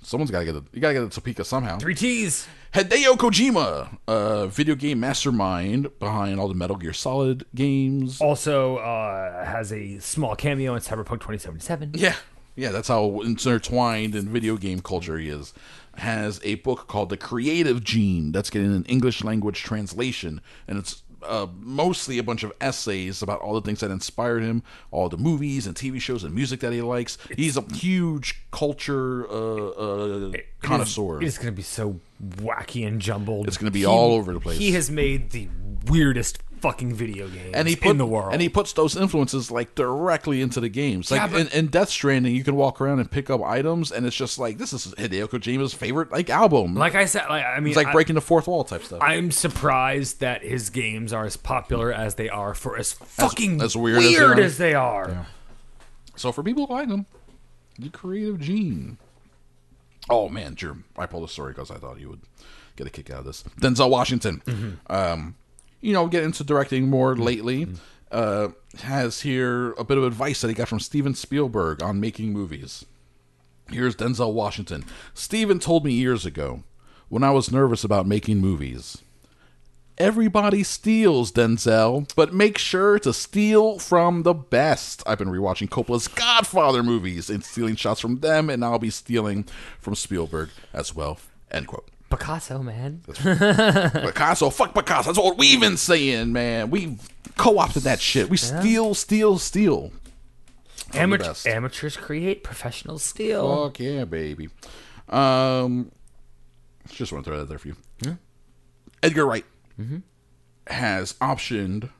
S5: Someone's gotta get the you gotta get the Topeka somehow.
S4: Three T's.
S5: Hideo Kojima, uh, video game mastermind behind all the Metal Gear Solid games.
S4: Also uh, has a small cameo in Cyberpunk 2077.
S5: Yeah, yeah, that's how intertwined in video game culture he is. Has a book called The Creative Gene that's getting an English language translation, and it's uh, mostly a bunch of essays about all the things that inspired him, all the movies and TV shows and music that he likes. He's a huge culture uh, uh, connoisseur.
S4: It is going to be so wacky and jumbled.
S5: It's gonna be all over the place.
S4: He has made the weirdest fucking video games
S5: and he put,
S4: in the world.
S5: And he puts those influences like directly into the games. Like
S4: Yeah, but-
S5: in, in Death Stranding, you can walk around and pick up items, and it's just like this is Hideo Kojima's favorite like album.
S4: like I said, like, I mean,
S5: it's like
S4: I-
S5: breaking the fourth wall type stuff.
S4: I'm surprised that his games are as popular as they are for as fucking
S5: as
S4: weird,
S5: weird as they are.
S4: as they are.
S5: so for people who like him, the creative gene. Oh man, Jerm, I pulled a story because I thought you would get a kick out of this. Denzel Washington, um, you know, get into directing more lately. Uh, has here a bit of advice that he got from Steven Spielberg on making movies. Here's Denzel Washington. Steven told me years ago when I was nervous about making movies. Everybody steals, Denzel, but make sure to steal from the best. I've been rewatching Coppola's Godfather movies and stealing shots from them, and I'll be stealing from Spielberg as well. End quote.
S4: Picasso, man.
S5: Picasso, fuck Picasso. That's what we've been saying, man. We co opted that shit. We steal, steal, steal.
S4: Amateur,
S5: best.
S4: amateurs create, professionals steal.
S5: Fuck yeah, baby. Um, just want to throw that there for you. Edgar Wright has optioned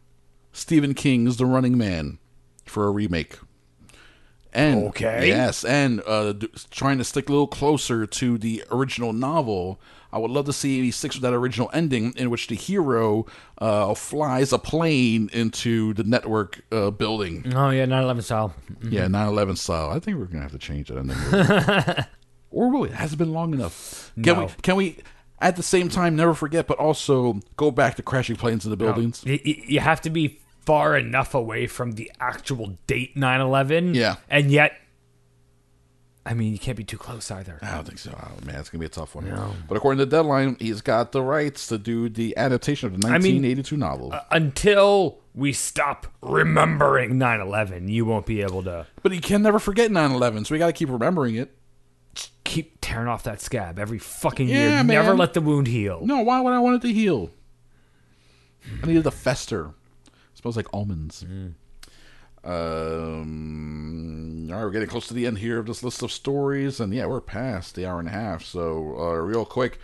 S5: Stephen King's The Running Man for a remake. And
S4: Okay.
S5: yes, and uh, d- trying to stick a little closer to the original novel. I would love to see he sticks with that original ending in which the hero uh, flies a plane into the network uh, building.
S4: oh yeah, 9/11 style.
S5: Yeah,
S4: Mm-hmm.
S5: 9 11 style. I think we're gonna have to change it. I think. or will it? Has it been long enough? Can
S4: No.
S5: we? Can we? At the same time, never forget, but also go back to crashing planes into buildings.
S4: Y- y- You have to be far enough away from the actual date 9/11.
S5: Yeah.
S4: and yet, I mean, you can't be too close either.
S5: I don't think so. Oh, man, it's gonna be a tough one. But according to Deadline, he's got the rights to do the adaptation of the
S4: mean, uh,
S5: 1982 novel.
S4: Until we stop remembering 9/11, you won't be able to
S5: but he can never forget 9/11, so we got to keep remembering it.
S4: keep tearing off that scab every fucking year.
S5: Yeah,
S4: Never
S5: man.
S4: let the wound heal.
S5: No, why would I want it to heal? I needed to fester. It smells like almonds. Um, all right, we're getting close to the end here of this list of stories, and yeah, we're past the hour and a half. So, uh, real quick,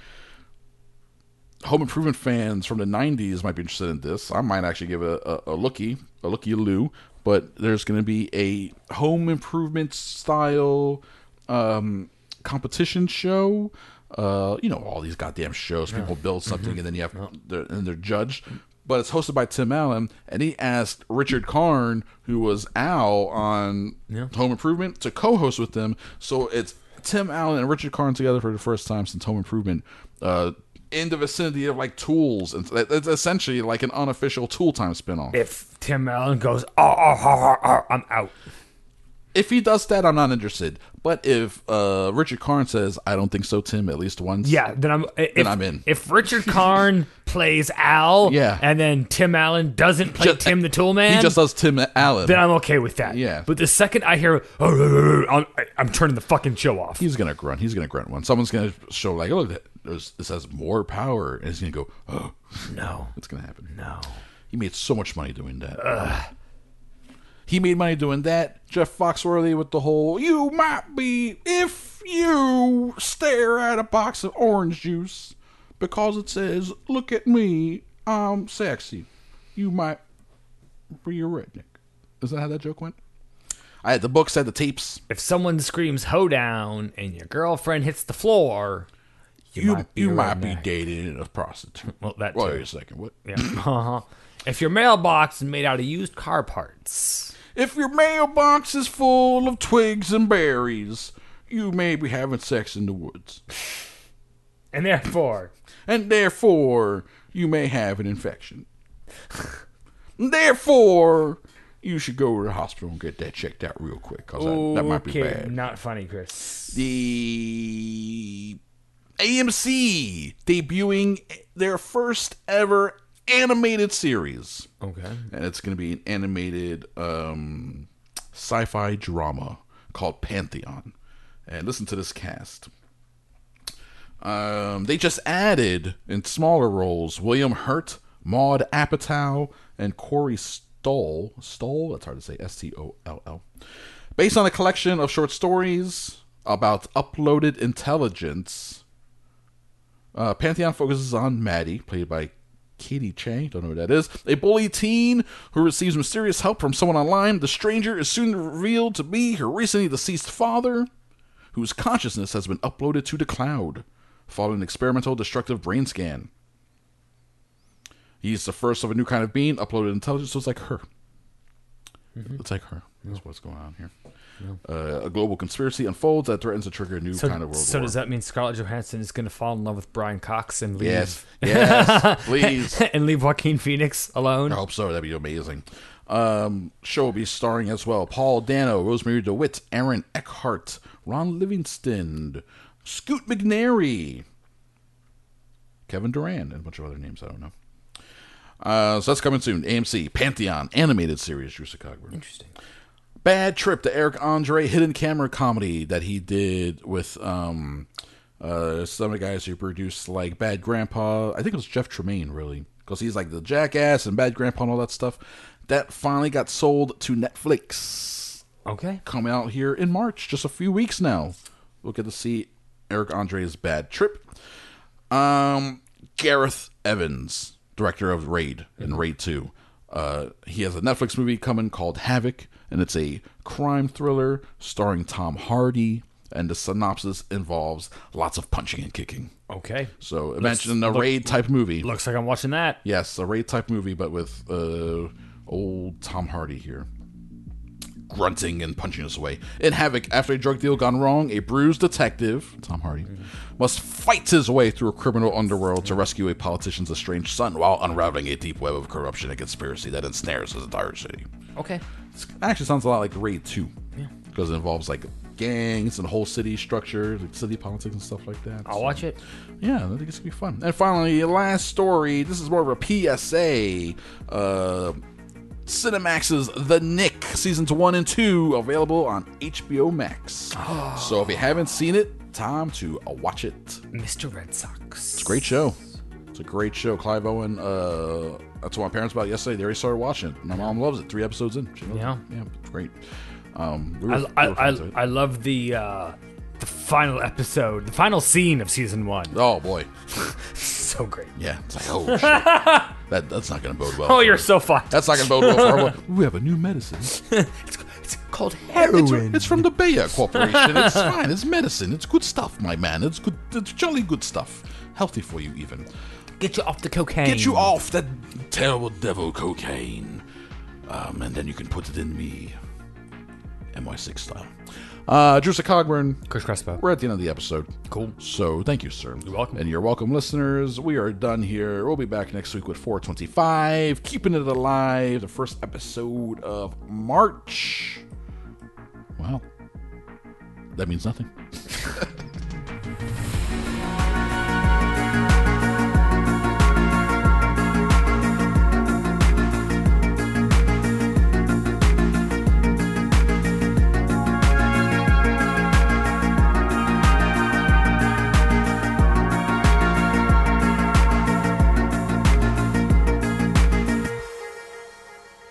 S5: home improvement fans from the '90s might be interested in this. I might actually give a a, a looky, a looky loo. But there's going to be a home improvement style um, competition show. Uh, you know all these goddamn shows. People build something and then you have they're, and they're judged. But it's hosted by Tim Allen, and he asked Richard Karn, who was Al on Home Improvement, to co-host with them. So it's Tim Allen and Richard Karn together for the first time since Home Improvement. Uh, in the vicinity of like tools, and it- it's essentially like an unofficial Tool Time spinoff.
S4: If Tim Allen goes, oh, oh, oh, oh, oh, I'm out.
S5: If he does that, I'm not interested. But if uh, Richard Karn says, "I don't think so, Tim," at least once,
S4: Yeah, then I'm. If,
S5: I'm in.
S4: If Richard Karn plays Al,
S5: Yeah.
S4: and then Tim Allen doesn't play
S5: Just-
S4: Tim the Tool Man,
S5: he just does Tim Allen.
S4: then I'm okay with that.
S5: Yeah.
S4: But the second I hear, "Oh, oh, oh, oh," I'm, I'm turning the fucking show off.
S5: he's gonna grunt. He's gonna grunt one. Someone's gonna show like, "Oh, that- there's, this has more power," and he's gonna go, "Oh,
S4: No,
S5: it's gonna happen."
S4: no.
S5: He made so much money doing that. He made money doing that. Jeff Foxworthy with the whole "You might be if you stare at a box of orange juice because it says, look at me, I'm sexy. You might be a redneck." Is that how that joke went? I had the books, I had the tapes.
S4: If someone screams "hoedown" and your girlfriend hits the floor,
S5: You
S4: you
S5: you
S4: might
S5: might
S4: be
S5: be,
S4: a redneck.
S5: dating a prostitute.
S4: Well, that
S5: Wait
S4: too.
S5: a second. What?
S4: yeah. Uh-huh. if your mailbox is made out of used car parts,
S5: If your mailbox is full of twigs and berries, you may be having sex in the woods,
S4: and therefore,
S5: and therefore you may have an infection. therefore, you should go to the hospital and get that checked out real quick, cause that, that might be
S4: okay,
S5: bad.
S4: not funny, Chris.
S5: the AMC debuting their first ever animated series.
S4: Okay.
S5: and it's going to be an animated um, sci-fi drama called Pantheon. And listen to this cast. Um, they just added in smaller roles William Hurt, Maud Apatow, and Corey Stoll. Stoll, that's hard to say. S T O L L. Based on a collection of short stories about uploaded intelligence. Uh, Pantheon focuses on Maddie, played by Katie Chang, don't know who that is, a bully teen who receives mysterious help from someone online. The stranger is soon revealed to be her recently deceased father, whose consciousness has been uploaded to the cloud following an experimental destructive brain scan. He's the first of a new kind of being, uploaded intelligence, so it's like her.
S4: Mm-hmm.
S5: It's like her. That's what's going on here. Uh, a global conspiracy unfolds that threatens to trigger a new
S4: So,
S5: kind of world
S4: so
S5: war.
S4: does that mean Scarlett Johansson is going to fall in love with Brian Cox and leave?
S5: Yes. Yes. Oh. please.
S4: and leave Joaquin Phoenix alone.
S5: I hope so. That'd be amazing. Um, show will be starring as well Paul Dano, Rosemary DeWitt, Aaron Eckhart, Ron Livingston, Scoot McNairy, Kevin Duran, and a bunch of other names I don't know. Uh, so that's coming soon. AMC Pantheon animated series. Drew Cogburn.
S4: Interesting.
S5: Bad Trip, the Eric Andre hidden camera comedy that he did with um uh some of the guys who produced like Bad Grandpa. I think it was Jeff Tremaine really, because he's like the Jackass and Bad Grandpa and all that stuff. That finally got sold to Netflix.
S4: Okay.
S5: Coming out here in March, just a few weeks now. We'll get to see Eric Andre's Bad Trip. Um, Gareth Evans, director of Raid and Raid 2. Uh, he has a Netflix movie coming called Havoc, and it's a crime thriller starring Tom Hardy. And the synopsis involves lots of punching and kicking.
S4: Okay.
S5: So imagine a Raid type movie.
S4: Looks like I'm watching that.
S5: Yes, a raid type movie, but with uh, old Tom Hardy here. Grunting and punching us away. In Havoc, after a drug deal gone wrong, a bruised detective, Tom Hardy, must fight his way through a criminal underworld to rescue a politician's estranged son while unraveling a deep web of corruption and conspiracy that ensnares his entire city.
S4: Okay.
S5: It actually sounds a lot like Raid 2. Because it involves like gangs and whole city structure, like city politics and stuff like that.
S4: I'll watch it.
S5: Yeah, I think it's gonna be fun. And finally, last story. This is more of a PSA. Uh, Cinemax's The Nick seasons one and two available on HBO Max. so if you haven't seen it, time to uh, watch it.
S4: Mr. Red Sox.
S5: Great show. It's a great show. Clive Owen. Uh, I told my parents about it yesterday. They already started watching it. My mom loves it. Three episodes in. She loves
S4: Yeah.
S5: it. yeah, it's great. Um, we were,
S4: I,
S5: we
S4: I,
S5: were fans
S4: I,
S5: of it.
S4: I love the uh, the final episode, the final scene of season one.
S5: oh boy,
S4: So great.
S5: yeah. It's like oh, shit. that that's not gonna bode well.
S4: Oh, you're so fun.
S5: That's not gonna bode well for everyone. We have a new medicine.
S4: It's, it's called
S5: It's,
S4: heroin.
S5: it's from the Bayer Corporation. It's fine. It's medicine. It's good stuff, my man. It's good. It's jolly good stuff. Healthy for you, even.
S4: Get you off the cocaine.
S5: Get you off that terrible devil cocaine, um, and then you can put it in me. NY6 style. Uh, Drew Cogburn,
S4: Chris Crespo.
S5: we're at the end of the episode. Cool. So thank you, sir. You're
S4: welcome.
S5: And you're welcome, listeners. We are done here. We'll be back next week with 425, keeping it alive, the first episode of March. Wow. That means nothing.